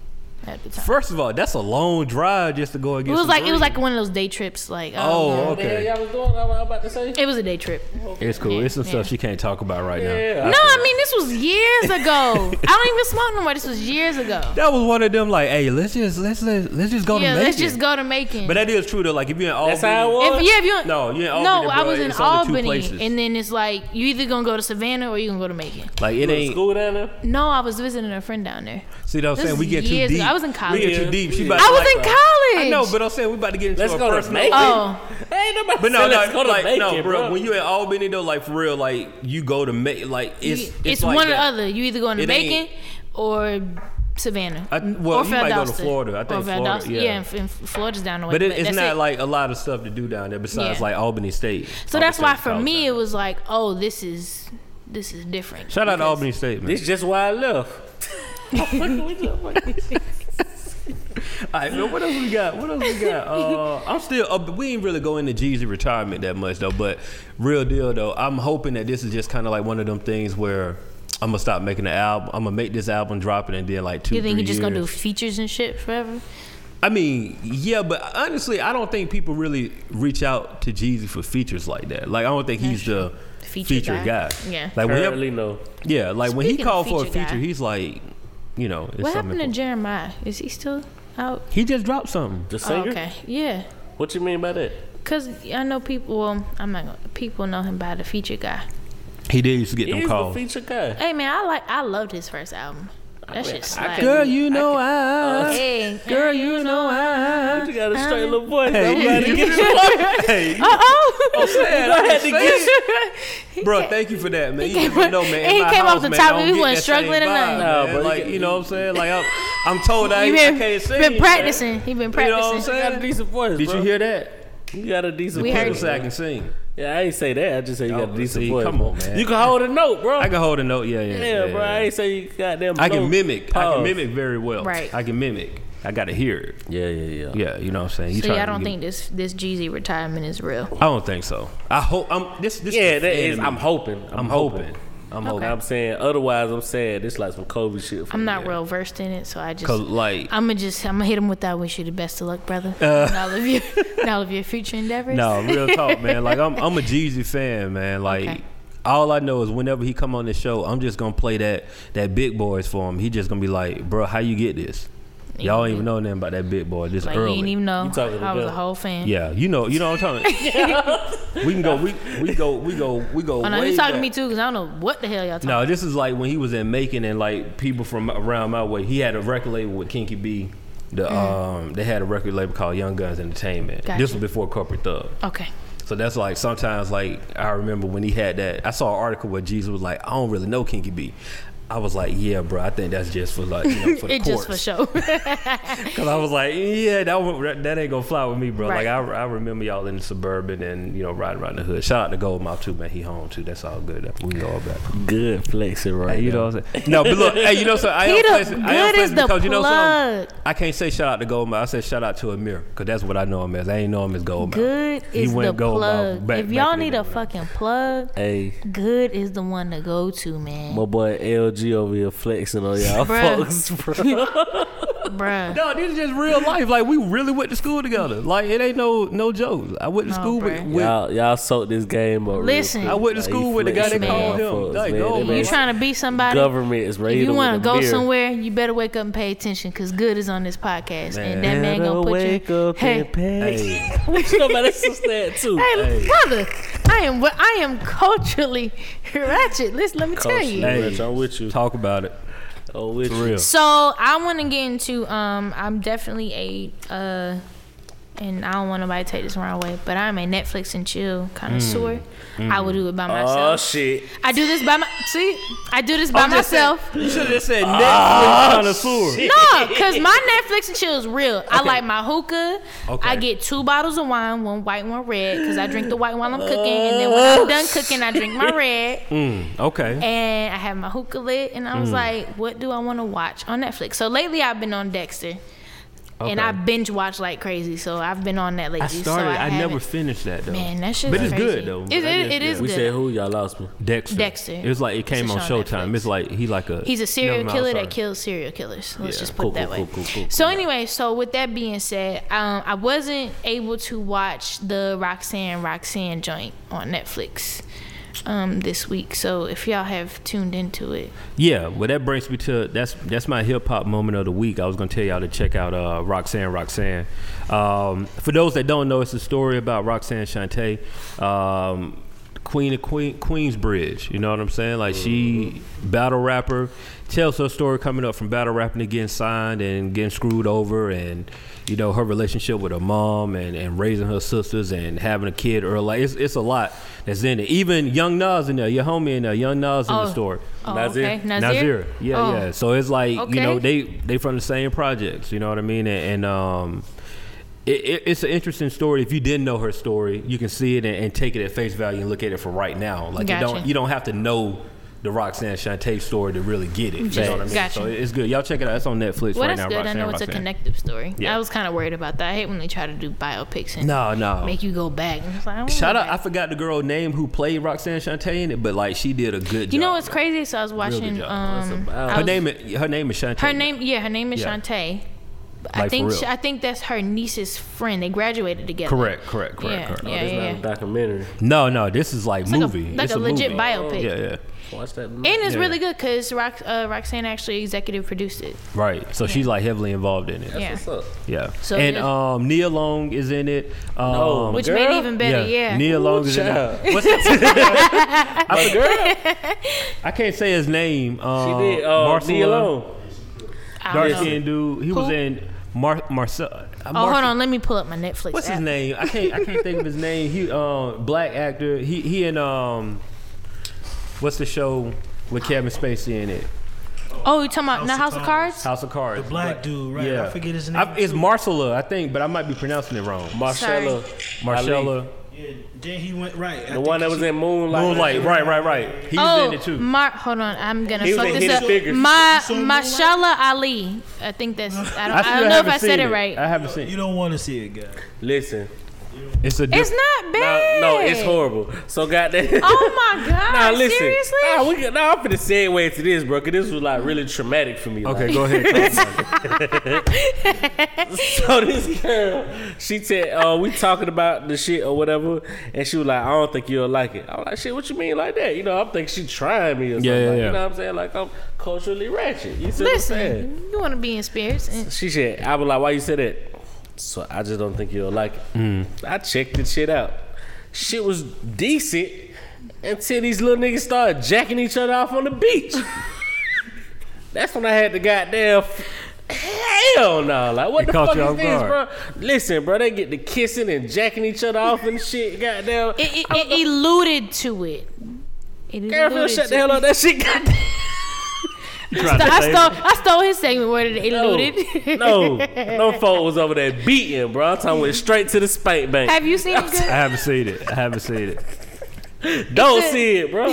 Speaker 3: at the time.
Speaker 4: First of all, that's a long drive just to go and
Speaker 3: it
Speaker 4: get.
Speaker 3: was
Speaker 4: some
Speaker 3: like it was
Speaker 4: drink.
Speaker 3: like one of those day trips. Like
Speaker 4: Oh,
Speaker 3: oh,
Speaker 2: What the hell
Speaker 4: Okay. Oh,
Speaker 2: y'all was doing? I was about
Speaker 4: [LAUGHS]
Speaker 2: to say.
Speaker 3: it was a day trip.
Speaker 4: It's cool.
Speaker 3: Yeah,
Speaker 4: it's some
Speaker 3: yeah.
Speaker 4: stuff she can't talk about right now.
Speaker 2: Yeah.
Speaker 3: no, I mean this was years ago.
Speaker 4: [LAUGHS]
Speaker 3: I don't even smoke no more. This was years ago.
Speaker 4: That was one of them like, hey, let's just let's let's, let's just go to
Speaker 3: Yeah,
Speaker 4: Macon.
Speaker 3: let's just go to Macon.
Speaker 4: But that is true though. Like if you're in Albany,
Speaker 2: That's how it was.
Speaker 3: If, yeah, if you
Speaker 4: No, you in Albany,
Speaker 3: no, I
Speaker 4: bro.
Speaker 3: was in
Speaker 4: It's only two
Speaker 3: Albany,
Speaker 4: places.
Speaker 3: and then it's like you either gonna go to Savannah or you gonna go to Macon.
Speaker 4: like it
Speaker 2: You in
Speaker 4: ain't.
Speaker 2: school down there?
Speaker 3: No, I was visiting a friend down there.
Speaker 4: See what I'm
Speaker 3: This
Speaker 4: saying? We
Speaker 3: is
Speaker 4: get too
Speaker 3: years ago.
Speaker 4: deep.
Speaker 3: I was in
Speaker 4: We
Speaker 3: college.
Speaker 4: get too deep. She
Speaker 2: Yeah.
Speaker 4: about
Speaker 3: I
Speaker 4: to,
Speaker 3: was
Speaker 4: like,
Speaker 3: in
Speaker 4: uh,
Speaker 3: college.
Speaker 4: I know, but I'm saying we about to get into
Speaker 2: Let's
Speaker 4: a
Speaker 2: go to
Speaker 4: personal.
Speaker 2: Macon.
Speaker 3: Oh.
Speaker 2: Ain't nobody
Speaker 4: But no,
Speaker 2: said
Speaker 4: no,
Speaker 2: let's go to
Speaker 4: like,
Speaker 2: Macon,
Speaker 4: no, bro,
Speaker 2: bro.
Speaker 4: When you in Albany though, like for real, like you go to Macon, like it's
Speaker 3: it's,
Speaker 4: it's, like
Speaker 3: one
Speaker 4: that.
Speaker 3: or other. You either going to
Speaker 4: It
Speaker 3: Macon
Speaker 4: ain't-
Speaker 3: or Savannah.
Speaker 4: I- well,
Speaker 3: or
Speaker 4: you might go to
Speaker 3: Valdosta.
Speaker 4: Florida. I
Speaker 3: Or
Speaker 4: think Florida,
Speaker 3: Valdosta.
Speaker 4: yeah.
Speaker 3: and, and Florida's down the way.
Speaker 4: But it, it's
Speaker 3: that's
Speaker 4: not
Speaker 3: it.
Speaker 4: like a lot of stuff to do down there besides
Speaker 3: Yeah.
Speaker 4: like Albany State.
Speaker 3: So that's why for me it was like, oh, this is this is different.
Speaker 4: Shout out to
Speaker 3: Because-
Speaker 4: Albany State, man.
Speaker 2: This just why I left.
Speaker 4: All right, man, what else we got? What else we [LAUGHS] got? Uh, I'm still. Uh, we ain't really go into Jeezy retirement that much though. But real deal though, I'm hoping that this is just kind of like one of them things where I'm gonna stop making an album. I'm gonna make this album, drop it, and then like two.
Speaker 3: You think
Speaker 4: three
Speaker 3: you just gonna do
Speaker 4: years-
Speaker 3: features and shit forever?
Speaker 4: I mean, yeah, but honestly, I don't think people really reach out to Jeezy for features like that. Like, I don't think he's the
Speaker 3: Feature
Speaker 4: feature,
Speaker 3: guy.
Speaker 4: guy.
Speaker 3: Yeah.
Speaker 4: Like when
Speaker 2: Apparently,
Speaker 4: he,
Speaker 2: no.
Speaker 4: yeah, like when he
Speaker 3: Speaking of
Speaker 4: called for a
Speaker 3: feature guy.
Speaker 4: feature, he's like, you know, it's something.
Speaker 3: What happened to
Speaker 4: important.
Speaker 3: Jeremiah? Is he still out?
Speaker 4: he just dropped something.
Speaker 2: The
Speaker 3: Oh,
Speaker 2: singer?
Speaker 3: okay, yeah.
Speaker 2: What you mean by that?
Speaker 3: Cause I know people. Well, I'm not. Gonna, people know him by the feature guy.
Speaker 4: He did used to get
Speaker 2: He's
Speaker 4: them
Speaker 2: the
Speaker 4: calls.
Speaker 2: feature guy.
Speaker 3: Hey man, I like. I loved his first album. That shit slapped.
Speaker 4: Girl, you know I.
Speaker 3: Oh, Hey,
Speaker 4: Girl, you know I.
Speaker 2: You got a straight little voice.
Speaker 3: [LAUGHS]
Speaker 4: Hey,
Speaker 2: I'm
Speaker 4: you-
Speaker 2: about to get you
Speaker 4: Hey,
Speaker 3: oh. [LAUGHS]
Speaker 4: I had to get you.
Speaker 3: He
Speaker 4: Bro,
Speaker 3: came-
Speaker 4: thank you for that, man. You
Speaker 3: came
Speaker 4: didn't even
Speaker 3: up-
Speaker 4: know, man.
Speaker 3: and he
Speaker 4: My
Speaker 3: came
Speaker 4: house,
Speaker 3: off the
Speaker 4: man,
Speaker 3: top,
Speaker 4: don't
Speaker 3: he
Speaker 4: get
Speaker 3: wasn't
Speaker 4: that
Speaker 3: struggling
Speaker 4: same
Speaker 3: or
Speaker 4: vibe, man.
Speaker 3: nothing.
Speaker 2: Nah, but he
Speaker 4: like,
Speaker 2: got-
Speaker 4: you know what I'm saying? Like, I'm, I'm told I,
Speaker 3: He
Speaker 4: ain't-
Speaker 3: been,
Speaker 4: I can't sing.
Speaker 3: been
Speaker 4: man.
Speaker 3: practicing. He been
Speaker 4: You know
Speaker 3: practicing.
Speaker 4: what I'm
Speaker 2: got a
Speaker 4: saying?
Speaker 2: decent voice,
Speaker 4: Did
Speaker 2: bro.
Speaker 4: you hear that?
Speaker 2: You got a decent
Speaker 3: We
Speaker 2: voice.
Speaker 3: heard
Speaker 4: People say I can sing.
Speaker 2: Yeah, I ain't say that. I just say you got
Speaker 4: Oh,
Speaker 2: a decent
Speaker 4: see,
Speaker 2: voice.
Speaker 4: come on,
Speaker 2: bro.
Speaker 4: man.
Speaker 2: You can hold a note, bro.
Speaker 4: I can hold a note. Yeah, yeah,
Speaker 2: yeah, bro. I
Speaker 4: yeah.
Speaker 2: ain't say you goddamn.
Speaker 4: I can
Speaker 2: note.
Speaker 4: mimic. I
Speaker 2: Pause.
Speaker 4: can mimic very well.
Speaker 3: Right.
Speaker 4: I can mimic. I gotta hear it.
Speaker 2: Yeah, yeah, yeah.
Speaker 4: Yeah, you know what I'm saying. You
Speaker 3: So
Speaker 4: trying
Speaker 3: yeah, I
Speaker 4: to
Speaker 3: don't
Speaker 4: get-
Speaker 3: think this this Jeezy retirement is real.
Speaker 4: I don't think so. I hope. I'm this. This.
Speaker 2: Yeah,
Speaker 4: is
Speaker 2: that
Speaker 4: the
Speaker 2: is.
Speaker 4: enemy.
Speaker 2: I'm hoping. I'm,
Speaker 4: I'm
Speaker 2: hoping.
Speaker 4: hoping. I'm
Speaker 3: Okay.
Speaker 4: hoping.
Speaker 2: I'm saying. Otherwise, I'm saying this like some Kobe shit. For
Speaker 3: I'm
Speaker 2: me.
Speaker 3: not real versed in it, so I just
Speaker 4: Cause like.
Speaker 3: I'm gonna just I'm gonna hit him with that. Wish you the best of luck, brother. and
Speaker 4: [LAUGHS]
Speaker 3: all of your and all of your future endeavors.
Speaker 4: Uh. No, real talk, man. Like I'm,
Speaker 3: [LAUGHS]
Speaker 4: I'm a Jeezy fan, man. Like
Speaker 3: Okay.
Speaker 4: all I know is whenever he come on the show, I'm just gonna play that that big boys for him. He just gonna be like, bro, how you get this? Y'all don't even know nothing about that big boy this
Speaker 3: like
Speaker 4: early.
Speaker 3: you didn't even know
Speaker 2: You talking to
Speaker 3: I was a
Speaker 2: Bill.
Speaker 3: whole fan.
Speaker 4: yeah, you know, you know what I'm
Speaker 3: [LAUGHS]
Speaker 4: talking. we can go, we we go, we go, we go.
Speaker 3: Oh, no,
Speaker 4: way
Speaker 3: you talking to
Speaker 4: back.
Speaker 3: me too? Cause I don't know what the hell y'all talking.
Speaker 4: No, this is like when he was in Macon and like people from around my way. He had a record label with Kinky B. The um, they had a record label called Young Guns Entertainment.
Speaker 3: Mm. Gotcha.
Speaker 4: This was before Corporate Thug.
Speaker 3: Okay.
Speaker 4: So that's like sometimes like I remember when he had that. I saw an article where Jesus was like, I don't really know Kinky B. I was like, yeah, bro. I think that's just for like, you know,
Speaker 3: [LAUGHS]
Speaker 4: for the
Speaker 3: It
Speaker 4: courts.
Speaker 3: just for show.
Speaker 4: Cause I was like, yeah, that won't- that- that ain't gonna fly with me, bro.
Speaker 3: Right.
Speaker 4: Like I, I remember y'all in the suburban and you know riding around the hood. Shout out to Goldmouth too, man. He home too. That's all good. That- We all back.
Speaker 2: Good flexing right
Speaker 4: Hey, you know what
Speaker 2: now.
Speaker 4: I'm saying? No, but look, hey, you know so I
Speaker 3: [LAUGHS] He
Speaker 4: am
Speaker 3: the-
Speaker 4: flexing. I am
Speaker 3: good is
Speaker 4: flexing
Speaker 3: the
Speaker 4: because you know something.
Speaker 3: plug.
Speaker 4: I can't say shout out to Goldmouth. I said shout out to Amir because that's what I know him as. I ain't know him as Goldmouth.
Speaker 3: Good
Speaker 4: He
Speaker 3: is
Speaker 4: went
Speaker 3: the
Speaker 4: gold mouth
Speaker 3: plug.
Speaker 4: back-
Speaker 3: if
Speaker 4: back
Speaker 3: y'all
Speaker 4: in the
Speaker 3: need
Speaker 4: day
Speaker 3: a
Speaker 4: when I-
Speaker 3: fucking plug,
Speaker 2: Hey,
Speaker 3: good is the one to go to,
Speaker 2: my
Speaker 3: man.
Speaker 2: boy LG over here flexing on y'all
Speaker 3: Bruh.
Speaker 2: folks,
Speaker 3: [LAUGHS]
Speaker 2: bro.
Speaker 3: Bruh.
Speaker 4: No, this is just real life. Like we really went to school together. Like it ain't no no joke. I went to
Speaker 3: No,
Speaker 4: school
Speaker 3: Oh, bruh.
Speaker 4: with, with
Speaker 2: Y'all, y'all soaked this game up. real
Speaker 3: Listen.
Speaker 2: quick.
Speaker 3: I
Speaker 4: went to
Speaker 2: Like, he
Speaker 4: school with the guy that
Speaker 2: flexing
Speaker 4: called
Speaker 2: on
Speaker 4: him.
Speaker 2: folks,
Speaker 4: Like,
Speaker 2: man.
Speaker 4: go,
Speaker 2: That
Speaker 4: man.
Speaker 3: You
Speaker 2: man-
Speaker 3: trying to be somebody?
Speaker 2: Government is
Speaker 3: If
Speaker 2: raiding.
Speaker 3: you
Speaker 2: want to
Speaker 3: go somewhere, you better wake up and pay attention because good is on this podcast. And that man gonna put
Speaker 2: wake
Speaker 3: you.
Speaker 2: up
Speaker 3: hey,
Speaker 2: and
Speaker 3: [LAUGHS]
Speaker 2: pay. [LAUGHS]
Speaker 4: Hey.
Speaker 2: what you know about that sister that too?
Speaker 3: hey, brother, I am what I am culturally [LAUGHS] ratchet. Listen, let me tell
Speaker 2: Culturally
Speaker 3: you.
Speaker 2: Hey, Rich, I'm with you.
Speaker 4: Talk about it.
Speaker 2: Oh, with
Speaker 4: For real.
Speaker 3: So I want to get into. Um, I'm definitely a. Uh, and I don't want nobody to take this the wrong way, but I'm a Netflix and chill connoisseur. I will do it by
Speaker 2: Oh
Speaker 3: myself.
Speaker 2: shit!
Speaker 3: I do this by my. See, I do this by myself.
Speaker 4: [LAUGHS] You should have just said Netflix Ah, connoisseur.
Speaker 3: No, because my Netflix and chill is real. I like my hookah.
Speaker 4: Okay.
Speaker 3: I get two bottles of wine, one white, one red, because I drink the white while I'm cooking, and then when I'm done cooking, I drink my red.
Speaker 4: Okay.
Speaker 3: and I have my hookah lit, and
Speaker 4: Mm.
Speaker 3: I was like, what do I want to watch on Netflix? So lately, I've been on Dexter, and I binge watch like crazy. So I've been on that lately.
Speaker 4: I started.
Speaker 3: so
Speaker 4: I, never
Speaker 3: haven't-
Speaker 4: finished that though.
Speaker 3: Man, that shit's
Speaker 4: But it's
Speaker 3: crazy.
Speaker 4: good though.
Speaker 3: It-
Speaker 4: I
Speaker 3: it-
Speaker 4: just-
Speaker 3: it
Speaker 4: yeah.
Speaker 3: is
Speaker 2: We
Speaker 3: good.
Speaker 2: said who y'all lost me.
Speaker 4: Dexter.
Speaker 3: Dexter.
Speaker 4: It was like it came
Speaker 3: It's a
Speaker 4: on
Speaker 3: show on
Speaker 4: Showtime.
Speaker 3: Netflix.
Speaker 4: It's like he like a.
Speaker 3: He's a serial
Speaker 4: Never mind,
Speaker 3: killer
Speaker 4: sorry.
Speaker 3: that kills serial killers. Let's
Speaker 4: Yeah.
Speaker 3: just put
Speaker 2: Cool,
Speaker 3: it that
Speaker 2: cool,
Speaker 3: way.
Speaker 2: cool, cool, cool.
Speaker 3: So anyway, so with that being said, um, I wasn't able to watch the Roxanne Roxanne joint on Netflix um, this week. So if y'all have tuned into it,
Speaker 4: Yeah. Well, that brings me to that's that's my hip hop moment of the week. I was gonna tell y'all to check out uh, Roxanne. Roxanne. Um, for those that don't know, it's a story about Roxanne Shante, um, Queen of Queen Queensbridge. You know what I'm saying? Like she battle rapper tells her story coming up from battle rapping to getting signed and getting screwed over and you know her relationship with her mom and, and raising her sisters and having a kid early it's, it's a lot that's in it even young nas in there your homie in there young nas in
Speaker 3: Oh.
Speaker 4: the story
Speaker 3: Oh,
Speaker 2: Nazir.
Speaker 3: okay.
Speaker 4: Nazir. Yeah,
Speaker 3: Oh.
Speaker 4: yeah. So it's like you know they
Speaker 3: Okay.
Speaker 4: they from the same projects. You know what I mean? And, and um, it, it, it's an interesting story. If you didn't know her story, you can see it and, and take it at face value and look at it for right now. Like
Speaker 3: Gotcha.
Speaker 4: you don't you don't have to know the Roxanne Shante story to really get it. You
Speaker 3: Just-
Speaker 4: know what I mean?
Speaker 3: gotcha.
Speaker 4: So it's good. Y'all check it out. It's on Netflix
Speaker 3: well,
Speaker 4: right
Speaker 3: that's
Speaker 4: now.
Speaker 3: good.
Speaker 4: Roxanne,
Speaker 3: I know it's a
Speaker 4: Roxanne.
Speaker 3: connective story.
Speaker 4: Yeah.
Speaker 3: I was kind of worried about that. I hate when they try to do biopics and
Speaker 4: No, no.
Speaker 3: make you go back. And it's like, I don't
Speaker 4: Oh. Shout
Speaker 3: wanna
Speaker 4: out!
Speaker 3: go
Speaker 4: I
Speaker 3: back.
Speaker 4: forgot the girl name who played Roxanne Shante in it, but like she did a good job.
Speaker 3: you know what's crazy? So I was watching.
Speaker 4: job.
Speaker 3: Um,
Speaker 2: That's about-
Speaker 3: I
Speaker 4: her
Speaker 3: was-
Speaker 4: name? is- Her name is Shante.
Speaker 3: Her name, yeah, her name is
Speaker 4: Yeah.
Speaker 3: Shantae.
Speaker 4: Like,
Speaker 3: I
Speaker 4: for
Speaker 3: think
Speaker 4: real.
Speaker 3: sh I think that's her niece's friend. They graduated together.
Speaker 4: Correct. Correct. Correct.
Speaker 3: yeah,
Speaker 4: correct.
Speaker 3: yeah,
Speaker 2: It's
Speaker 3: yeah,
Speaker 2: not
Speaker 3: yeah.
Speaker 2: a documentary.
Speaker 4: No, no, this is like
Speaker 3: like a-
Speaker 4: movie.
Speaker 3: like
Speaker 4: It's
Speaker 3: a legit
Speaker 4: movie.
Speaker 3: biopic.
Speaker 4: Yeah, yeah,
Speaker 2: Watch that.
Speaker 3: And it's
Speaker 4: Yeah.
Speaker 3: really good because Rox, uh, Roxanne actually executive produced it.
Speaker 4: right. So she's like heavily involved in it.
Speaker 3: Yeah.
Speaker 2: What's up?
Speaker 4: Yeah.
Speaker 3: So
Speaker 4: and
Speaker 3: there's-
Speaker 4: um, Nia Long is in it. Um,
Speaker 2: No.
Speaker 3: Which
Speaker 2: Girl?
Speaker 3: made it even better, yeah.
Speaker 4: Nia Long
Speaker 2: Ooh,
Speaker 4: is in
Speaker 2: child.
Speaker 4: it. What's that- I, forgot- I can't say his name. Um,
Speaker 2: She did. Uh,
Speaker 4: Marcella,
Speaker 2: Nia Long.
Speaker 3: I don't
Speaker 4: Dark
Speaker 3: know.
Speaker 4: skinned dude. He was
Speaker 3: Who?
Speaker 4: in Mar- Marcel. uh,
Speaker 3: Oh,
Speaker 4: Marcel-
Speaker 3: hold on. Let me pull up my Netflix.
Speaker 4: What's
Speaker 3: app.
Speaker 4: his name? I can't. I can't think of his name. He um, black actor. He he and um, what's the show with Kevin Spacey in it?
Speaker 3: Oh, you talking about
Speaker 1: House
Speaker 3: now
Speaker 1: of
Speaker 3: House of
Speaker 1: Cards.
Speaker 3: Cards?
Speaker 4: House of Cards.
Speaker 1: The black dude, right? I forget his name.
Speaker 4: I- it's Marcella, I think, but I might be pronouncing it wrong.
Speaker 2: Marcella.
Speaker 4: Marcella.
Speaker 1: yeah, then he went right.
Speaker 2: The one that was in Moonlight.
Speaker 4: Moonlight. Right, right, right. He was
Speaker 3: oh,
Speaker 4: in it too.
Speaker 3: Mar- hold on. I'm gonna
Speaker 2: He was
Speaker 3: fuck
Speaker 2: in
Speaker 3: this
Speaker 2: Hidden
Speaker 3: up.
Speaker 2: Figures.
Speaker 3: My
Speaker 1: You saw Moonlight?
Speaker 3: Mashallah Ali. I think that's. I don't, I
Speaker 4: still
Speaker 3: don't know if
Speaker 4: haven't
Speaker 3: I said
Speaker 4: seen
Speaker 3: it right.
Speaker 4: I haven't seen.
Speaker 1: You
Speaker 4: it.
Speaker 1: don't want to see it, guy.
Speaker 2: Listen.
Speaker 4: It's a.
Speaker 3: it's
Speaker 4: Diff-
Speaker 3: not
Speaker 2: No,
Speaker 3: bad.
Speaker 2: no, it's horrible. So goddamn.
Speaker 3: Oh my
Speaker 2: [LAUGHS]
Speaker 3: god!
Speaker 2: Nah, listen.
Speaker 3: Seriously?
Speaker 2: Nah, we could, nah, I'm finna segue to this, bro, because this was like really traumatic for me.
Speaker 4: okay,
Speaker 2: like.
Speaker 4: go ahead.
Speaker 2: [LAUGHS] So this girl, she said, uh, we talking about the shit or whatever, and she was like, I don't think you'll like it. I was like, shit, what you mean like that? You know, I'm thinking she trying me or something.
Speaker 4: Yeah, yeah,
Speaker 2: like,
Speaker 4: yeah.
Speaker 2: You know what I'm saying? Like I'm culturally ratchet. You see what I'm saying?
Speaker 3: [LAUGHS] Listen, you want to be in spirits? And
Speaker 2: She said, I was like, why you said that? So I just don't think you'll like it.
Speaker 4: Mm.
Speaker 2: I checked the shit out. Shit was decent until these little niggas started jacking each other off on
Speaker 4: [LAUGHS]
Speaker 2: the beach. That's when I had the goddamn. f- Hell no! Like what
Speaker 4: It
Speaker 2: the
Speaker 4: caught
Speaker 2: fuck
Speaker 4: you
Speaker 2: is
Speaker 4: off
Speaker 2: this, bro?
Speaker 4: guard.
Speaker 2: Listen, bro, they get the kissing and jacking each other off and shit. Goddamn,
Speaker 3: it, it, it alluded to it. It
Speaker 2: Garfield,
Speaker 3: alluded
Speaker 2: shut
Speaker 3: to
Speaker 2: the
Speaker 4: [LAUGHS]
Speaker 2: hell
Speaker 3: it.
Speaker 2: up. That shit got.
Speaker 3: I, st- I stole, I stole his segment where it eluded.
Speaker 2: No, no folk was over there beating, bro. I'm talking went straight to the spank bank.
Speaker 3: [LAUGHS] Have
Speaker 2: [LAUGHS]
Speaker 3: you seen it?
Speaker 4: I
Speaker 3: Good?
Speaker 4: haven't seen it. I haven't seen it.
Speaker 2: Don't
Speaker 3: It's a-
Speaker 2: see it, bro.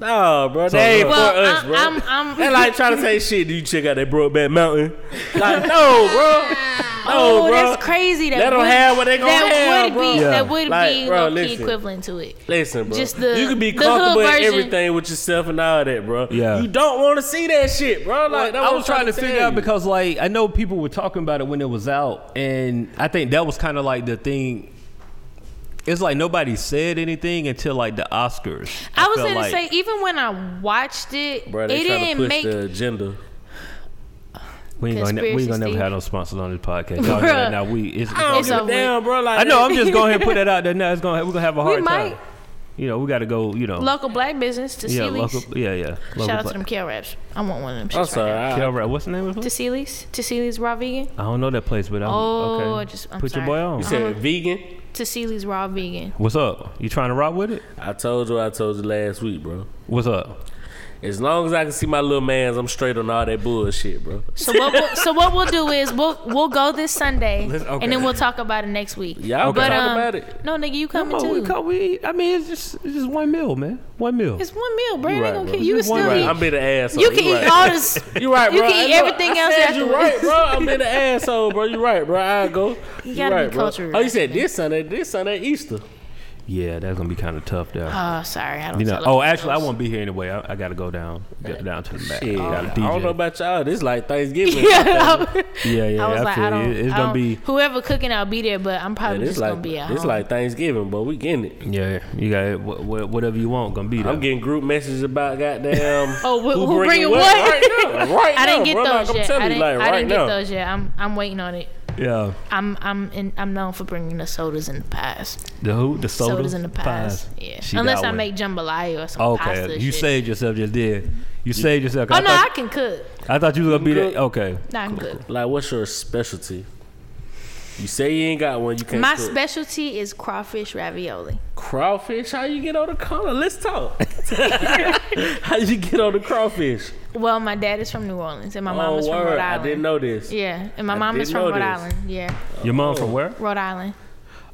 Speaker 2: No, bro, they ain't
Speaker 3: Well,
Speaker 2: for us,
Speaker 3: I-
Speaker 2: bro.
Speaker 3: I'm- I'm-
Speaker 2: they like trying to say shit. Do you check out that Brokeback Mountain? Like, no, bro.
Speaker 3: [LAUGHS]
Speaker 2: No,
Speaker 3: oh,
Speaker 2: bro.
Speaker 3: that's crazy. That
Speaker 2: They don't
Speaker 3: would,
Speaker 2: have what they gonna
Speaker 3: that
Speaker 2: have,
Speaker 3: would
Speaker 2: bro.
Speaker 3: Be,
Speaker 2: Yeah.
Speaker 3: That would
Speaker 2: Like,
Speaker 3: be
Speaker 2: bro,
Speaker 3: low-key
Speaker 2: listen.
Speaker 3: equivalent to it.
Speaker 2: Listen, bro.
Speaker 3: Just the-
Speaker 2: you can be
Speaker 3: the hood
Speaker 2: comfortable in
Speaker 3: version.
Speaker 2: everything with yourself and all that, bro.
Speaker 4: Yeah.
Speaker 2: You don't want to see that shit, bro. Like, that
Speaker 4: I was trying to
Speaker 2: tell
Speaker 4: figure out
Speaker 2: you.
Speaker 4: because like I know people were talking about it when it was out, and I think that was kind of like the thing. It's like nobody said anything until like the Oscars.
Speaker 3: I, was
Speaker 4: felt
Speaker 3: gonna
Speaker 4: like.
Speaker 3: say even when I watched it,
Speaker 2: Bro,
Speaker 3: it
Speaker 2: they trying to
Speaker 3: didn't
Speaker 2: push
Speaker 3: make.
Speaker 2: the agenda.
Speaker 4: we ain't gonna, we
Speaker 3: Conspiracy
Speaker 4: ain't gonna never
Speaker 3: Steve.
Speaker 4: have no sponsors on this podcast. Y'all know that
Speaker 3: Bruh.
Speaker 4: now we it's, it's
Speaker 2: I don't
Speaker 3: It's
Speaker 2: give a
Speaker 3: over.
Speaker 2: damn, bro. Like,
Speaker 4: I know. I'm just going ahead and put that out there now. It's gonna we're gonna have a hard
Speaker 3: might.
Speaker 4: time. You know, we gotta go. You know,
Speaker 3: Local black business to
Speaker 4: yeah, local, yeah, yeah. Local
Speaker 3: Shout out
Speaker 4: black-
Speaker 3: to them kale wraps. I want one of them. Shits
Speaker 2: I'm
Speaker 3: right
Speaker 2: sorry.
Speaker 3: now.
Speaker 2: I-
Speaker 4: Kel Rap- What's the name of the place?
Speaker 3: Tacili's, Tacili's raw vegan.
Speaker 4: I don't know that place, but I'm okay.
Speaker 3: Oh, I just- I'm
Speaker 4: put
Speaker 3: sorry.
Speaker 4: your boy on.
Speaker 2: you said vegan.
Speaker 3: Tacili's raw vegan.
Speaker 4: What's up? You trying to rock with it?
Speaker 2: I told you. I told you last week, bro.
Speaker 4: What's up?
Speaker 2: As long as I can see my little man's, I'm straight on all that bullshit, bro.
Speaker 3: So what? We'll, so what we'll do is we'll we'll go this Sunday,
Speaker 4: Let's- okay.
Speaker 3: and then we'll talk about it next week.
Speaker 2: Y'all
Speaker 3: But,
Speaker 2: can talk
Speaker 3: um,
Speaker 2: about it.
Speaker 3: No, nigga, you coming
Speaker 4: Come on,
Speaker 3: too?
Speaker 4: we, come, we, I mean, it's just it's just one meal, man. One meal.
Speaker 3: it's one meal, bro.
Speaker 2: You
Speaker 3: You,
Speaker 2: right,
Speaker 3: gonna
Speaker 2: bro.
Speaker 3: keep, you can
Speaker 4: It's just
Speaker 3: still
Speaker 4: one
Speaker 3: eat.
Speaker 4: meal.
Speaker 2: I'm being an asshole.
Speaker 3: you can
Speaker 2: right.
Speaker 3: eat all this.
Speaker 2: You right,
Speaker 3: You
Speaker 2: bro.
Speaker 3: can eat
Speaker 2: Hey, look,
Speaker 3: everything
Speaker 2: I
Speaker 3: else
Speaker 2: said you
Speaker 3: afterwards.
Speaker 2: right, bro. I'm being an asshole, bro. You right, bro. I go. You,
Speaker 3: gotta be
Speaker 2: right, bro.
Speaker 3: cultured.
Speaker 2: Oh, you said this Sunday, this Sunday, Easter.
Speaker 4: Yeah, that's gonna be kind of tough there.
Speaker 3: Oh, sorry, I don't.
Speaker 4: you know.
Speaker 3: celebrate
Speaker 4: Oh, actually, I
Speaker 3: those.
Speaker 4: won't be here anyway. I, I gotta go down, go down to the back.
Speaker 3: Oh,
Speaker 2: Shit.
Speaker 4: I gotta
Speaker 2: I don't
Speaker 4: DJ.
Speaker 2: know about y'all. This like
Speaker 3: [LAUGHS]
Speaker 2: Thanksgiving.
Speaker 3: [LAUGHS] Yeah,
Speaker 4: yeah, yeah.
Speaker 3: I was like,
Speaker 4: feel
Speaker 3: I
Speaker 4: you.
Speaker 3: don't.
Speaker 4: It- It's
Speaker 3: I
Speaker 4: gonna
Speaker 3: don't-
Speaker 4: be.
Speaker 3: whoever cooking. I'll be there, but I'm
Speaker 2: Yeah,
Speaker 3: probably
Speaker 2: this
Speaker 3: just
Speaker 2: like
Speaker 3: gonna be at
Speaker 2: this
Speaker 3: home.
Speaker 2: like Thanksgiving, but we getting it.
Speaker 4: Yeah, you got wh- wh- whatever you want. Gonna be there.
Speaker 2: I'm getting group messages about goddamn.
Speaker 3: [LAUGHS] Oh, wh- who bringing what?
Speaker 2: Right
Speaker 3: [LAUGHS]
Speaker 2: now, right
Speaker 3: I didn't
Speaker 2: now,
Speaker 3: get
Speaker 2: bro. Like,
Speaker 3: those
Speaker 2: I'm
Speaker 3: yet.
Speaker 2: telling
Speaker 3: I
Speaker 2: you,
Speaker 3: didn't,
Speaker 2: like,
Speaker 3: I
Speaker 2: right
Speaker 3: didn't get
Speaker 2: now.
Speaker 3: those yet. I'm I'm waiting on it.
Speaker 4: yeah.
Speaker 3: I'm I'm in, I'm known for bringing the sodas in the pies.
Speaker 4: The who? The
Speaker 3: Sodas,
Speaker 4: sodas,
Speaker 3: in the pies. Yeah.
Speaker 4: She
Speaker 3: Unless
Speaker 4: that
Speaker 3: I
Speaker 4: one.
Speaker 3: make jambalaya or some pasta.
Speaker 4: Okay, you
Speaker 3: shit.
Speaker 4: saved yourself just did. You, saved yourself.
Speaker 3: Oh
Speaker 4: I,
Speaker 3: no, I
Speaker 4: thought,
Speaker 3: can cook.
Speaker 4: I thought you was gonna be
Speaker 2: good.
Speaker 4: there. Okay.
Speaker 3: No, I can cook.
Speaker 2: Like, what's your specialty? You say you ain't got one. You can't.
Speaker 3: My
Speaker 2: cook.
Speaker 3: specialty is crawfish ravioli.
Speaker 2: crawfish. How you get on the color? Let's talk. [LAUGHS] How you get on the crawfish?
Speaker 3: Well, my dad is from New Orleans and my mom is from Rhode
Speaker 2: Oh, I
Speaker 3: Island.
Speaker 2: didn't know this.
Speaker 3: Yeah, and my
Speaker 2: I
Speaker 3: mom is
Speaker 2: didn't
Speaker 3: from
Speaker 2: know
Speaker 3: Rhode
Speaker 2: this.
Speaker 3: Island. Yeah,
Speaker 4: Your mom from where?
Speaker 3: Rhode Island.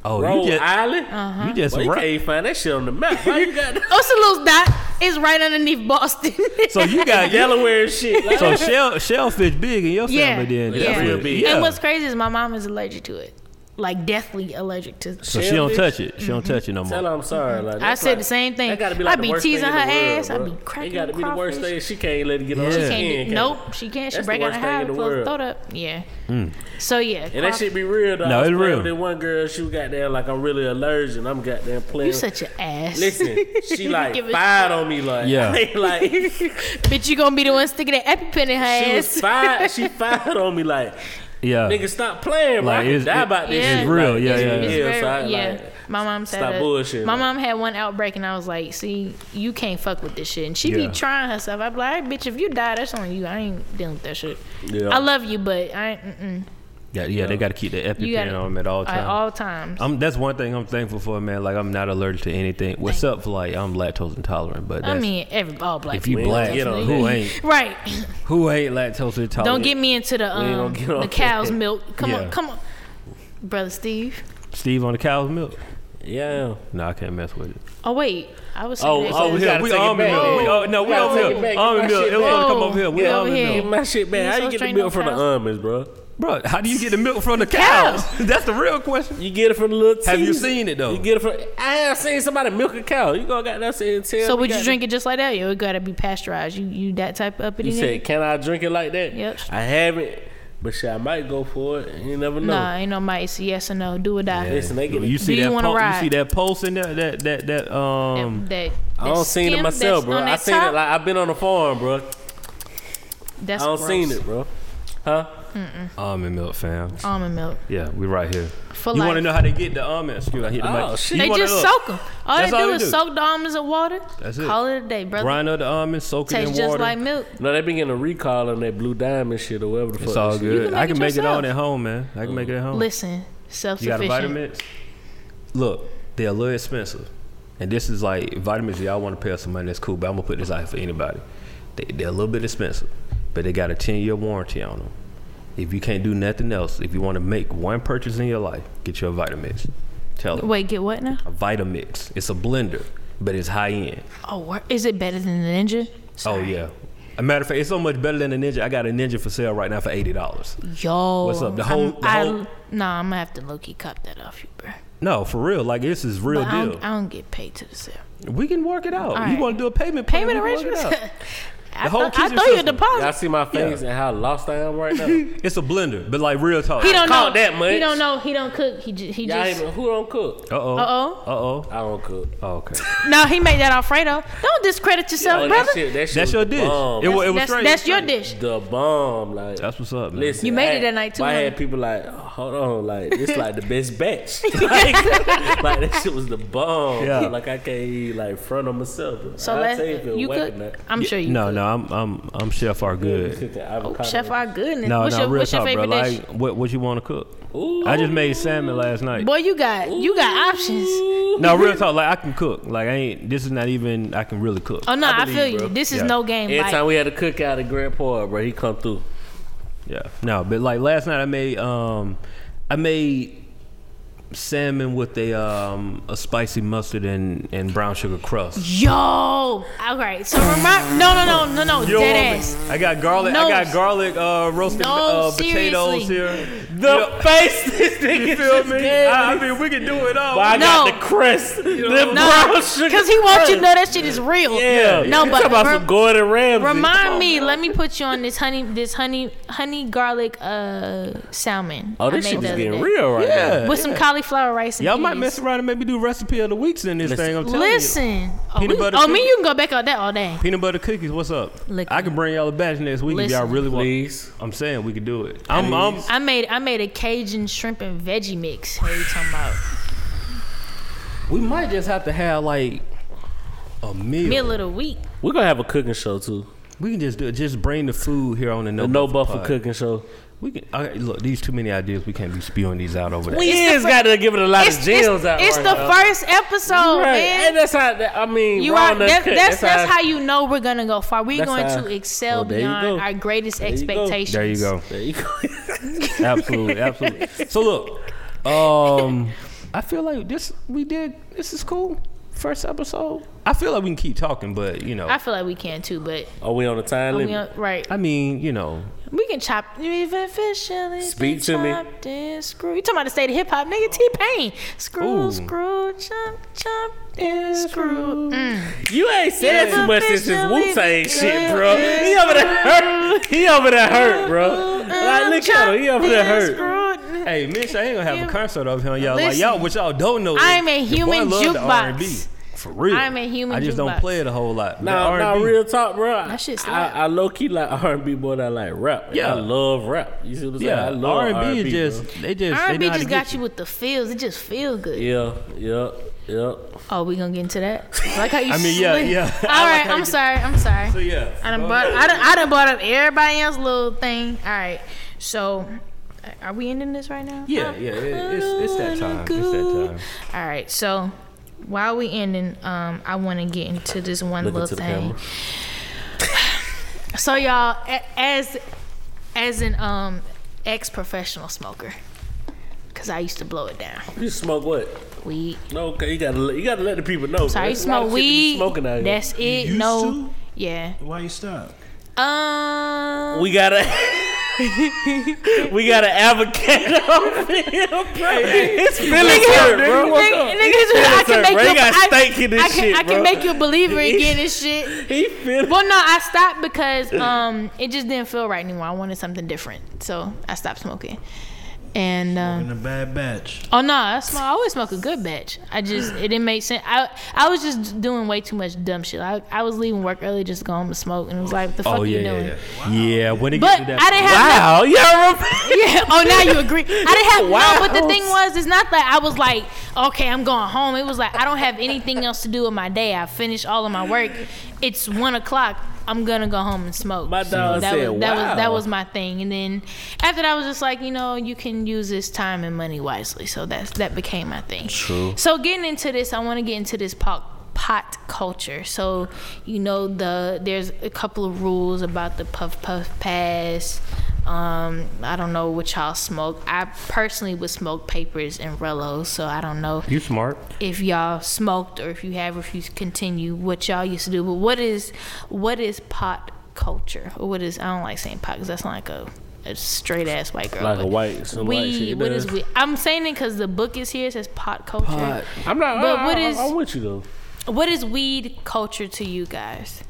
Speaker 4: Oh,
Speaker 2: Rhode
Speaker 4: you just
Speaker 2: Island.
Speaker 3: Uh.
Speaker 4: you just
Speaker 2: Well, you
Speaker 4: right.
Speaker 2: can't even find that shit on the map. How you
Speaker 3: [LAUGHS]
Speaker 2: got
Speaker 3: Oh, Osceola's dot is right underneath Boston. [LAUGHS]
Speaker 4: So you
Speaker 2: [LAUGHS]
Speaker 4: got
Speaker 2: Delaware and shit?
Speaker 4: [LAUGHS]
Speaker 2: Like,
Speaker 4: so shell shellfish big in your
Speaker 3: yeah,
Speaker 4: family then.
Speaker 3: yeah.
Speaker 4: That's
Speaker 2: real
Speaker 4: what-
Speaker 2: big.
Speaker 4: yeah.
Speaker 3: And what's crazy is my mom is allergic to it, like deathly allergic to.
Speaker 4: so she don't
Speaker 2: Shellfish?
Speaker 4: touch it. She don't
Speaker 3: Mm-hmm.
Speaker 4: touch it no more.
Speaker 2: Tell her I'm sorry. Like,
Speaker 3: I
Speaker 2: that's
Speaker 3: said
Speaker 2: like-
Speaker 3: the same thing.
Speaker 2: That gotta be like
Speaker 3: I
Speaker 2: the
Speaker 3: be
Speaker 2: worst
Speaker 3: teasing
Speaker 2: thing
Speaker 3: her
Speaker 2: in the world,
Speaker 3: ass. I
Speaker 2: bro.
Speaker 3: be cracking
Speaker 2: It gotta be the worst
Speaker 3: crawfish.
Speaker 2: thing. She can't let it get on.
Speaker 4: She
Speaker 2: her
Speaker 4: can't
Speaker 2: skin,
Speaker 3: Can't
Speaker 2: can
Speaker 3: do, nope, she can't.
Speaker 2: That's
Speaker 3: She
Speaker 2: the
Speaker 3: break out
Speaker 2: worst
Speaker 3: her
Speaker 2: thing
Speaker 3: hair,
Speaker 2: in the
Speaker 3: close
Speaker 2: world.
Speaker 3: throat up. Yeah.
Speaker 4: Hmm.
Speaker 3: So yeah,
Speaker 2: And that
Speaker 3: crawfish-
Speaker 2: shit be real though.
Speaker 4: No,
Speaker 2: I was
Speaker 4: it's
Speaker 2: playing
Speaker 4: real.
Speaker 2: with That one girl, she was goddamn like I'm really allergic. and I'm goddamn playing.
Speaker 3: you such an ass.
Speaker 2: Listen,
Speaker 3: [LAUGHS]
Speaker 2: she like
Speaker 3: Give a
Speaker 2: fired on me like
Speaker 4: Yeah.
Speaker 2: [LAUGHS] like
Speaker 3: Bitch, you gonna be the one sticking an EpiPen in her
Speaker 2: she
Speaker 3: ass.
Speaker 2: was fired.
Speaker 3: [LAUGHS]
Speaker 2: She fired on me like
Speaker 4: Yeah.
Speaker 2: nigga stop playing. Like,
Speaker 4: Like,
Speaker 2: I could
Speaker 4: it's-
Speaker 2: die
Speaker 4: it-
Speaker 2: about this.
Speaker 3: Yeah.
Speaker 2: shit.
Speaker 4: It's real.
Speaker 2: Like,
Speaker 4: Yeah, yeah,
Speaker 2: it's
Speaker 4: yeah.
Speaker 2: real,
Speaker 3: very-
Speaker 2: so I,
Speaker 3: yeah.
Speaker 2: like,
Speaker 3: my mom said
Speaker 2: stop
Speaker 3: that-
Speaker 2: bullshitting,
Speaker 3: My
Speaker 2: like.
Speaker 3: mom had one outbreak, and I was like, "See, you can't fuck with this shit." And she
Speaker 4: Yeah.
Speaker 3: be trying herself. I'd be like, "All right, "Bitch, if you die, that's on you. I ain't dealing with that shit.
Speaker 2: Yeah.
Speaker 3: I love you, but I ain't, mm-mm.
Speaker 4: yeah, yeah, they gotta keep the
Speaker 3: you
Speaker 4: EpiPen on them at all
Speaker 3: at
Speaker 4: times.
Speaker 3: all times.
Speaker 4: I'm, that's one thing I'm thankful for, man. Like I'm not allergic to anything. What's up for like I'm lactose intolerant, but
Speaker 3: I
Speaker 4: that's,
Speaker 3: mean, every all black.
Speaker 4: if you
Speaker 2: ain't gonna
Speaker 4: black,
Speaker 2: get on
Speaker 4: who
Speaker 2: that.
Speaker 4: ain't
Speaker 3: right?
Speaker 4: who ain't lactose intolerant?
Speaker 3: Don't get me into the
Speaker 2: ain't
Speaker 3: um,
Speaker 2: gonna get
Speaker 3: the
Speaker 2: on
Speaker 3: cow's
Speaker 2: that.
Speaker 3: milk. Come
Speaker 4: Yeah.
Speaker 3: on, come on, brother Steve.
Speaker 4: Steve on the cow's milk.
Speaker 2: yeah.
Speaker 4: No, I can't mess with it.
Speaker 3: Oh wait, I was.
Speaker 2: Oh,
Speaker 3: saying that-
Speaker 2: oh,
Speaker 4: We
Speaker 2: We gotta
Speaker 4: we
Speaker 2: take it
Speaker 4: almond
Speaker 2: back.
Speaker 4: milk. We,
Speaker 2: No.
Speaker 4: oh, no, we
Speaker 2: Gotta
Speaker 4: almond
Speaker 2: take it
Speaker 4: milk.
Speaker 2: back. Get
Speaker 4: Almond
Speaker 2: my
Speaker 4: milk.
Speaker 2: shit
Speaker 4: It want
Speaker 2: back.
Speaker 4: to come over here. We
Speaker 3: Get over
Speaker 4: almond
Speaker 3: here.
Speaker 4: milk.
Speaker 2: Get my shit
Speaker 3: You
Speaker 2: back. How
Speaker 3: so
Speaker 2: you get the
Speaker 3: straight
Speaker 2: milk
Speaker 3: on
Speaker 2: from the
Speaker 3: cows.
Speaker 2: almonds, bro?
Speaker 4: Bro, how do you get the milk from the cows? [LAUGHS] That's the real question.
Speaker 2: You get it from the little.
Speaker 4: Have you
Speaker 2: teats.
Speaker 4: seen it, though?
Speaker 2: You get it from. I have seen somebody milk a cow. You gonna got that and tell
Speaker 3: So
Speaker 2: me
Speaker 3: would you
Speaker 2: goddamn-
Speaker 3: drink it just like that? Yo, it gotta be pasteurized. You you that type of uppity
Speaker 2: You said,
Speaker 3: nigga?
Speaker 2: "Can I drink it like that?"
Speaker 3: Yep.
Speaker 2: I haven't, but shit, I might go for it. You never know.
Speaker 3: Nah, ain't no might. It's a yes or no. Do or die.
Speaker 2: Listen, they get
Speaker 4: You
Speaker 2: it.
Speaker 4: see
Speaker 3: Do you
Speaker 4: that?
Speaker 3: wanna
Speaker 4: pul- you
Speaker 3: ride?
Speaker 4: see that pulse in there? That that that um.
Speaker 3: that,
Speaker 2: I don't
Speaker 3: that
Speaker 2: seen it
Speaker 3: skin
Speaker 2: myself,
Speaker 3: that's
Speaker 2: bro.
Speaker 3: on
Speaker 2: I
Speaker 3: that
Speaker 2: seen it
Speaker 3: top,
Speaker 2: like I've been on the farm, bro.
Speaker 3: that's
Speaker 2: I don't
Speaker 3: gross.
Speaker 2: seen it, bro. Huh?
Speaker 4: Almond milk, fam.
Speaker 3: Almond milk.
Speaker 4: Yeah, we right here.
Speaker 3: Uh, For
Speaker 4: you
Speaker 3: life.
Speaker 4: want to know how they get the almond? Excuse me, I hit the
Speaker 2: Oh,
Speaker 4: mic.
Speaker 2: shit.
Speaker 4: You
Speaker 3: They
Speaker 4: wanna
Speaker 3: just
Speaker 4: look.
Speaker 3: soak them. All
Speaker 4: That's
Speaker 3: they
Speaker 4: all
Speaker 3: do
Speaker 4: they
Speaker 3: is
Speaker 4: do.
Speaker 3: soak the almonds in water.
Speaker 4: That's it.
Speaker 3: Call it a day, brother.
Speaker 4: Grind up the almond, soak it in
Speaker 3: Tastes just
Speaker 4: water.
Speaker 3: like milk.
Speaker 2: No, they been getting a recall on that blue diamond shit or whatever the fuck.
Speaker 4: it's all
Speaker 2: that shit
Speaker 4: good.
Speaker 3: can
Speaker 4: I
Speaker 3: make
Speaker 4: can
Speaker 3: it
Speaker 4: make it
Speaker 3: yourself.
Speaker 4: on at home, man. I can make it at home.
Speaker 3: Listen, self
Speaker 4: Oh. You got a
Speaker 3: sufficient.
Speaker 4: vitamins? Look, they're a little expensive. And this is like vitamins, if y'all want to pay us some money, that's cool, but I'm gonna put this out here for anybody. They, they're a little bit expensive, but they got a 10 year warranty on them. If you can't do nothing else, if you want to make one purchase in your life, get your Vitamix. Tell them.
Speaker 3: Wait, get what now?
Speaker 4: A Vitamix. It's a blender, but it's high end.
Speaker 3: Oh, wha- is it better than the Ninja?
Speaker 4: Oh, yeah. A matter of fact, it's so much better than a Ninja. I got a Ninja for sale right now for $80.
Speaker 3: Yo.
Speaker 4: What's up? The whole-
Speaker 3: I'm,
Speaker 4: the whole-
Speaker 3: I, nah, I'm gonna have to low key cop that off you, bro.
Speaker 4: No, for real. Like, this is real
Speaker 3: But I
Speaker 4: deal.
Speaker 3: don't, I don't get paid to the sale.
Speaker 4: we can work it out.
Speaker 3: All
Speaker 4: You
Speaker 3: right.
Speaker 4: want to do a payment plan?
Speaker 3: Payment
Speaker 4: we can work
Speaker 3: arrangements.
Speaker 4: it out.
Speaker 3: [LAUGHS] I,
Speaker 4: The whole
Speaker 3: thought- I
Speaker 4: kitchen
Speaker 3: thought you
Speaker 4: system.
Speaker 2: Y'all
Speaker 3: deposit.
Speaker 2: see my face and how lost I am
Speaker 4: [LAUGHS]
Speaker 2: right now.
Speaker 4: It's a blender, but like real talk.
Speaker 3: He don't
Speaker 2: Call
Speaker 3: know.
Speaker 2: that much.
Speaker 3: He don't know. He don't cook. He just. He
Speaker 2: Y'all
Speaker 3: just.
Speaker 2: even who don't cook?
Speaker 4: Uh oh.
Speaker 3: Uh-oh.
Speaker 4: Uh oh.
Speaker 2: I don't cook.
Speaker 4: Oh, okay.
Speaker 3: No, he made that Alfredo. Don't discredit yourself,
Speaker 2: Oh,
Speaker 3: brother.
Speaker 2: that shit, that shit
Speaker 4: That's
Speaker 2: was
Speaker 4: your
Speaker 2: the
Speaker 4: dish.
Speaker 2: bomb.
Speaker 4: It, wa- it was
Speaker 3: that's,
Speaker 4: straight.
Speaker 3: that's your dish.
Speaker 2: the bomb. Like
Speaker 4: That's what's up, man.
Speaker 2: Listen,
Speaker 3: You made
Speaker 2: I-
Speaker 3: it that night, too,
Speaker 2: I
Speaker 3: huh?
Speaker 2: had people like, hold on, like this like the best
Speaker 3: [LAUGHS]
Speaker 2: batch. [LAUGHS] like, like, that shit was the bomb.
Speaker 4: Yeah.
Speaker 2: Like I can't even, like front on myself.
Speaker 3: So
Speaker 2: I
Speaker 3: let's.
Speaker 2: tell you, if it
Speaker 3: You
Speaker 2: whack or
Speaker 3: cook? I'm sure you.
Speaker 4: No,
Speaker 3: cook.
Speaker 4: no, I'm I'm I'm chef are
Speaker 2: not.
Speaker 4: good.
Speaker 2: The avocado.
Speaker 3: Oh, chef, our goodness.
Speaker 4: No,
Speaker 3: what's
Speaker 4: no,
Speaker 3: your,
Speaker 4: real
Speaker 3: what's your
Speaker 4: talk, bro.
Speaker 3: favorite dish?
Speaker 4: Like, what what you want to cook?
Speaker 2: Ooh.
Speaker 4: I just made salmon last night.
Speaker 3: Boy, you got you got options.
Speaker 4: No, real talk. Like, I can cook. Like, I ain't. This is not even. I can really cook.
Speaker 3: Oh no, I,
Speaker 2: believe
Speaker 3: feel
Speaker 2: you,
Speaker 3: you.
Speaker 2: bro.
Speaker 3: This is
Speaker 4: Yeah.
Speaker 3: no game.
Speaker 2: Every
Speaker 3: like,
Speaker 2: time we had a cookout at Grand Poor, bro, he come through.
Speaker 4: Yeah. No, but like last night I made um I made salmon with a um a spicy mustard and and brown sugar crust.
Speaker 3: yo, all right. So remind, no, no, no, no, no,
Speaker 4: You know what I
Speaker 3: dead
Speaker 4: mean?
Speaker 3: ass.
Speaker 4: I got garlic.
Speaker 3: No.
Speaker 4: I got garlic uh, roasted
Speaker 3: No,
Speaker 4: uh, potatoes
Speaker 3: seriously.
Speaker 4: here.
Speaker 2: The face this nigga
Speaker 4: You feel
Speaker 2: just
Speaker 4: me?
Speaker 2: gave
Speaker 4: I, I
Speaker 2: me.
Speaker 4: mean, we can do it all.
Speaker 2: But I got
Speaker 3: No.
Speaker 2: the crust, the
Speaker 3: No,
Speaker 2: brown sugar.
Speaker 3: because he wants you
Speaker 2: crust.
Speaker 3: to know that shit is real.
Speaker 2: Yeah,
Speaker 3: No,
Speaker 2: you
Speaker 3: but
Speaker 2: talking about
Speaker 3: rem-
Speaker 2: some Gordon Ramsay. Come
Speaker 3: Remind
Speaker 2: on,
Speaker 3: me. Let me put you on this honey, this honey, honey garlic uh salmon.
Speaker 2: Oh,
Speaker 3: I
Speaker 2: this
Speaker 3: made
Speaker 2: shit
Speaker 3: the
Speaker 2: was
Speaker 3: other
Speaker 2: getting
Speaker 3: day.
Speaker 2: real right now.
Speaker 4: yeah.
Speaker 3: With some cauliflower rice. And
Speaker 4: Y'all might
Speaker 3: peas.
Speaker 4: mess around and maybe do recipe of the weeks in this
Speaker 2: Listen.
Speaker 4: thing. I'm telling you.
Speaker 3: Listen, oh,
Speaker 4: Peanut
Speaker 3: we-
Speaker 4: butter
Speaker 3: oh
Speaker 4: cookie.
Speaker 3: me, you can go back on that all day.
Speaker 4: Peanut butter cookies. What's up?
Speaker 3: Look.
Speaker 4: I can bring y'all a batch next week if y'all
Speaker 3: Listen.
Speaker 4: really want.
Speaker 2: Please.
Speaker 4: I'm saying we could do it. I'm, I'm
Speaker 3: I made I made a Cajun shrimp and veggie mix. What are you talking about?
Speaker 4: We might just have to have like a meal.
Speaker 3: Meal of the week.
Speaker 2: We're gonna have a cooking show too.
Speaker 4: We can just do it. Just bring the food here on the no,
Speaker 2: A no
Speaker 4: Buffer
Speaker 2: buffer
Speaker 4: Pod.
Speaker 2: cooking show.
Speaker 4: We can okay, look. These too many ideas. We can't be spewing these out over there.
Speaker 3: We-
Speaker 2: He
Speaker 3: It's the
Speaker 2: is
Speaker 3: fir-
Speaker 2: got to give it a lot
Speaker 3: It's,
Speaker 2: of
Speaker 3: it's,
Speaker 2: gems out
Speaker 3: it's
Speaker 2: right
Speaker 3: the
Speaker 2: now.
Speaker 3: first episode,
Speaker 2: Right.
Speaker 3: man.
Speaker 2: And that's how that, I mean.
Speaker 3: You
Speaker 2: raw
Speaker 3: are.
Speaker 2: and
Speaker 3: That,
Speaker 2: uncut.
Speaker 3: that's that's
Speaker 2: how,
Speaker 3: how you know we're gonna go far. We're
Speaker 2: That's
Speaker 3: going
Speaker 2: how-
Speaker 3: to excel
Speaker 2: Well, there you go.
Speaker 3: beyond our greatest
Speaker 2: you go.
Speaker 3: expectations.
Speaker 4: there you go.
Speaker 2: [LAUGHS] There you go. [LAUGHS]
Speaker 4: absolutely, absolutely. So look, um, I feel like this. We did. This is cool. First episode. I feel like we can keep talking, but you know,
Speaker 3: I
Speaker 4: I,
Speaker 3: feel like we can too, but
Speaker 2: Are we on a time
Speaker 3: we
Speaker 2: limit?
Speaker 3: don't- right,
Speaker 4: mean, you know,
Speaker 3: we can chop. We've officially
Speaker 2: Speak
Speaker 3: been
Speaker 2: to me.
Speaker 3: chopped and screwed. You talking about the state of hip hop, nigga? T Pain, screw,
Speaker 4: Ooh.
Speaker 3: screw, chop, chop and screw.
Speaker 2: You ain't said
Speaker 3: Yeah.
Speaker 2: too much since this
Speaker 3: Officially
Speaker 2: Wu Tang shit, bro.
Speaker 3: good.
Speaker 2: He over there hurt. He over there hurt, bro. Like, look at him. He over there hurt.
Speaker 3: hurt.
Speaker 4: hey, Mitch, I ain't gonna have a
Speaker 3: You-
Speaker 4: concert over here on y'all. Like
Speaker 3: Listen.
Speaker 4: y'all, what y'all don't know. is
Speaker 3: I'm a
Speaker 4: the boy
Speaker 3: human
Speaker 4: love the
Speaker 3: jukebox.
Speaker 4: R&B. For real,
Speaker 3: I'm a human
Speaker 4: I just
Speaker 3: jukebox.
Speaker 4: don't play it a whole lot. The
Speaker 2: Nah, nah,
Speaker 4: R&B.
Speaker 2: real talk, bro. That
Speaker 3: shit slap.
Speaker 2: I, I low key like R and B more than I like rap.
Speaker 4: Yeah.
Speaker 2: I love rap. You see what I'm saying?
Speaker 4: Yeah,
Speaker 2: I love
Speaker 4: R
Speaker 2: R&B,
Speaker 4: and B is just
Speaker 2: bro.
Speaker 4: they just they
Speaker 3: R&B
Speaker 4: know how to
Speaker 3: just got
Speaker 4: get
Speaker 3: you with the feels. It just feels good.
Speaker 2: Yeah, yeah, yeah.
Speaker 3: Oh, we gonna get into that? I Like how you?
Speaker 4: I mean, yeah,
Speaker 3: slid-
Speaker 4: yeah.
Speaker 3: All
Speaker 4: I like
Speaker 3: right,
Speaker 4: how
Speaker 3: I'm
Speaker 4: you-
Speaker 3: sorry. I'm sorry.
Speaker 4: So yeah,
Speaker 3: I done brought. I done, I done brought up everybody else's little thing. All right. So, are we ending this right now?
Speaker 4: yeah, yeah. It, it's it's that time. It's that time.
Speaker 3: All right. So, while we ending, um, I want to get into this one
Speaker 2: Look into
Speaker 3: little
Speaker 2: the
Speaker 3: thing.
Speaker 2: camera.
Speaker 3: [SIGHS] So, y'all, a- as as an um ex professional smoker, cause I used to blow it down.
Speaker 2: You smoke what?
Speaker 3: Weed.
Speaker 2: No, okay, you gotta let- you gotta let the people know.
Speaker 3: So I
Speaker 2: bro.
Speaker 3: used to
Speaker 2: There's a lot of
Speaker 3: smoke
Speaker 2: shit to be
Speaker 3: weed.
Speaker 2: Smoking out here.
Speaker 3: That's it.
Speaker 1: used
Speaker 3: no.
Speaker 1: to?
Speaker 3: Yeah.
Speaker 1: Why you stop?
Speaker 3: Um.
Speaker 2: we gotta. [LAUGHS] we got an avocado [LAUGHS] for him, bro. It's feelings hurt, bro.
Speaker 3: Nigga, nigga, this is- I
Speaker 2: Yes,
Speaker 3: can
Speaker 2: sir,
Speaker 3: make
Speaker 2: bro.
Speaker 3: you.
Speaker 2: You got
Speaker 3: I-
Speaker 2: steak in this
Speaker 3: I can,
Speaker 2: shit,
Speaker 3: I
Speaker 2: bro.
Speaker 3: can make you
Speaker 2: [LAUGHS]
Speaker 3: a believer again and shit.
Speaker 2: He feeling.
Speaker 3: Well, no, I stopped
Speaker 2: [LAUGHS]
Speaker 3: because um, it just didn't feel right anymore. I wanted something different, so I stopped smoking. And um,
Speaker 1: In a bad batch.
Speaker 3: oh no, I, smoke, I always smoke a good batch. I just it didn't make sense. I I was just doing way too much dumb shit. I, I was leaving work early just going to smoke, and it was like, the fuck
Speaker 4: Oh
Speaker 3: you
Speaker 4: yeah,
Speaker 3: doing?
Speaker 4: yeah, yeah. yeah. When it
Speaker 3: But
Speaker 4: gets to that,
Speaker 3: I didn't have
Speaker 2: Wow, y'all remember?
Speaker 3: [LAUGHS] yeah. Oh, now you agree. I didn't have
Speaker 2: Wow.
Speaker 3: no. But the thing was, it's not that I was like, okay, I'm going home. It was like I don't have anything else to do with my day. I finished all of my work. It's one o'clock. I'm gonna go home and smoke.
Speaker 2: My dog
Speaker 3: that
Speaker 2: said,
Speaker 3: was, that was that
Speaker 2: "Wow."
Speaker 3: was my thing. And then after that, I was just like, you know, you can use this time and money wisely. So that's that became my thing. True. So getting into this, I want to get into this pop pot culture. So you know the there's a couple of rules about the puff puff pass. Um, I don't know what y'all smoke. I personally would smoke papers and Rellos, so I don't know
Speaker 4: You smart.
Speaker 3: if y'all smoked or if you have or if you continue what y'all used to do. But what is what is pot culture or what is I don't like saying pot because that's like a, a straight ass white girl.
Speaker 2: Like a
Speaker 3: but
Speaker 2: white- some white
Speaker 3: weed,
Speaker 2: shit,
Speaker 3: What is
Speaker 2: yeah.
Speaker 3: weed? I'm saying it because the book is here. It says pot culture.
Speaker 2: I'm not.
Speaker 3: But
Speaker 2: I,
Speaker 3: what
Speaker 2: I,
Speaker 3: is-
Speaker 2: I'm with you though.
Speaker 3: What is weed culture to you guys?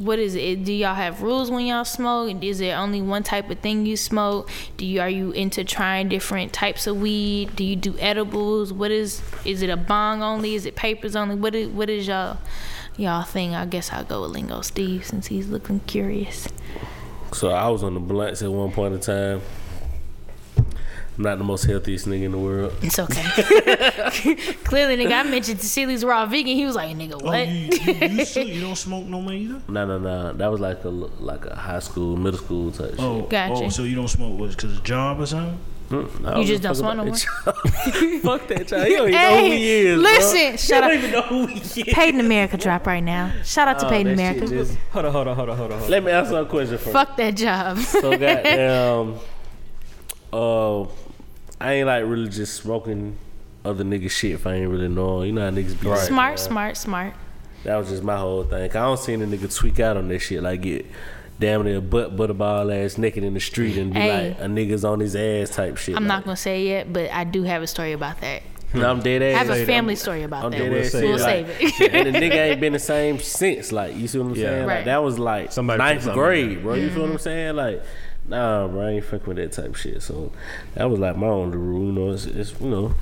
Speaker 3: What is it? Do y'all have rules when y'all smoke? Is there only one type of thing you smoke? Do you are you into trying different types of weed? Do you do edibles? What is is it a bong only? Is it papers only? What is what is y'all y'all thing? I guess I'll go with Lingo Steve since he's looking curious.
Speaker 2: So I was on the blunts at one point in time. I'm not the most healthiest nigga in the world.
Speaker 3: It's okay. [LAUGHS] Clearly, nigga, I mentioned to Celi's raw vegan. He was like, nigga,
Speaker 1: Oh,
Speaker 3: what?
Speaker 1: you,
Speaker 3: [LAUGHS]
Speaker 1: you, you, still, you don't smoke no more either?
Speaker 2: No, no, no. That was like a like a high school, middle school type
Speaker 1: Oh,
Speaker 3: Gotcha.
Speaker 1: oh, so you don't smoke what? Because of job or something?
Speaker 2: shit. Mm, I
Speaker 3: You
Speaker 2: give
Speaker 3: just
Speaker 2: a fuck
Speaker 3: don't smoke no
Speaker 2: about that child. [LAUGHS] Fuck that child. He don't even know who he
Speaker 3: Hey,
Speaker 2: is.
Speaker 3: listen,
Speaker 2: bro.
Speaker 3: shut
Speaker 2: he
Speaker 3: up.
Speaker 2: don't even know who he is.
Speaker 3: Peyton America drop right now. Shout out to
Speaker 2: Oh,
Speaker 3: Peyton
Speaker 2: that shit
Speaker 3: America.
Speaker 2: just-
Speaker 4: Hold on, hold on, hold on, hold on. Hold on.
Speaker 2: let me ask you a question first.
Speaker 3: Fuck that job.
Speaker 2: So goddamn, uh, I ain't like really just smoking other nigga shit if I ain't really knowing. You know how niggas be.
Speaker 3: smart, smart, smart.
Speaker 2: That was just my whole thing. 'Cause I don't see any nigga tweak out on that shit like get damn near butt butterball ass naked in the street and be
Speaker 3: Hey.
Speaker 2: like a nigga's on his ass type shit.
Speaker 3: I'm not
Speaker 2: like,
Speaker 3: gonna say it yet, but I do have a story about that.
Speaker 2: No, I'm dead
Speaker 3: I
Speaker 2: ass.
Speaker 3: have a
Speaker 2: serious.
Speaker 3: family story about
Speaker 2: I'm
Speaker 3: that.
Speaker 2: dead
Speaker 4: We'll
Speaker 2: ass.
Speaker 4: save
Speaker 2: serious.
Speaker 3: it.
Speaker 2: Like,
Speaker 3: We'll save
Speaker 2: [LAUGHS]
Speaker 3: it.
Speaker 2: and the nigga ain't
Speaker 3: [LAUGHS]
Speaker 2: been the same since. Like you see what I'm
Speaker 4: Yeah.
Speaker 2: saying?
Speaker 3: Right. Mm-hmm.
Speaker 2: Like that was like
Speaker 4: Somebody put
Speaker 2: ninth
Speaker 4: something in
Speaker 2: grade,
Speaker 4: there.
Speaker 2: bro. You feel what I'm saying? Like. Nah, bro, I ain't fucking with that type shit. So that was like my only rule, you know. It's, it's you know,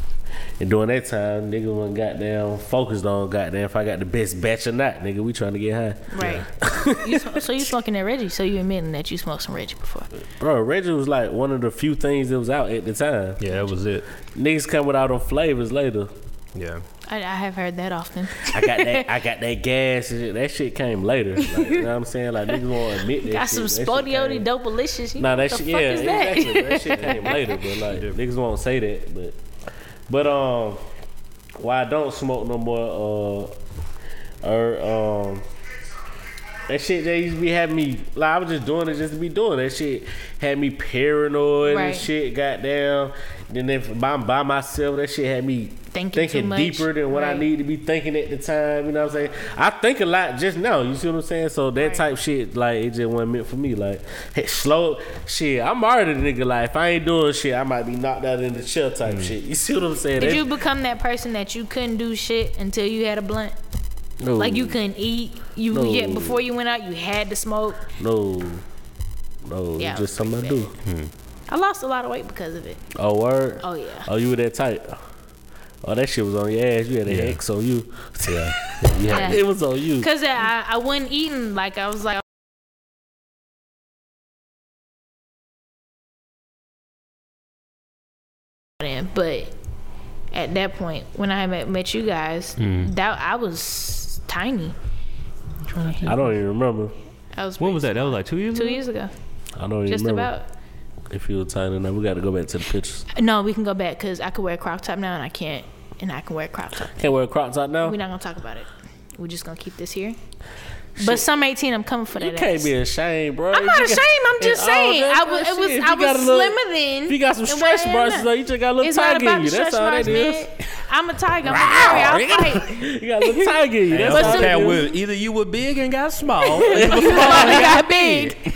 Speaker 2: and during that time, nigga, wasn't goddamn focused on goddamn if I got the best batch or not, nigga. We trying to get high.
Speaker 3: Right. you, sm- so you smoking that Reggie? So you admitting that you smoked some Reggie before?
Speaker 2: Bro, Reggie was like one of the few things that was out at the time.
Speaker 4: Yeah, that was it.
Speaker 2: Niggas come with all them flavors later.
Speaker 4: Yeah.
Speaker 3: I, I have heard that often.
Speaker 2: I got that. I got that gas. And shit. That shit came later. Like, you know what I'm saying? Like niggas won't admit that.
Speaker 3: [LAUGHS] Got some
Speaker 2: shit.
Speaker 3: Spodioti Dopalicious.
Speaker 2: Nah, that
Speaker 3: what
Speaker 2: shit.
Speaker 3: the
Speaker 2: Yeah,
Speaker 3: fuck is that?
Speaker 2: exactly. That
Speaker 3: [LAUGHS]
Speaker 2: shit came later, but like niggas won't say that. But but um, why I don't smoke no more? Uh, or um. That shit they used to be having me like I was just doing it just to be doing it. that shit had me paranoid
Speaker 3: Right.
Speaker 2: and shit goddamn. Then if I'm by myself, that shit had me
Speaker 3: Thinking too much.
Speaker 2: deeper than what I
Speaker 3: Right.
Speaker 2: need to be thinking at the time. You know what I'm saying? I think a lot just now. You see what I'm saying? So that
Speaker 3: Right.
Speaker 2: type shit like it just wasn't meant for me. Like hey, slow shit. I'm already a nigga. Like if I ain't doing shit, I might be knocked out in the chair type
Speaker 4: Mm.
Speaker 2: shit. You see what I'm saying?
Speaker 3: Did
Speaker 2: That-
Speaker 3: you become that person that you couldn't do shit until you had a blunt?
Speaker 2: no,
Speaker 3: Like you couldn't eat. You
Speaker 2: No.
Speaker 3: yeah. Before you went out, you had to smoke.
Speaker 2: no no.
Speaker 3: Yeah,
Speaker 2: it's just something I do.
Speaker 3: I lost a lot of weight because of it.
Speaker 2: Oh word.
Speaker 3: Oh yeah.
Speaker 2: Oh, you were that tight. Oh, that shit was on your ass. You had an
Speaker 4: Yeah.
Speaker 2: X on you. [LAUGHS]
Speaker 4: Yeah.
Speaker 2: Yeah, it was on you.
Speaker 3: Cause I I wasn't eating like I was like in, but at that point when I met, met you guys,
Speaker 2: Mm-hmm.
Speaker 3: that I was tiny.
Speaker 2: I don't even remember.
Speaker 3: I was
Speaker 4: When was that? That was like two years
Speaker 3: two
Speaker 4: ago?
Speaker 3: years ago,
Speaker 2: I don't even
Speaker 3: just
Speaker 2: remember
Speaker 3: about.
Speaker 2: if you were tiny enough. We got to go back to the pictures.
Speaker 3: No, we can go back because I could wear a crop top now and I can't, and I can wear a crop top.
Speaker 2: Can't wear a crop top now.
Speaker 3: We're not gonna talk about it. We're just gonna keep this here. But some eighteen, I'm coming for that.
Speaker 2: You can't
Speaker 3: ass.
Speaker 2: be ashamed, bro.
Speaker 3: I'm not ashamed. I'm just saying. I was, it was, I was slimmer then.
Speaker 2: If you got some
Speaker 3: and
Speaker 2: stretch
Speaker 3: what I am
Speaker 2: marks,
Speaker 3: now.
Speaker 2: though, you just got a little
Speaker 3: It's not
Speaker 2: tiger
Speaker 3: about
Speaker 2: in you.
Speaker 3: the
Speaker 2: That's
Speaker 3: stretch
Speaker 2: all
Speaker 3: marks,
Speaker 2: that is.
Speaker 3: man. I'm a tiger. I'm a warrior. I'll
Speaker 2: [LAUGHS]
Speaker 3: fight.
Speaker 2: You got a
Speaker 3: [LAUGHS]
Speaker 2: little tiger in you. That's
Speaker 3: But
Speaker 2: all
Speaker 3: some-
Speaker 2: that
Speaker 4: That
Speaker 2: is.
Speaker 4: was- either you were big and got [LAUGHS] small. or you were-
Speaker 3: You finally got big.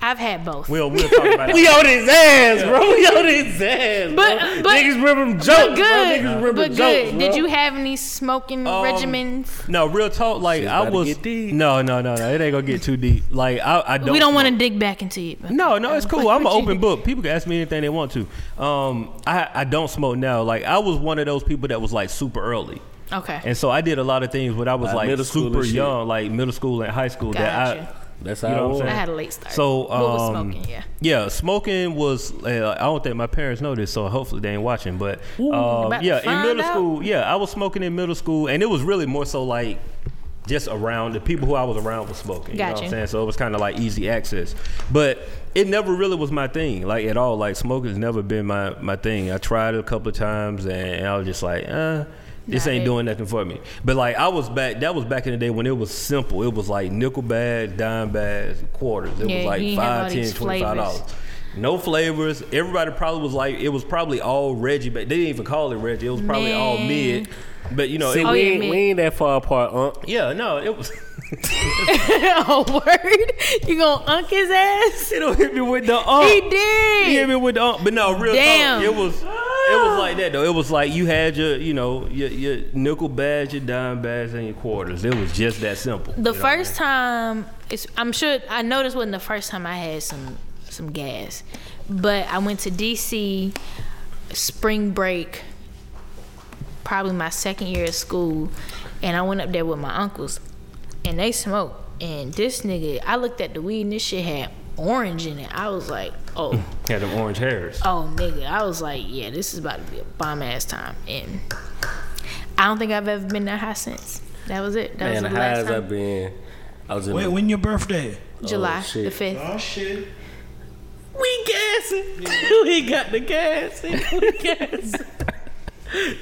Speaker 3: I've had both.
Speaker 4: we'll, we'll talk about
Speaker 2: We on his ass, bro. We on his ass.
Speaker 3: But-
Speaker 2: bro.
Speaker 3: but-
Speaker 2: niggas remember them jokes.
Speaker 3: But
Speaker 2: bro.
Speaker 3: good.
Speaker 2: Niggas remember
Speaker 3: But
Speaker 2: jokes,
Speaker 3: good.
Speaker 2: bro.
Speaker 3: Did you have any smoking
Speaker 4: Um,
Speaker 3: regimens?
Speaker 4: No, real talk. Like
Speaker 2: Shit
Speaker 4: I
Speaker 2: about to
Speaker 4: was.
Speaker 2: get deep.
Speaker 4: No, no, no, no. It ain't gonna get too deep. Like I, I don't.
Speaker 3: We don't want to
Speaker 4: smoke.
Speaker 3: dig back into it. but-
Speaker 4: No, no, it's cool. I'm an
Speaker 3: What you-
Speaker 4: open book. People can ask me anything they want to. Um, I, I don't smoke now. Like I was one of those people that was like super early,
Speaker 3: Okay.
Speaker 4: and so I did a lot of things when I was
Speaker 2: Like
Speaker 4: like,
Speaker 2: middle school
Speaker 4: super
Speaker 2: and shit.
Speaker 4: young, like middle school and high school.
Speaker 3: Gotcha.
Speaker 4: That
Speaker 2: That's
Speaker 4: I,
Speaker 2: how
Speaker 4: you know
Speaker 2: it
Speaker 4: what I'm
Speaker 2: was.
Speaker 4: saying.
Speaker 3: I had a late start.
Speaker 4: So,
Speaker 3: What was
Speaker 4: um,
Speaker 3: smoking? Yeah. [LAUGHS]
Speaker 4: Yeah, smoking was. Uh, I don't think my parents know this, so hopefully they ain't watching. But
Speaker 3: about
Speaker 4: uh,
Speaker 3: to
Speaker 4: yeah, in
Speaker 3: find
Speaker 4: middle
Speaker 3: out.
Speaker 4: school, yeah, I was smoking in middle school, and it was really more so like just around the people who I was around was smoking. You know what
Speaker 3: Gotcha.
Speaker 4: I'm saying? So it was kind of like easy access, but it never really was my thing, like at all. Like smoking's never been my my thing. I tried it a couple of times, and I was just like, uh. This
Speaker 3: Not
Speaker 4: ain't
Speaker 3: it.
Speaker 4: doing nothing for me. But like I was back, that was back in the day when it was simple. It was like nickel bags, dime bags, quarters. It
Speaker 3: Yeah,
Speaker 4: was
Speaker 3: you
Speaker 4: like
Speaker 3: didn't have all
Speaker 4: five, ten,
Speaker 3: these
Speaker 4: twenty-five dollars.
Speaker 3: flavors.
Speaker 4: No flavors. Everybody probably was like, it was probably all Reggie, but they didn't even call it Reggie. It was probably all
Speaker 3: Man.
Speaker 4: mid. But you know,
Speaker 2: See,
Speaker 4: it,
Speaker 3: Oh,
Speaker 2: we,
Speaker 3: yeah,
Speaker 2: ain't,
Speaker 3: man.
Speaker 2: we ain't that far apart, uh, Unc.
Speaker 4: yeah, no, it was. [LAUGHS]
Speaker 3: oh, word. You gonna unk his ass?
Speaker 4: it don't hit me with the
Speaker 2: Oh.
Speaker 4: uh.
Speaker 3: He
Speaker 4: You hear
Speaker 3: did.
Speaker 4: me with the um, but no real
Speaker 3: Damn.
Speaker 4: talk. It was it was like that though. It was like you had your you know your, your nickel badge, your dime badge, and your quarters. It was just that simple.
Speaker 3: The
Speaker 4: You know?
Speaker 3: first time, it's, I'm sure I know this wasn't the first time I had some some gas, but I went to DC spring break, probably my second year of school, and I went up there with my uncles, and they smoked. And this nigga, I looked at the weed and this shit had orange in it. I was like,
Speaker 2: [LAUGHS]
Speaker 3: oh.
Speaker 4: had them orange hairs.
Speaker 3: oh nigga i was like yeah this is about to be a bomb ass time and i don't think i've ever been that high since that was it
Speaker 2: Man,
Speaker 3: that was
Speaker 2: the
Speaker 3: the last
Speaker 2: highs
Speaker 3: time
Speaker 2: I've been. I was in
Speaker 1: Wait,
Speaker 2: the-
Speaker 1: when your birthday?
Speaker 3: july
Speaker 2: shit.
Speaker 3: the 5th
Speaker 1: Oh shit.
Speaker 2: we gassing. [LAUGHS] we got the gas. in. We
Speaker 4: [LAUGHS]
Speaker 2: gassing.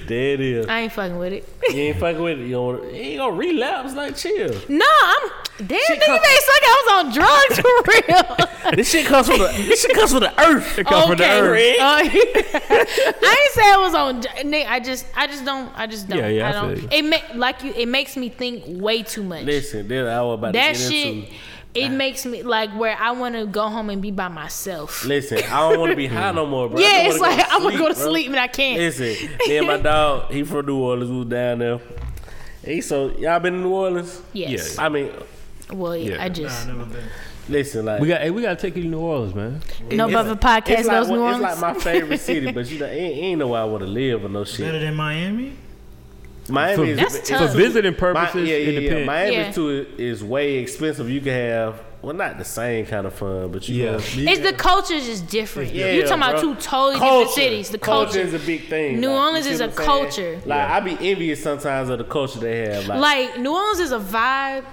Speaker 2: there it is.
Speaker 3: i ain't fucking with it
Speaker 2: You ain't fucking with it. You, don't, you ain't gonna relapse. Like, chill.
Speaker 3: [LAUGHS] no i'm damn nigga they
Speaker 2: come-
Speaker 3: suck i was on drugs for real
Speaker 2: This shit comes from the. This shit comes from the earth. It
Speaker 3: okay Rick. Uh, I ain't say I was on. dr- Nigga, I just, I just don't, I just don't.
Speaker 4: Yeah, yeah,
Speaker 3: I
Speaker 4: I
Speaker 3: don't.
Speaker 4: feel you.
Speaker 3: It make like you. It makes me think way too much.
Speaker 2: Listen, this I was about
Speaker 3: that
Speaker 2: to get
Speaker 3: shit,
Speaker 2: into.
Speaker 3: it makes me like where I want to go home and be by myself.
Speaker 2: Listen, I don't want to be high no more, bro. I
Speaker 3: [LAUGHS] Yeah,
Speaker 2: just
Speaker 3: it's
Speaker 2: wanna
Speaker 3: like I'm gonna go to
Speaker 2: bro.
Speaker 3: sleep and I can't.
Speaker 2: Listen, me
Speaker 3: [LAUGHS]
Speaker 2: and my dog, he from New Orleans. We was down there. He so y'all been in New Orleans?
Speaker 3: yes.
Speaker 2: I mean,
Speaker 3: Well, yeah,
Speaker 4: Yeah.
Speaker 3: I just
Speaker 1: never been.
Speaker 2: listen, like
Speaker 4: We got hey, we gotta take you to New Orleans, man.
Speaker 3: no
Speaker 2: it's-
Speaker 3: brother podcast
Speaker 2: it's like,
Speaker 3: knows New
Speaker 2: one-
Speaker 3: Orleans.
Speaker 2: It's like my
Speaker 3: [LAUGHS]
Speaker 2: favorite city, but you know, it ain't, it ain't know where I want to live or no
Speaker 1: Better
Speaker 2: shit.
Speaker 1: than Miami?
Speaker 2: Miami is
Speaker 3: That's
Speaker 2: it's-
Speaker 3: tough.
Speaker 4: For visiting
Speaker 2: My,
Speaker 4: purposes,
Speaker 2: yeah,
Speaker 4: it
Speaker 2: yeah, yeah.
Speaker 4: depends.
Speaker 2: Miami
Speaker 3: Yeah.
Speaker 2: too is way expensive. You can have well, not the same kind of fun, but you
Speaker 4: Yeah.
Speaker 2: know,
Speaker 3: it's the culture is just different.
Speaker 2: Yeah,
Speaker 3: you talking about
Speaker 2: bro.
Speaker 3: two totally different
Speaker 2: Culture.
Speaker 3: cities. The
Speaker 2: culture.
Speaker 3: culture,
Speaker 2: is a big thing.
Speaker 3: New
Speaker 2: like, you
Speaker 3: Orleans
Speaker 2: see
Speaker 3: is
Speaker 2: what
Speaker 3: a
Speaker 2: I'm saying?
Speaker 3: culture.
Speaker 2: Like I be envious sometimes of the culture they have. Like,
Speaker 3: like New Orleans is a vibe.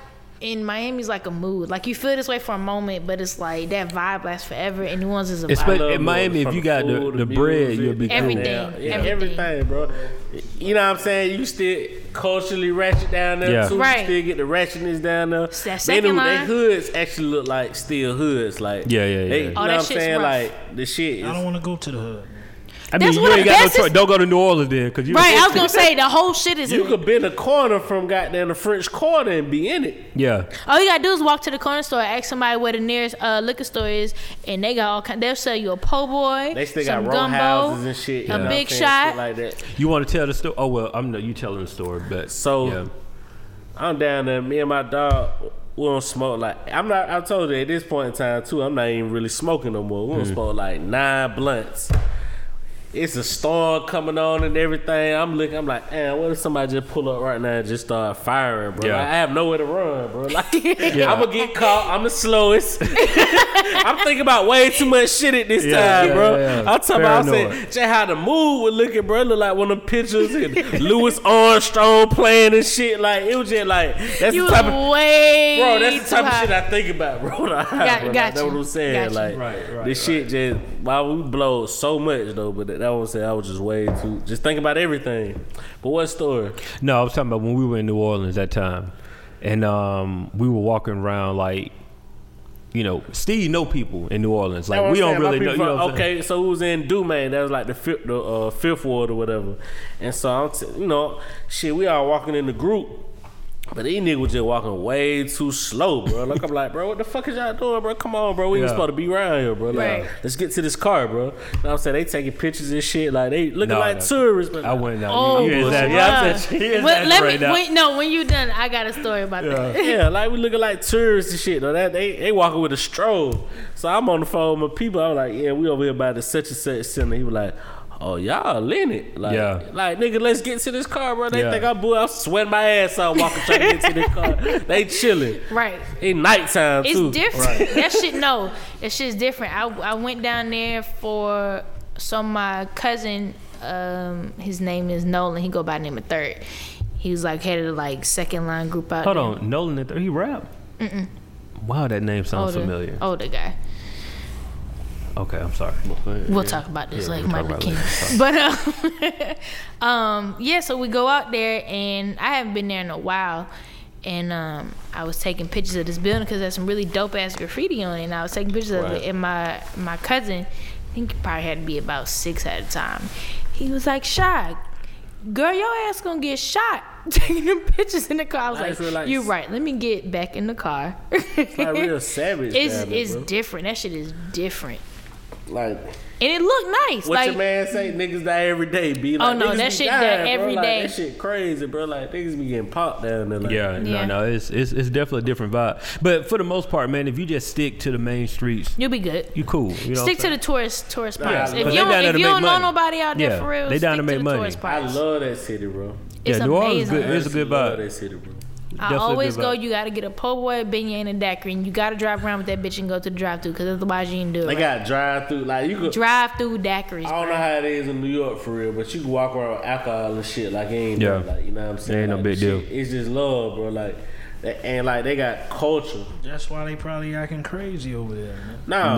Speaker 3: And Miami's like a mood. Like you feel this way for a moment, but it's like that vibe lasts forever. And New Orleans is a vibe.
Speaker 4: Espe-
Speaker 2: love
Speaker 4: in Miami, if
Speaker 2: from
Speaker 4: you got the,
Speaker 2: food,
Speaker 4: the bread,
Speaker 2: music,
Speaker 4: you'll be
Speaker 3: Everything.
Speaker 4: cool.
Speaker 2: Yeah, yeah,
Speaker 3: Everything.
Speaker 2: everything. bro. You know what I'm saying? You still culturally ratchet down there
Speaker 4: Yeah.
Speaker 2: too.
Speaker 3: Right.
Speaker 2: You still get the ratchetness down there.
Speaker 3: that second
Speaker 2: they, do- they
Speaker 3: line.
Speaker 2: hoods actually look like still hoods. Like
Speaker 4: Yeah, yeah, yeah.
Speaker 2: They,
Speaker 4: Oh,
Speaker 2: you know
Speaker 3: that
Speaker 2: what I'm
Speaker 3: shit's
Speaker 2: saying?
Speaker 3: rough.
Speaker 2: Like the shit
Speaker 1: I don't
Speaker 2: is
Speaker 1: want to go to the hood.
Speaker 4: I mean,
Speaker 3: That's
Speaker 4: you
Speaker 3: one of
Speaker 4: ain't
Speaker 3: the
Speaker 4: got
Speaker 3: best
Speaker 4: no choice.
Speaker 3: is-
Speaker 4: Don't go to New Orleans then, cause you
Speaker 3: right. I was gonna say the whole shit is.
Speaker 2: you
Speaker 3: in it.
Speaker 2: could bend a corner from goddamn the French Quarter and be in it.
Speaker 4: Yeah,
Speaker 3: All you gotta do is walk to the corner store, ask somebody where the nearest uh, liquor store is, and they got all kind. They'll sell you a po' boy.
Speaker 2: They still
Speaker 3: some
Speaker 2: got row
Speaker 3: gumbo,
Speaker 2: houses and shit. you
Speaker 3: a
Speaker 2: know what I'm
Speaker 3: big
Speaker 2: saying?
Speaker 3: shot.
Speaker 2: shit like that.
Speaker 4: you want to tell the story? Oh well, I'm not. You telling the story, but
Speaker 2: So
Speaker 4: yeah.
Speaker 2: I'm down there. Me and my dog, we don't smoke like I'm not. I told you at this point in time too. I'm not even really smoking no more. We
Speaker 4: Hmm.
Speaker 2: don't smoke like nine blunts. It's a storm coming on and everything. I'm looking. I'm like, damn. What if somebody just pull up right now and just start firing, bro?
Speaker 4: Yeah.
Speaker 2: Like, I have nowhere to run, bro. [LAUGHS] Like, I'm gonna get caught. I'm the slowest. [LAUGHS] I'm thinking about way too much shit at this
Speaker 4: Yeah,
Speaker 2: time,
Speaker 4: yeah,
Speaker 2: bro.
Speaker 4: yeah.
Speaker 2: I'm talking about. I
Speaker 4: Paranoid.
Speaker 2: said, just how the mood was looking, bro. It looked like one of the pictures
Speaker 3: [LAUGHS]
Speaker 2: and Louis Armstrong playing and shit. Like it was just like that's
Speaker 3: You
Speaker 2: the type of
Speaker 3: was way
Speaker 2: bro. That's the
Speaker 3: too
Speaker 2: type
Speaker 3: high.
Speaker 2: of shit I think about, bro. Like, bro, like,
Speaker 3: got
Speaker 2: That's
Speaker 3: you.
Speaker 2: what I'm saying.
Speaker 3: Got you.
Speaker 2: Like
Speaker 4: Right, right,
Speaker 2: this shit just wow, we blow so much though. But that, that was saying I was just way too just think about everything. But what story?
Speaker 4: No, I was talking about when we were in New Orleans that time, and um, we were walking around like, you know, Steve know people in New Orleans. Like we don't really know. You know what I'm saying?
Speaker 2: okay, so we was in Dumaine. That was like the fifth, the uh, fifth ward or whatever. And so I'm, t- you know, shit, we all walking in the group. But these niggas was just walking way too slow, bro. Like I'm like, bro, what the fuck is y'all doing, bro? Come on, bro. We ain't
Speaker 4: Yeah.
Speaker 2: supposed to be around here, bro. Like,
Speaker 3: Right.
Speaker 2: let's get to this car, bro. You know what I'm saying? They taking pictures and shit. Like they looking
Speaker 4: No,
Speaker 2: like
Speaker 4: no.
Speaker 2: tourists, but
Speaker 4: I went out.
Speaker 3: Oh,
Speaker 4: you, you exaggerating.
Speaker 2: yeah,
Speaker 3: bruh.
Speaker 4: [LAUGHS]
Speaker 2: I'm saying, she is
Speaker 3: Well, let
Speaker 4: right
Speaker 3: me
Speaker 4: now.
Speaker 3: wait. No, when you done, I got a story about that.
Speaker 2: yeah, like we looking like tourists and shit. Though that they they walking with a stroll. So I'm on the phone with my people. I'm like, yeah, we over here by the such and such center. He was like. Oh y'all in it, like,
Speaker 4: Yeah.
Speaker 2: like nigga, let's get to this car, bro. They
Speaker 4: Yeah.
Speaker 2: think I'm bull. I'm sweating my ass out walking trying to get to this car.
Speaker 4: [LAUGHS]
Speaker 2: They chilling.
Speaker 3: Right.
Speaker 2: It nighttime
Speaker 3: It's
Speaker 2: too.
Speaker 3: different. [LAUGHS] That shit, no, that shit's different. I, I went down there for so my cousin, um, his name is Nolan. He go by the name of Third. He was like head of the, like second line group out.
Speaker 4: Hold
Speaker 3: there.
Speaker 4: on, Nolan and Third, he rap. Mm-mm. Wow, that name sounds
Speaker 3: older,
Speaker 4: familiar.
Speaker 3: older guy.
Speaker 4: Okay, I'm sorry.
Speaker 3: We'll talk about this later.
Speaker 4: we'll
Speaker 3: Might
Speaker 4: talk
Speaker 3: be
Speaker 4: about it
Speaker 3: king. But um, [LAUGHS] um, yeah, so we go out there, and I haven't been there in a while. And um, I was taking pictures of this building because there's some really dope ass graffiti on it. And I was taking pictures of
Speaker 2: Right.
Speaker 3: it, and my my cousin, I think he probably had to be about six at a time. He was like, "Shy, girl, your ass gonna get shot [LAUGHS] taking them pictures in the car." I was
Speaker 2: I just
Speaker 3: like,
Speaker 2: realized-
Speaker 3: "You're right. Let me get back in the car."
Speaker 2: Like
Speaker 3: [LAUGHS]
Speaker 2: real savage.
Speaker 3: It's
Speaker 2: down there,
Speaker 3: it's
Speaker 2: bro.
Speaker 3: different. That shit is different,
Speaker 2: like
Speaker 3: and it looked nice.
Speaker 2: what
Speaker 3: like,
Speaker 2: your man say. Niggas die every day. Be like,
Speaker 3: Oh, no,
Speaker 2: niggas
Speaker 3: that
Speaker 2: be
Speaker 3: shit die
Speaker 2: dying, bro.
Speaker 3: every
Speaker 2: like,
Speaker 3: day.
Speaker 2: That shit crazy, bro. Like niggas be getting popped down there. Like,
Speaker 4: Yeah,
Speaker 3: Yeah.
Speaker 4: no, no, it's, it's it's definitely a different vibe. But for the most part, man, if you just stick to the main streets,
Speaker 3: You'll be good.
Speaker 4: you cool. You know
Speaker 3: stick to the tourist tourist
Speaker 2: Nah,
Speaker 3: spots. if
Speaker 2: but
Speaker 3: you
Speaker 4: they
Speaker 3: don't,
Speaker 4: down there
Speaker 3: if
Speaker 4: to
Speaker 3: you
Speaker 4: make
Speaker 3: don't know
Speaker 4: money.
Speaker 3: nobody out there
Speaker 4: Yeah,
Speaker 3: for real,
Speaker 4: they down
Speaker 3: stick
Speaker 4: to make
Speaker 3: the
Speaker 4: money.
Speaker 3: tourist
Speaker 2: I
Speaker 3: spots.
Speaker 2: love that city, bro.
Speaker 3: it's
Speaker 4: Yeah, New Orleans
Speaker 3: amazing.
Speaker 4: good- It's a good
Speaker 2: love
Speaker 4: vibe.
Speaker 2: That city, bro.
Speaker 3: I
Speaker 4: definitely
Speaker 3: always
Speaker 4: good
Speaker 3: go.
Speaker 4: vibe.
Speaker 3: You got to get a po' boy, a beignet, and a daiquiri, and you got to drive around with that bitch and go to the drive through because otherwise you ain't do it.
Speaker 2: They got Oh. drive through. Like you could.
Speaker 3: drive through daiquiris.
Speaker 2: I don't know
Speaker 3: bro.
Speaker 2: how it is in New York for real, but you can walk around with alcohol and shit like it ain't yeah.
Speaker 4: Yeah.
Speaker 2: like you know what I'm saying.
Speaker 4: Ain't no
Speaker 2: Like,
Speaker 4: big
Speaker 2: shit, It's just love, bro. Like that- and like they got culture.
Speaker 1: That's why they probably acting crazy over there. Man.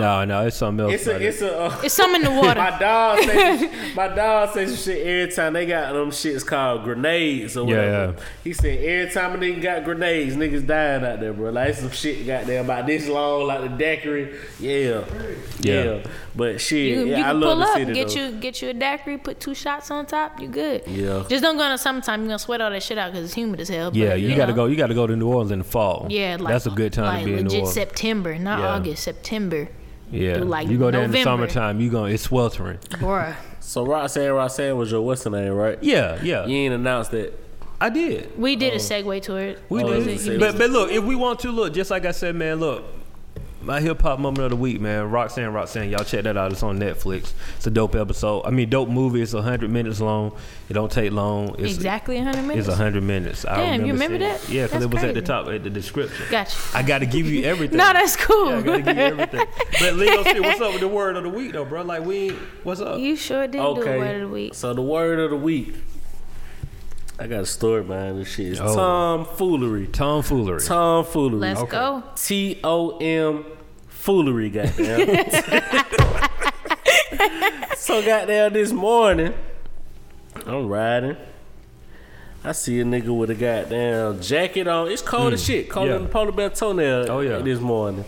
Speaker 2: Nah,
Speaker 4: No, no, it's something else.
Speaker 2: it's a
Speaker 4: about
Speaker 2: it's a. Uh, [LAUGHS]
Speaker 3: It's something in the water.
Speaker 2: my dog
Speaker 3: [LAUGHS]
Speaker 2: say some, sh- my dog say some shit every time they got them shits called grenades or
Speaker 4: Yeah,
Speaker 2: whatever.
Speaker 4: yeah.
Speaker 2: He said every time a nigga got grenades, niggas dying out there, bro. Like it's some shit goddamn about this long, like the daiquiri. Yeah, yeah.
Speaker 4: Yeah.
Speaker 2: But shit,
Speaker 3: You,
Speaker 2: yeah,
Speaker 3: you
Speaker 2: I
Speaker 3: can
Speaker 2: love
Speaker 3: pull
Speaker 2: the
Speaker 3: up,
Speaker 2: city
Speaker 3: get
Speaker 2: though.
Speaker 3: you get you a daiquiri, put two shots on top, you good.
Speaker 2: Yeah.
Speaker 3: Just don't go in the summertime. You're gonna sweat all that shit out because it's humid as hell. but,
Speaker 4: Yeah, you, got to
Speaker 3: know.
Speaker 4: go. You got to go to New Orleans in the fall.
Speaker 3: Yeah, like
Speaker 4: that's a good time
Speaker 3: like
Speaker 4: to be in New
Speaker 3: legit
Speaker 4: Orleans.
Speaker 3: September, not
Speaker 4: Yeah.
Speaker 3: August. September,
Speaker 4: yeah,
Speaker 3: through, like,
Speaker 4: you go there in the
Speaker 3: November.
Speaker 4: summertime, you going to it's sweltering.
Speaker 3: bruh.
Speaker 2: So Roxanne, Roxanne was your what's her name, right?
Speaker 4: Yeah, yeah,
Speaker 2: You ain't announced that.
Speaker 4: I did.
Speaker 3: We did a segue to it.
Speaker 4: We
Speaker 2: Oh,
Speaker 4: did.
Speaker 2: it was a-
Speaker 4: but but look, if we want to look, just like I said, man, look. My hip hop moment of the week, man. Roxanne, Roxanne. Y'all check that out. It's on Netflix. It's a dope episode. I mean, dope movie. It's hundred minutes long. It don't take long. It's,
Speaker 3: exactly 100 minutes.
Speaker 4: It's hundred minutes. I
Speaker 3: Damn, you remember
Speaker 4: seeing-
Speaker 3: that?
Speaker 4: Yeah, because
Speaker 3: That's
Speaker 4: it was at the
Speaker 3: crazy.
Speaker 4: top at the description.
Speaker 3: Gotcha.
Speaker 4: [LAUGHS]
Speaker 3: [LAUGHS]
Speaker 4: I got to give you everything.
Speaker 3: No, that's cool.
Speaker 4: Yeah, I gotta give you everything.
Speaker 3: [LAUGHS]
Speaker 4: But Leo, shit, what's up with the word of the week though, bro? Like we, ain't- what's up?
Speaker 3: You sure did do
Speaker 2: Okay.
Speaker 3: a word of the week.
Speaker 2: So the word of the week. I got a story behind this shit. It's
Speaker 4: Oh.
Speaker 2: tomfoolery.
Speaker 4: Tomfoolery.
Speaker 2: Tomfoolery.
Speaker 3: Let's go.
Speaker 2: T O M foolery,
Speaker 3: [LAUGHS]
Speaker 2: goddamn. so goddamn this morning, I'm riding. I see a nigga with a goddamn jacket on. It's cold as shit. Colder
Speaker 4: Hmm. yeah.
Speaker 2: than the polar bear toenail.
Speaker 4: Oh, yeah.
Speaker 2: This morning,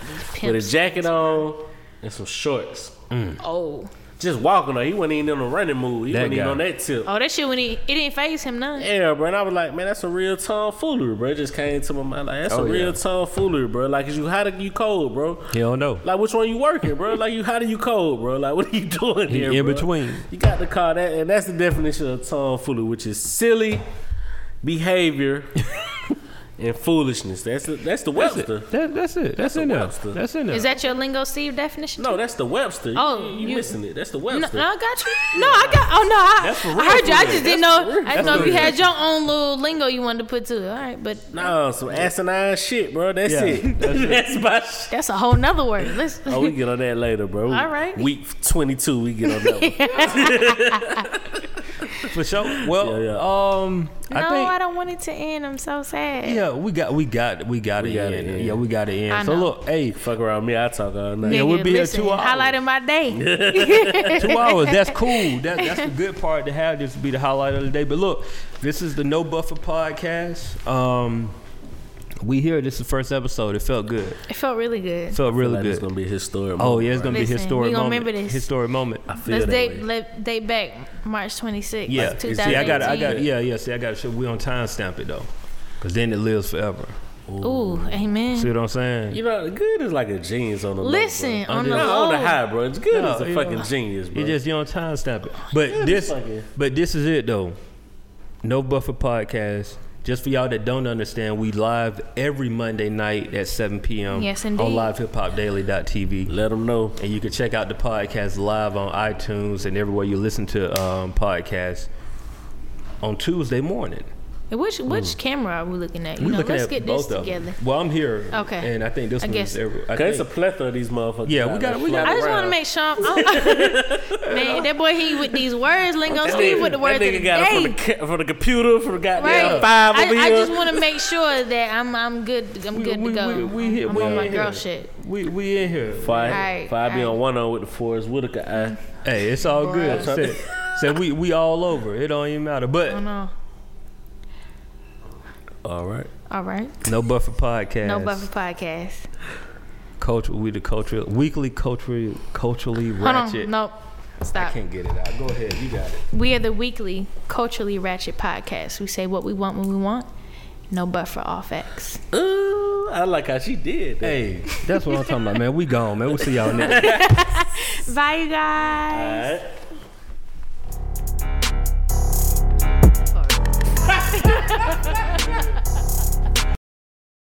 Speaker 2: with a
Speaker 3: Pimps.
Speaker 2: jacket on and some shorts.
Speaker 3: Oh,
Speaker 2: Just walking though. He wasn't even in a running mood. He
Speaker 4: That
Speaker 2: wasn't even
Speaker 4: guy.
Speaker 2: on that tip.
Speaker 3: oh, that shit when he it didn't phase him none.
Speaker 2: Yeah, bro. And I was like, man, that's a real tomfoolery, bro. It just came to my mind. Like, that's
Speaker 4: Oh,
Speaker 2: a
Speaker 4: yeah.
Speaker 2: real tomfoolery, bro. Like, is you hot or you cold, bro?
Speaker 4: You don't know.
Speaker 2: Like, which one you working, bro? Like, you hot or you cold, bro? Like, [LAUGHS] what are you doing here,
Speaker 4: in
Speaker 2: bro?
Speaker 4: between.
Speaker 2: You got to call that, and that's the definition of tomfoolery, which is silly
Speaker 4: [LAUGHS]
Speaker 2: behavior and foolishness. That's the, that's the
Speaker 4: That's
Speaker 2: Webster.
Speaker 4: it. That, that's it. That's,
Speaker 2: a
Speaker 4: in there.
Speaker 2: Webster.
Speaker 4: That's in there.
Speaker 3: Is that your lingo, Steve definition?
Speaker 2: No, that's the Webster. You-
Speaker 3: Oh,
Speaker 2: you,
Speaker 3: you-
Speaker 2: missing it? That's the
Speaker 3: No, no,
Speaker 2: Webster.
Speaker 3: I got you. No, I got. Oh no, I,
Speaker 2: That's for
Speaker 3: I
Speaker 2: real,
Speaker 3: heard you.
Speaker 2: for
Speaker 3: I
Speaker 2: real.
Speaker 3: just
Speaker 2: That's
Speaker 3: didn't know.
Speaker 2: for real.
Speaker 3: I didn't
Speaker 2: That's
Speaker 3: know if you
Speaker 2: for real.
Speaker 3: had your own little lingo you wanted to put to it. All right, but
Speaker 2: No, some asinine shit, bro. That's
Speaker 4: Yeah,
Speaker 2: it. [LAUGHS] That's, my shit.
Speaker 3: that's a whole nother word. Let's.
Speaker 2: Oh,
Speaker 3: [LAUGHS]
Speaker 2: we get on that later, bro.
Speaker 3: All right.
Speaker 2: Week 22, we get on that
Speaker 3: [LAUGHS]
Speaker 2: one.
Speaker 4: for sure? Well,
Speaker 2: Yeah,
Speaker 4: um,
Speaker 3: no,
Speaker 4: I think.
Speaker 3: I don't want it to end. I'm so sad.
Speaker 4: yeah, we got, we got, we got
Speaker 2: We
Speaker 4: it. in.
Speaker 2: got it in.
Speaker 4: Yeah, we got it in.
Speaker 3: I
Speaker 4: so
Speaker 3: know.
Speaker 4: look, hey,
Speaker 2: Fuck around me, I talk all night.
Speaker 4: Yeah, we'll be here
Speaker 3: listen,
Speaker 4: two hours.
Speaker 3: Highlight of my day. [LAUGHS]
Speaker 4: two hours. That's cool. That, that's the good part to have. This be the highlight of the day. But look, this is the No Buffer podcast. Um, we here. This is the first episode. It felt good.
Speaker 3: it felt really good.
Speaker 4: It felt really
Speaker 2: Like, it's
Speaker 4: good.
Speaker 2: gonna be a historic.
Speaker 4: Oh
Speaker 2: moment,
Speaker 4: yeah, it's
Speaker 2: bro.
Speaker 4: gonna be
Speaker 3: Listen,
Speaker 4: a historic
Speaker 3: we gonna
Speaker 4: moment.
Speaker 3: remember this.
Speaker 4: Historic moment.
Speaker 2: I feel
Speaker 3: Let's
Speaker 2: that
Speaker 3: date.
Speaker 2: way.
Speaker 3: Let, date back March 26th.
Speaker 4: Yeah. See,
Speaker 3: 2018.
Speaker 4: I got, I got, yeah, yeah. See, I got to show we on timestamp it though, cause then it lives forever.
Speaker 3: Ooh, amen.
Speaker 4: See what I'm saying?
Speaker 2: You know, good is like a genius on the low, bro.
Speaker 3: Listen, Oh.
Speaker 2: I'm
Speaker 3: on
Speaker 2: just-
Speaker 3: the
Speaker 2: no, on the
Speaker 3: low.
Speaker 2: high, bro. It's good
Speaker 4: No,
Speaker 2: as a
Speaker 4: you
Speaker 2: fucking
Speaker 4: know.
Speaker 2: genius, bro.
Speaker 4: You just you don't time stamp it. But
Speaker 2: Yeah,
Speaker 4: this,
Speaker 2: fuck it.
Speaker 4: but this is it though. No buffer podcast. Just for y'all that don't understand, we live every Monday night at 7 p.m.
Speaker 3: Yes,
Speaker 4: on
Speaker 3: indeed.
Speaker 4: livehiphopdaily.tv.
Speaker 2: let them know.
Speaker 4: And you can check out the podcast live on iTunes and everywhere you listen to um, podcasts on Tuesday morning.
Speaker 3: And Which which camera are we looking at? You
Speaker 4: We
Speaker 3: know,
Speaker 4: looking
Speaker 3: let's
Speaker 4: at
Speaker 3: get
Speaker 4: both
Speaker 3: this
Speaker 4: of them.
Speaker 3: together.
Speaker 4: Well, I'm here.
Speaker 3: Okay.
Speaker 4: And I think this
Speaker 3: I
Speaker 4: one is
Speaker 3: guess-
Speaker 4: every. I
Speaker 2: Okay, it's a
Speaker 4: think-
Speaker 2: plethora of these motherfuckers.
Speaker 4: Yeah, we
Speaker 2: out
Speaker 4: got-
Speaker 2: there
Speaker 4: we got-
Speaker 2: floating
Speaker 3: I just want to
Speaker 2: around.
Speaker 3: make sure. I'm, [LAUGHS] I'm- man, that boy he with these
Speaker 4: [LAUGHS]
Speaker 3: words lingo.
Speaker 2: That
Speaker 3: Steve
Speaker 2: nigga-
Speaker 3: with the words
Speaker 2: that
Speaker 3: of
Speaker 2: nigga
Speaker 3: the
Speaker 2: got it from
Speaker 3: day.
Speaker 2: the, ca- from the computer, from the goddamn
Speaker 3: Right.
Speaker 2: five over
Speaker 3: I, I
Speaker 2: here.
Speaker 3: just want to make sure that I'm I'm good. I'm good
Speaker 4: we-
Speaker 3: to go.
Speaker 4: we- we hit-
Speaker 3: I'm
Speaker 4: we
Speaker 3: on my
Speaker 4: hit.
Speaker 3: girl shit.
Speaker 4: we we in here.
Speaker 2: Five,
Speaker 3: Alright,
Speaker 2: five be
Speaker 3: alright.
Speaker 2: on one on with the Forrest Whitaker eye.
Speaker 4: Hey, it's all good.
Speaker 3: Bruh.
Speaker 4: Said, said we we all over. It don't even matter.
Speaker 3: Oh
Speaker 4: But
Speaker 3: no.
Speaker 2: All right.
Speaker 3: All right.
Speaker 4: no buffer podcast.
Speaker 3: No buffer podcast.
Speaker 4: Culture. We the culture. Weekly culturally culturally ratchet.
Speaker 3: Hold on. Nope. Stop.
Speaker 4: Can't get it out. Go ahead. You got it.
Speaker 3: We are the weekly culturally ratchet podcast. We say what we want when we want. No buffer off X.
Speaker 2: Ooh, I like how she did. That.
Speaker 4: Hey,
Speaker 3: [LAUGHS]
Speaker 4: that's what I'm talking about, man. We gone, man. We'll see y'all next.
Speaker 3: Bye, you guys.
Speaker 2: All right.